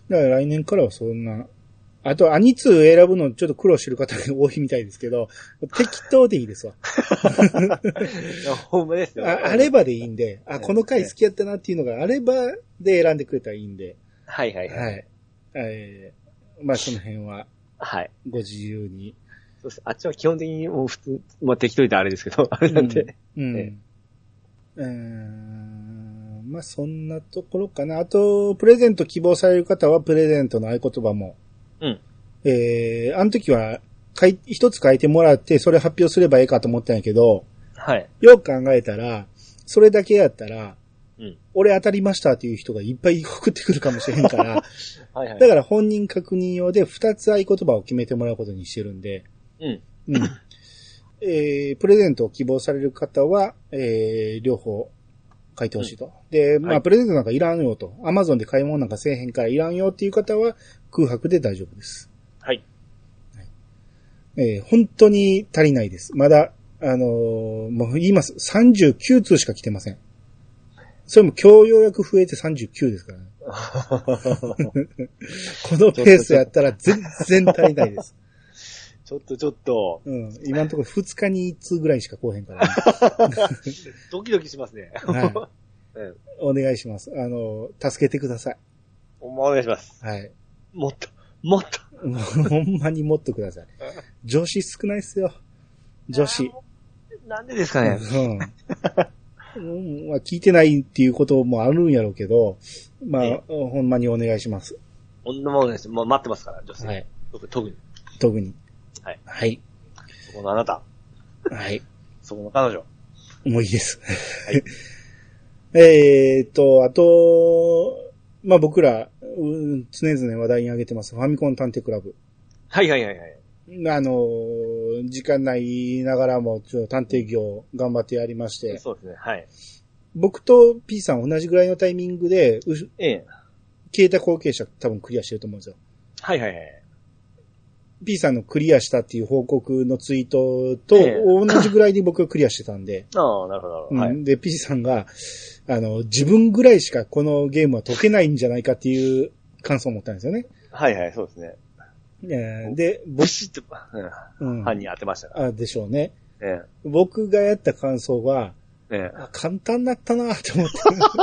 [SPEAKER 1] ら来年からはそんな。あと、アニツー選ぶのちょっと苦労してる方が多いみたいですけど、適当でいい ですわ。
[SPEAKER 2] いやほんまです
[SPEAKER 1] あ
[SPEAKER 2] よ。
[SPEAKER 1] あればでいいんで、あ、この回好きやったなっていうのがあればで選んでくれたらいいんで、
[SPEAKER 2] はいはいは。
[SPEAKER 1] はいい。えー、まあ、その辺は
[SPEAKER 2] はい。
[SPEAKER 1] ご自由に。
[SPEAKER 2] そうです。あっちは基本的にもう普通、まあ適当言ったらあれですけど、あれなんで。
[SPEAKER 1] うん。
[SPEAKER 2] え
[SPEAKER 1] うーんまあ、そんなところかな。あと、プレゼント希望される方は、プレゼントの合言葉も。
[SPEAKER 2] うん
[SPEAKER 1] えー、あの時は、書い、一つ書いてもらって、それ発表すればいいかと思ったんやけど、
[SPEAKER 2] はい。
[SPEAKER 1] よく考えたら、それだけやったら、
[SPEAKER 2] うん
[SPEAKER 1] 俺当たりましたっていう人がいっぱい送ってくるかもしれんから、
[SPEAKER 2] はいはい。
[SPEAKER 1] だから本人確認用で二つ合言葉を決めてもらうことにしてるんで、
[SPEAKER 2] うん。
[SPEAKER 1] うん。えープレゼントを希望される方は、えー両方書いてほしいと。で、まあ、
[SPEAKER 2] はい
[SPEAKER 1] プレゼントなんかいらんよと。アマゾンで買い物なんかせえへんからいらんよっていう方は空白で大丈夫です。
[SPEAKER 2] はい。
[SPEAKER 1] えー本当に足りないです。まだ、あのーもう言います。39通しか来てません。それも今日ようやく増えて39ですからね。このペースやったら全然足りないです。
[SPEAKER 2] ちょっとちょっと、
[SPEAKER 1] うん。今のところ2日に1通ぐらいしか来おへんから、 ね。
[SPEAKER 2] ドキドキしますね。
[SPEAKER 1] は
[SPEAKER 2] うん
[SPEAKER 1] い。お願いします。あの、助けてください。
[SPEAKER 2] お願いします。
[SPEAKER 1] はい。
[SPEAKER 2] もっと、もっと。
[SPEAKER 1] もうほんまに持っとください。女子少ないっすよ。女子。
[SPEAKER 2] なんでですか
[SPEAKER 1] う
[SPEAKER 2] ね。
[SPEAKER 1] ん。うんまあ、聞いてないっていうこともあるんやろうけど、まあ
[SPEAKER 2] え、
[SPEAKER 1] ほんまにお願いします。
[SPEAKER 2] 女もんです。もう待ってますから、女性。
[SPEAKER 1] はい。
[SPEAKER 2] 特特に。
[SPEAKER 1] 特に。
[SPEAKER 2] はい。
[SPEAKER 1] はい。
[SPEAKER 2] そこのあなた、
[SPEAKER 1] はい。
[SPEAKER 2] そこの彼女。
[SPEAKER 1] もういいです。
[SPEAKER 2] い
[SPEAKER 1] えーっと、あと、まあ僕ら、うん常々話題に挙げてます。ファミコン探偵クラブ。
[SPEAKER 2] はいはいはいはい。
[SPEAKER 1] あのー、時間ないながらも、ちょっと探偵業頑張ってやりまして、
[SPEAKER 2] そうですね。はい。
[SPEAKER 1] 僕と P さん同じぐらいのタイミングで、う消
[SPEAKER 2] ええ。
[SPEAKER 1] えた後継者多分クリアしてると思うんですよ。
[SPEAKER 2] はいはいはい。
[SPEAKER 1] P さんのクリアしたっていう報告のツイートと
[SPEAKER 2] ええ
[SPEAKER 1] 同じぐらいで僕がクリアしてたんで、
[SPEAKER 2] ああ、なるほどなる
[SPEAKER 1] う
[SPEAKER 2] ほど。
[SPEAKER 1] ん
[SPEAKER 2] はい。
[SPEAKER 1] で、P さんが、あの、自分ぐらいしかこのゲームは解けないんじゃないかっていう感想を持ったんですよね。
[SPEAKER 2] はいはい、そうですね。
[SPEAKER 1] えーで、
[SPEAKER 2] ブシッと、うん
[SPEAKER 1] うん
[SPEAKER 2] 犯人当てましたか
[SPEAKER 1] あでしょうね。
[SPEAKER 2] らね。
[SPEAKER 1] 僕がやった感想は、
[SPEAKER 2] ね
[SPEAKER 1] あ簡単だったなって思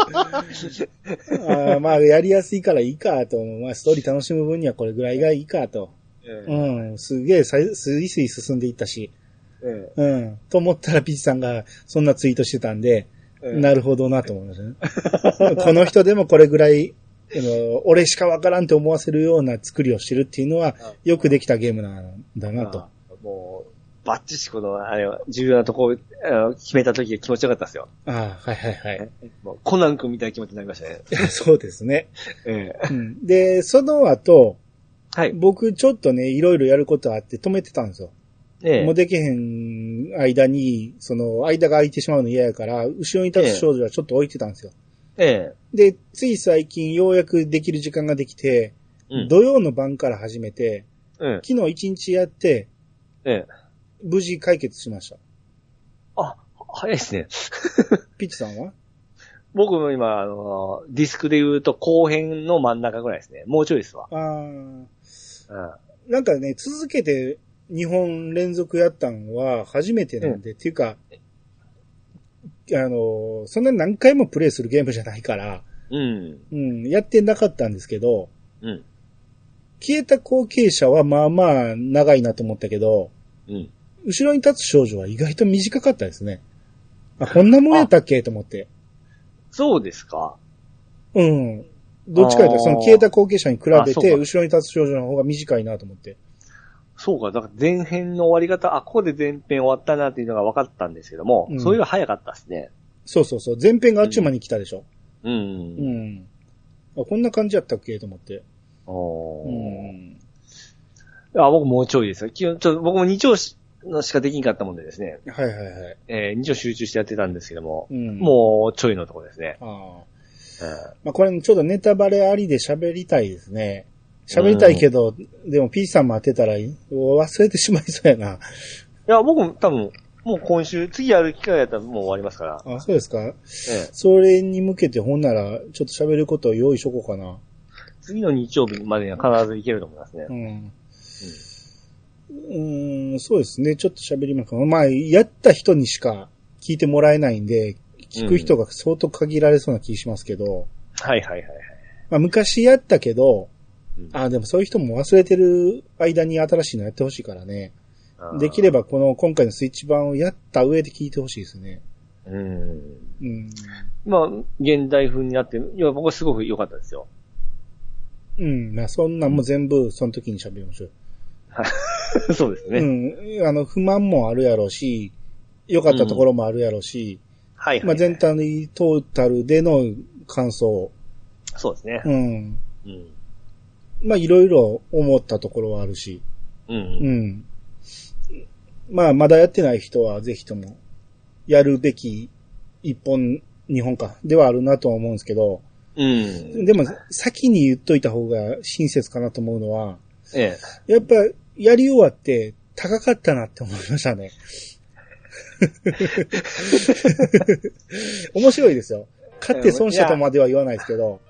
[SPEAKER 1] って。あーまあ、やりやすいからいいかと思う。まあ、ストーリー楽しむ分にはこれぐらいがいいかと。
[SPEAKER 2] ええ
[SPEAKER 1] うん。すげえ、さいスイスイ進んでいったし。
[SPEAKER 2] え
[SPEAKER 1] うん。と思ったら、ピチさんがそんなツイートしてたんで、
[SPEAKER 2] えええ
[SPEAKER 1] なるほどなと思いましたね。こ の人でもこれぐらい、あの俺しかわからんって思わせるような作りをしてるっていうのは、よくできたゲームなんだなと
[SPEAKER 2] あ。もう、バッチシこの、あれは、重要なとこあの決めた時が気持ちよかったですよ。
[SPEAKER 1] ああ、はいはい はい。
[SPEAKER 2] もうコナン君みたいな気持ちになりましたね。
[SPEAKER 1] そうですね。
[SPEAKER 2] ええ
[SPEAKER 1] うんで、その後、
[SPEAKER 2] はい。
[SPEAKER 1] 僕ちょっとね、いろいろやることあって止めてたんですよ。
[SPEAKER 2] ええ
[SPEAKER 1] もうできへん間に、その、間が空いてしまうの嫌やから、後ろに立つ少女はちょっと置いてたんですよ。
[SPEAKER 2] え
[SPEAKER 1] で、つい最近ようやくできる時間ができて、
[SPEAKER 2] えうん。
[SPEAKER 1] 土曜の晩から始めて、
[SPEAKER 2] うん
[SPEAKER 1] 昨日一日やって、
[SPEAKER 2] ええ
[SPEAKER 1] 無事解決しました。
[SPEAKER 2] あ、早いですね。
[SPEAKER 1] ピッチさんは
[SPEAKER 2] 僕も今、あの、ディスクで言うと後編の真ん中ぐらいですね。もうちょいですわ。
[SPEAKER 1] あー
[SPEAKER 2] うん。
[SPEAKER 1] なんかね、続けて2本連続やったんは初めてなんで、っていうか、あの、そんな何回もプレイするゲームじゃないから、
[SPEAKER 2] うん。
[SPEAKER 1] うん、やってなかったんですけど、
[SPEAKER 2] うん。
[SPEAKER 1] 消えた後継者はまあまあ長いなと思ったけど、
[SPEAKER 2] うん。
[SPEAKER 1] 後ろに立つ少女は意外と短かったですね。あ、こんなもんやったっけと思って。
[SPEAKER 2] そうですか
[SPEAKER 1] うん。どっちかというと、
[SPEAKER 2] あー
[SPEAKER 1] その消えた後継者に比
[SPEAKER 2] あ
[SPEAKER 1] べ
[SPEAKER 2] そう
[SPEAKER 1] て、
[SPEAKER 2] か
[SPEAKER 1] 後ろに立つ少女の方が短いなと思って。
[SPEAKER 2] そうか。だから前編の終わり方、あ、ここで前編終わったなっていうのが分かったんですけども、
[SPEAKER 1] うん
[SPEAKER 2] それが早かったですね。
[SPEAKER 1] そうそうそう。前編があっちゅう間に来たでしょ。う
[SPEAKER 2] う。
[SPEAKER 1] んん。あこんな感じやったっけと思って。
[SPEAKER 2] お
[SPEAKER 1] う
[SPEAKER 2] ー
[SPEAKER 1] ん。
[SPEAKER 2] あ僕もうちょいですよ。基本ちょっと僕も2丁しのしかできんかったもんでですね、
[SPEAKER 1] はいはいはい。
[SPEAKER 2] えー、2丁集中してやってたんですけども、
[SPEAKER 1] うん。う。
[SPEAKER 2] もうちょいのとこですね。
[SPEAKER 1] ああ。
[SPEAKER 2] うん
[SPEAKER 1] まあ、これちょっとネタバレありで喋りたいですね。喋りたいけど、でも P さんも当てたら忘れてしまいそうやな。
[SPEAKER 2] いや、僕も多分、もう今週、次やる機会やったらもう終わりますから。
[SPEAKER 1] あ、そうですか
[SPEAKER 2] ええ
[SPEAKER 1] それに向けてほんなら、ちょっと喋ることを用意しとこうかな。
[SPEAKER 2] 次の日曜日までには必ずいけると思いますね
[SPEAKER 1] う。ん。うん、そうですね。ちょっと喋りますか。まあ、やった人にしか聞いてもらえないんで、聞く人が相当限られそうな気しますけど、
[SPEAKER 2] はいはいはいはい。
[SPEAKER 1] まあ、昔やったけど
[SPEAKER 2] うん、
[SPEAKER 1] あでもそういう人も忘れてる間に新しいのやってほしいからね。
[SPEAKER 2] あー
[SPEAKER 1] できればこの今回のスイッチ版をやった上で聞いてほしいですね。
[SPEAKER 2] うん。
[SPEAKER 1] うん。
[SPEAKER 2] まあ、現代風になって、いや、僕はすごく良かったですよ。
[SPEAKER 1] うん。まあそんなんも全部その時に喋りましょう。
[SPEAKER 2] そうですね。
[SPEAKER 1] うん。あの、不満もあるやろうし、良かったところもあるやろうし、
[SPEAKER 2] はいはい、はい。
[SPEAKER 1] まあ全体トータルでの感想。
[SPEAKER 2] そうですね。
[SPEAKER 1] うん。
[SPEAKER 2] うん。
[SPEAKER 1] まあいろいろ思ったところはあるし、
[SPEAKER 2] う。
[SPEAKER 1] うんん。まあまだやってない人はぜひとも、やるべき一本、日本か、ではあるなとは思うんですけど、
[SPEAKER 2] うん。
[SPEAKER 1] でも先に言っといた方が親切かなと思うのは、
[SPEAKER 2] ええ。
[SPEAKER 1] やっぱやり終わって高かったなって思いましたね。 面白いですよ。勝って損したとまでは言わないですけど、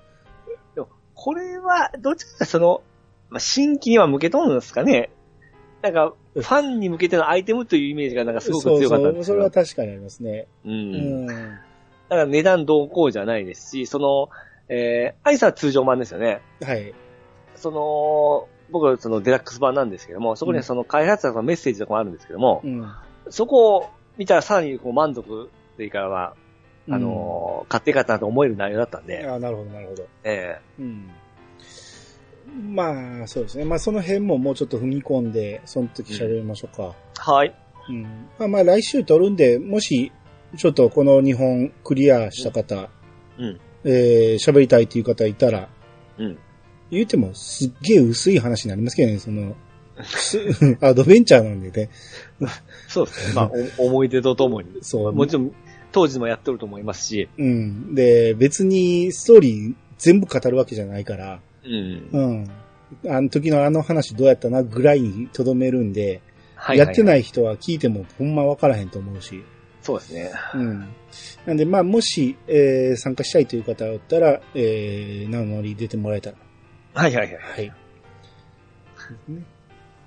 [SPEAKER 2] これは、どっちかというとその、まあ、新規には向けとるんですかね。なんか、ファンに向けてのアイテムというイメージがなんかす
[SPEAKER 1] そ
[SPEAKER 2] ご
[SPEAKER 1] う
[SPEAKER 2] く強かったん
[SPEAKER 1] そ
[SPEAKER 2] で
[SPEAKER 1] う、
[SPEAKER 2] す
[SPEAKER 1] そ
[SPEAKER 2] け
[SPEAKER 1] れは
[SPEAKER 2] ど。
[SPEAKER 1] 確かにありますね。
[SPEAKER 2] う。
[SPEAKER 1] うんん。は
[SPEAKER 2] だから値段どうこうじゃないですし、その、えー、アイサは通常版ですよね。
[SPEAKER 1] い。
[SPEAKER 2] その、僕はそのデラックス版なんですけども、そこにはその開発者のメッセージとかもあるんですけども
[SPEAKER 1] う、ん。
[SPEAKER 2] そこを見たらさらにこう満足というか、まあ、あのー買ってよかったなと思える内容だったん
[SPEAKER 1] うん、
[SPEAKER 2] で、
[SPEAKER 1] あなるほど、なるほど。
[SPEAKER 2] え
[SPEAKER 1] うん。まあ、そうですね。まあその辺ももうちょっと踏み込んで、その時喋りましょうか。
[SPEAKER 2] ーはい。
[SPEAKER 1] うんまあまあ来週撮るんで、もし、ちょっとこの日本クリアした方、
[SPEAKER 2] うん。
[SPEAKER 1] えー喋りたいという方いたら、
[SPEAKER 2] うん。
[SPEAKER 1] 言うてもすっげえ薄い話になりますけどね、そ の、すアドベンチャーなんでね。
[SPEAKER 2] そうですね。まあ、お 思い出とともに。
[SPEAKER 1] そう。
[SPEAKER 2] もちろん、当時もやってると思いますし、
[SPEAKER 1] うん。で、別にストーリー全部語るわけじゃないから、
[SPEAKER 2] うん。
[SPEAKER 1] うん。あの時のあの話どうやったなぐらいにとどめるんで、
[SPEAKER 2] はい
[SPEAKER 1] やって
[SPEAKER 2] い。
[SPEAKER 1] ない人は聞いてもほんまわからへんと思うし。
[SPEAKER 2] そうですね。
[SPEAKER 1] うん。なんで、まあ、もし、えー参加したいという方がおったら、えー、名乗り出てもらえたら。
[SPEAKER 2] はいはいはい。
[SPEAKER 1] はい。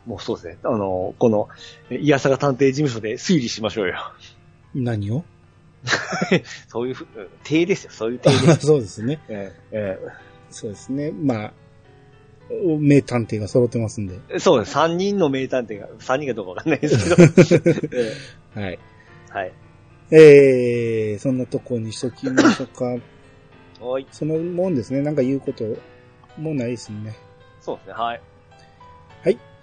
[SPEAKER 2] もうそうですね。あの、この、えいやさが探偵事務所で推理しましょうよ。
[SPEAKER 1] 何を
[SPEAKER 2] そういうふ、うん体ですよ。そういう体 です。
[SPEAKER 1] そうですね。
[SPEAKER 2] ええ
[SPEAKER 1] そうですね。まあ、名探偵が揃ってますんで。
[SPEAKER 2] ええそうです。3人の名探偵が、3人がどうかわかんないですけ ど。え
[SPEAKER 1] はい。
[SPEAKER 2] えはい。
[SPEAKER 1] えー、そんなとこにしときましょう か。
[SPEAKER 2] はい。
[SPEAKER 1] そのもんですね。なんか言うこともないですね。
[SPEAKER 2] そうですね。はい。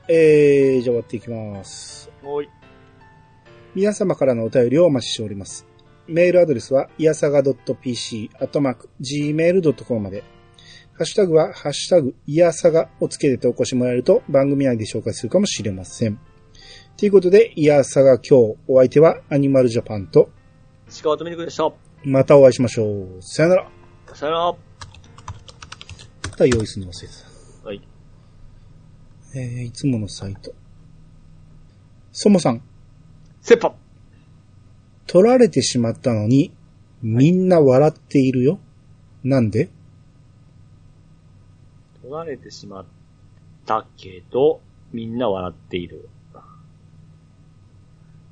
[SPEAKER 1] えー、じゃあ終わっていきます。
[SPEAKER 2] はい。
[SPEAKER 1] 皆様からのお便りをお待ちしております。メールアドレスは、いやさが .pc、アットマーク、gmail.com まで。ハッシュタグは、ハッシュタグ、いやさがをつけて投稿してもらえると、番組内で紹介するかもしれません。ということで、いやさが今日、お相手はアニマルジャパンと、
[SPEAKER 2] 石川とみにくでした。
[SPEAKER 1] またお会いしましょう。さよなら。
[SPEAKER 2] さよなら。
[SPEAKER 1] また用意するの忘れてた。
[SPEAKER 2] はい。
[SPEAKER 1] えー、いつものサイト。そもさん、
[SPEAKER 2] セッパ
[SPEAKER 1] 取られてしまったのに、みんな笑っているよ。なんで
[SPEAKER 2] 取られてしまったけど、みんな笑っている。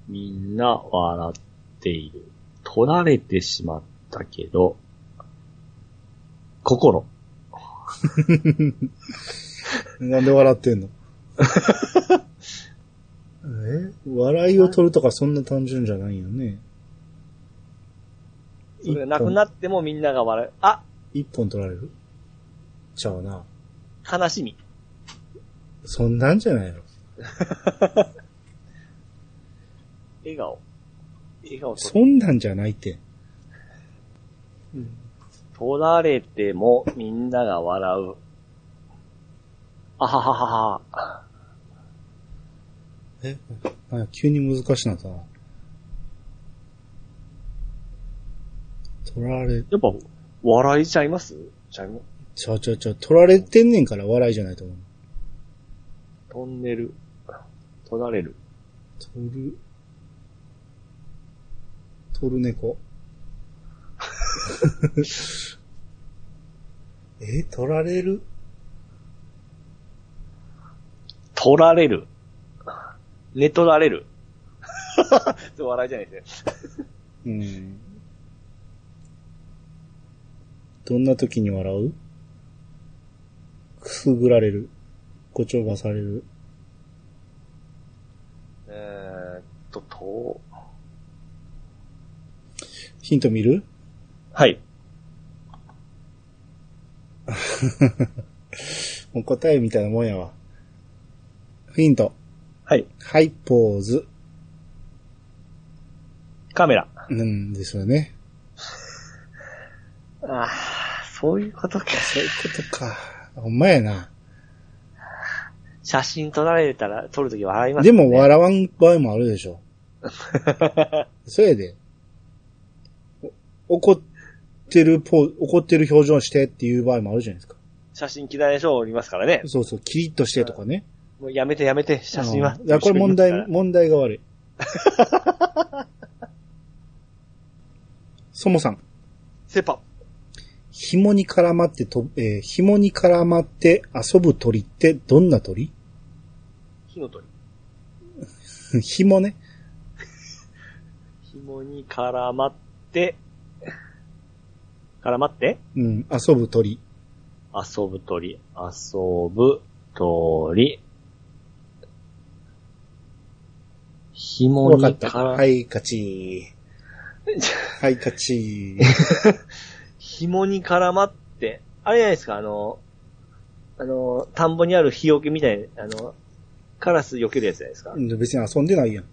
[SPEAKER 2] みんな笑っている。取られてしまったけど、心。
[SPEAKER 1] なんで笑ってんの え笑いを取るとかそんな単純じゃないよね。
[SPEAKER 2] それがなくなってもみんなが笑う。あ
[SPEAKER 1] 一本取られるちゃうな。
[SPEAKER 2] 悲しみ。
[SPEAKER 1] そんなんじゃないの
[SPEAKER 2] 笑顔。笑顔
[SPEAKER 1] そんなんじゃないって。
[SPEAKER 2] 取られてもみんなが笑う。あはははは。
[SPEAKER 1] えなんか急に難しなったな。取られ、
[SPEAKER 2] やっぱ、笑いちゃいますちゃいま
[SPEAKER 1] ちょちょちょ、取られてんねんから笑いじゃないと思う。
[SPEAKER 2] トンネル。取られる。
[SPEAKER 1] 取る、取る猫。 え、取られる
[SPEAKER 2] 取られる。寝取られ る。そう笑いじゃないですね。
[SPEAKER 1] うん。どんな時に笑うくすぐられる。ごちょばされる。
[SPEAKER 2] えーっと、と、
[SPEAKER 1] ヒント見る
[SPEAKER 2] はい。
[SPEAKER 1] もう答えみたいなもんやわ。ヒント。
[SPEAKER 2] はい。
[SPEAKER 1] はい、ポーズ。
[SPEAKER 2] カメラ。
[SPEAKER 1] うんですよね。
[SPEAKER 2] ああ、そういうことか。
[SPEAKER 1] そういうことか。ほんまやな。
[SPEAKER 2] 写真撮られたら、撮るとき笑います
[SPEAKER 1] で
[SPEAKER 2] よね、
[SPEAKER 1] も笑わん場合もあるで しょ。それで、お怒ってるポー怒ってる表情してっていう場合もあるじゃないですか。
[SPEAKER 2] 写真嫌いな人おりますからね。
[SPEAKER 1] そうそう、キリッとしてとかね。
[SPEAKER 2] もうやめてやめて、写真は
[SPEAKER 1] うん。いや、これ問題、問題が 悪い。そもさん、
[SPEAKER 2] セパ。
[SPEAKER 1] 紐に絡まってと、えー紐に絡まって遊ぶ鳥ってどんな鳥
[SPEAKER 2] 火の鳥。
[SPEAKER 1] 紐ね。
[SPEAKER 2] 紐に絡まって、絡まって
[SPEAKER 1] うん、遊ぶ鳥。
[SPEAKER 2] 遊ぶ鳥。遊ぶ鳥。紐
[SPEAKER 1] わ
[SPEAKER 2] に
[SPEAKER 1] かっ
[SPEAKER 2] 絡
[SPEAKER 1] た。
[SPEAKER 2] ま、
[SPEAKER 1] はい、勝ち。はい、勝ち。
[SPEAKER 2] 紐に絡まって、あれじゃないですか、あの、あの、田んぼにある日よけみたいな、あの、カラス避けるやつじゃないですか
[SPEAKER 1] う。ん別に遊んでないやん。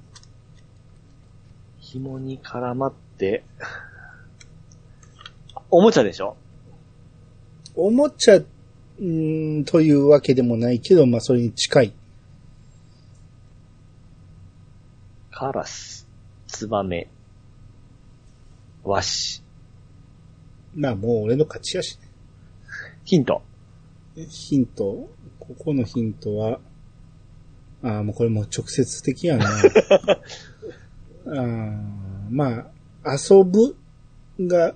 [SPEAKER 2] 紐に絡まって、おもちゃでしょ
[SPEAKER 1] おもちゃ、うーん、というわけでもないけど、まあ、それに近い。
[SPEAKER 2] カラス、ツバメ、ワシ。
[SPEAKER 1] まあ、もう俺の勝ちやしね。
[SPEAKER 2] ヒント。
[SPEAKER 1] ヒント、ここのヒントは、ああ、もうこれもう直接的やな。あーまあ、遊ぶが、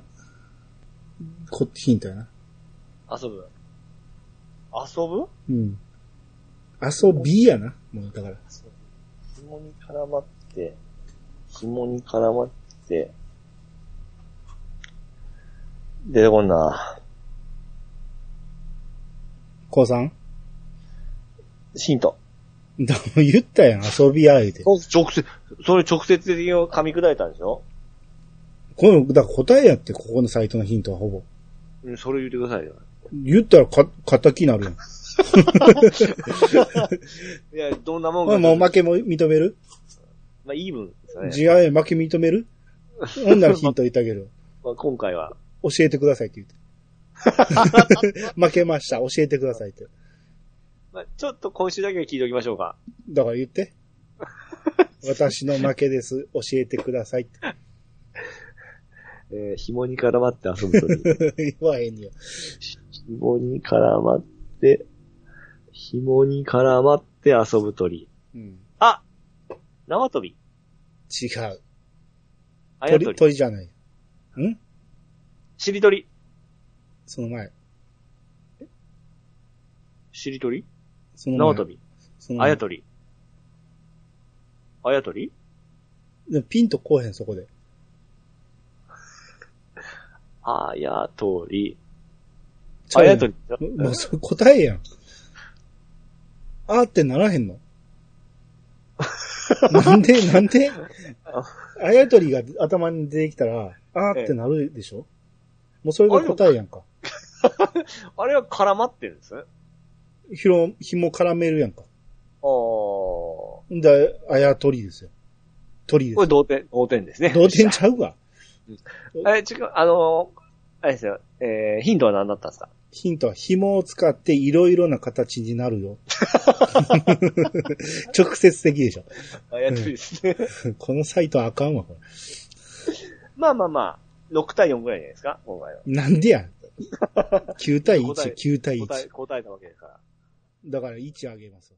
[SPEAKER 1] こヒントやな。
[SPEAKER 2] 遊ぶ。遊ぶ
[SPEAKER 1] うん。遊びやな。もうだから。
[SPEAKER 2] 紐に絡まって、紐に絡まって、出てこんな。
[SPEAKER 1] こうさん
[SPEAKER 2] ヒント。
[SPEAKER 1] でも言ったやん、遊びや言うて。こ
[SPEAKER 2] 直接、それ直接的に噛み砕いたんでしょ
[SPEAKER 1] の、だから答えやって、ここのサイトのヒントはほぼ。
[SPEAKER 2] うん、それ言ってくださいよ。
[SPEAKER 1] 言ったらか、仇になるやん。
[SPEAKER 2] いや、どんなもん
[SPEAKER 1] ま
[SPEAKER 2] か。
[SPEAKER 1] あ、もう負けも認める
[SPEAKER 2] まあ、イーブンですかね。
[SPEAKER 1] 違うよ負け認めるほんならヒント言ってあげるよ。
[SPEAKER 2] まあ、今回は。
[SPEAKER 1] 教えてくださいって言って。 負けました、教えてくださいって。
[SPEAKER 2] まあ、ちょっと今週だけは聞いておきましょうか。
[SPEAKER 1] だから言って。私の負けです、教えてくださいって。
[SPEAKER 2] えー、紐に絡まって遊ぶとき。
[SPEAKER 1] 言わへんよ。
[SPEAKER 2] 紐に絡まって、紐に絡まって遊ぶ鳥。
[SPEAKER 1] うん、
[SPEAKER 2] あ縄跳び。
[SPEAKER 1] 違う。
[SPEAKER 2] あや
[SPEAKER 1] 鳥、
[SPEAKER 2] 鳥。
[SPEAKER 1] 鳥じゃない。ん
[SPEAKER 2] しりとり。
[SPEAKER 1] その前。
[SPEAKER 2] しりとり
[SPEAKER 1] その前。
[SPEAKER 2] 縄跳び。
[SPEAKER 1] その
[SPEAKER 2] あ
[SPEAKER 1] 前
[SPEAKER 2] やとり。あやとり
[SPEAKER 1] でもピンとこうへん、そこで。
[SPEAKER 2] あやとり。
[SPEAKER 1] ちゃ
[SPEAKER 2] あ
[SPEAKER 1] うや
[SPEAKER 2] や
[SPEAKER 1] ん
[SPEAKER 2] とり。
[SPEAKER 1] もうそれ答えやん。あーってならへんのなんで、なんであやとりが頭に出てきたら、あーってなるでしょもうそれが答えやんか。
[SPEAKER 2] あれは絡まってるんですね。
[SPEAKER 1] ひろ、紐絡めるやんか。
[SPEAKER 2] あー。こ
[SPEAKER 1] んで、あやとりですよ。鳥です
[SPEAKER 2] れ。同点、同点ですね。
[SPEAKER 1] 同点ちゃうわ。
[SPEAKER 2] え、違う、あのー、あれですよ、えー、ヒントは何だったんですか
[SPEAKER 1] ヒントは紐を使っていろいろな形になるよ。 直接的でしょ。
[SPEAKER 2] あ、やっとりです ね。
[SPEAKER 1] このサイトあかんわ、こ
[SPEAKER 2] まあまあまあ、6対4ぐらいじゃないですか今回は。
[SPEAKER 1] れ。なんで や。9対1、9対
[SPEAKER 2] 答え、
[SPEAKER 1] 1。
[SPEAKER 2] 答えたわけですから。
[SPEAKER 1] だから1あげます。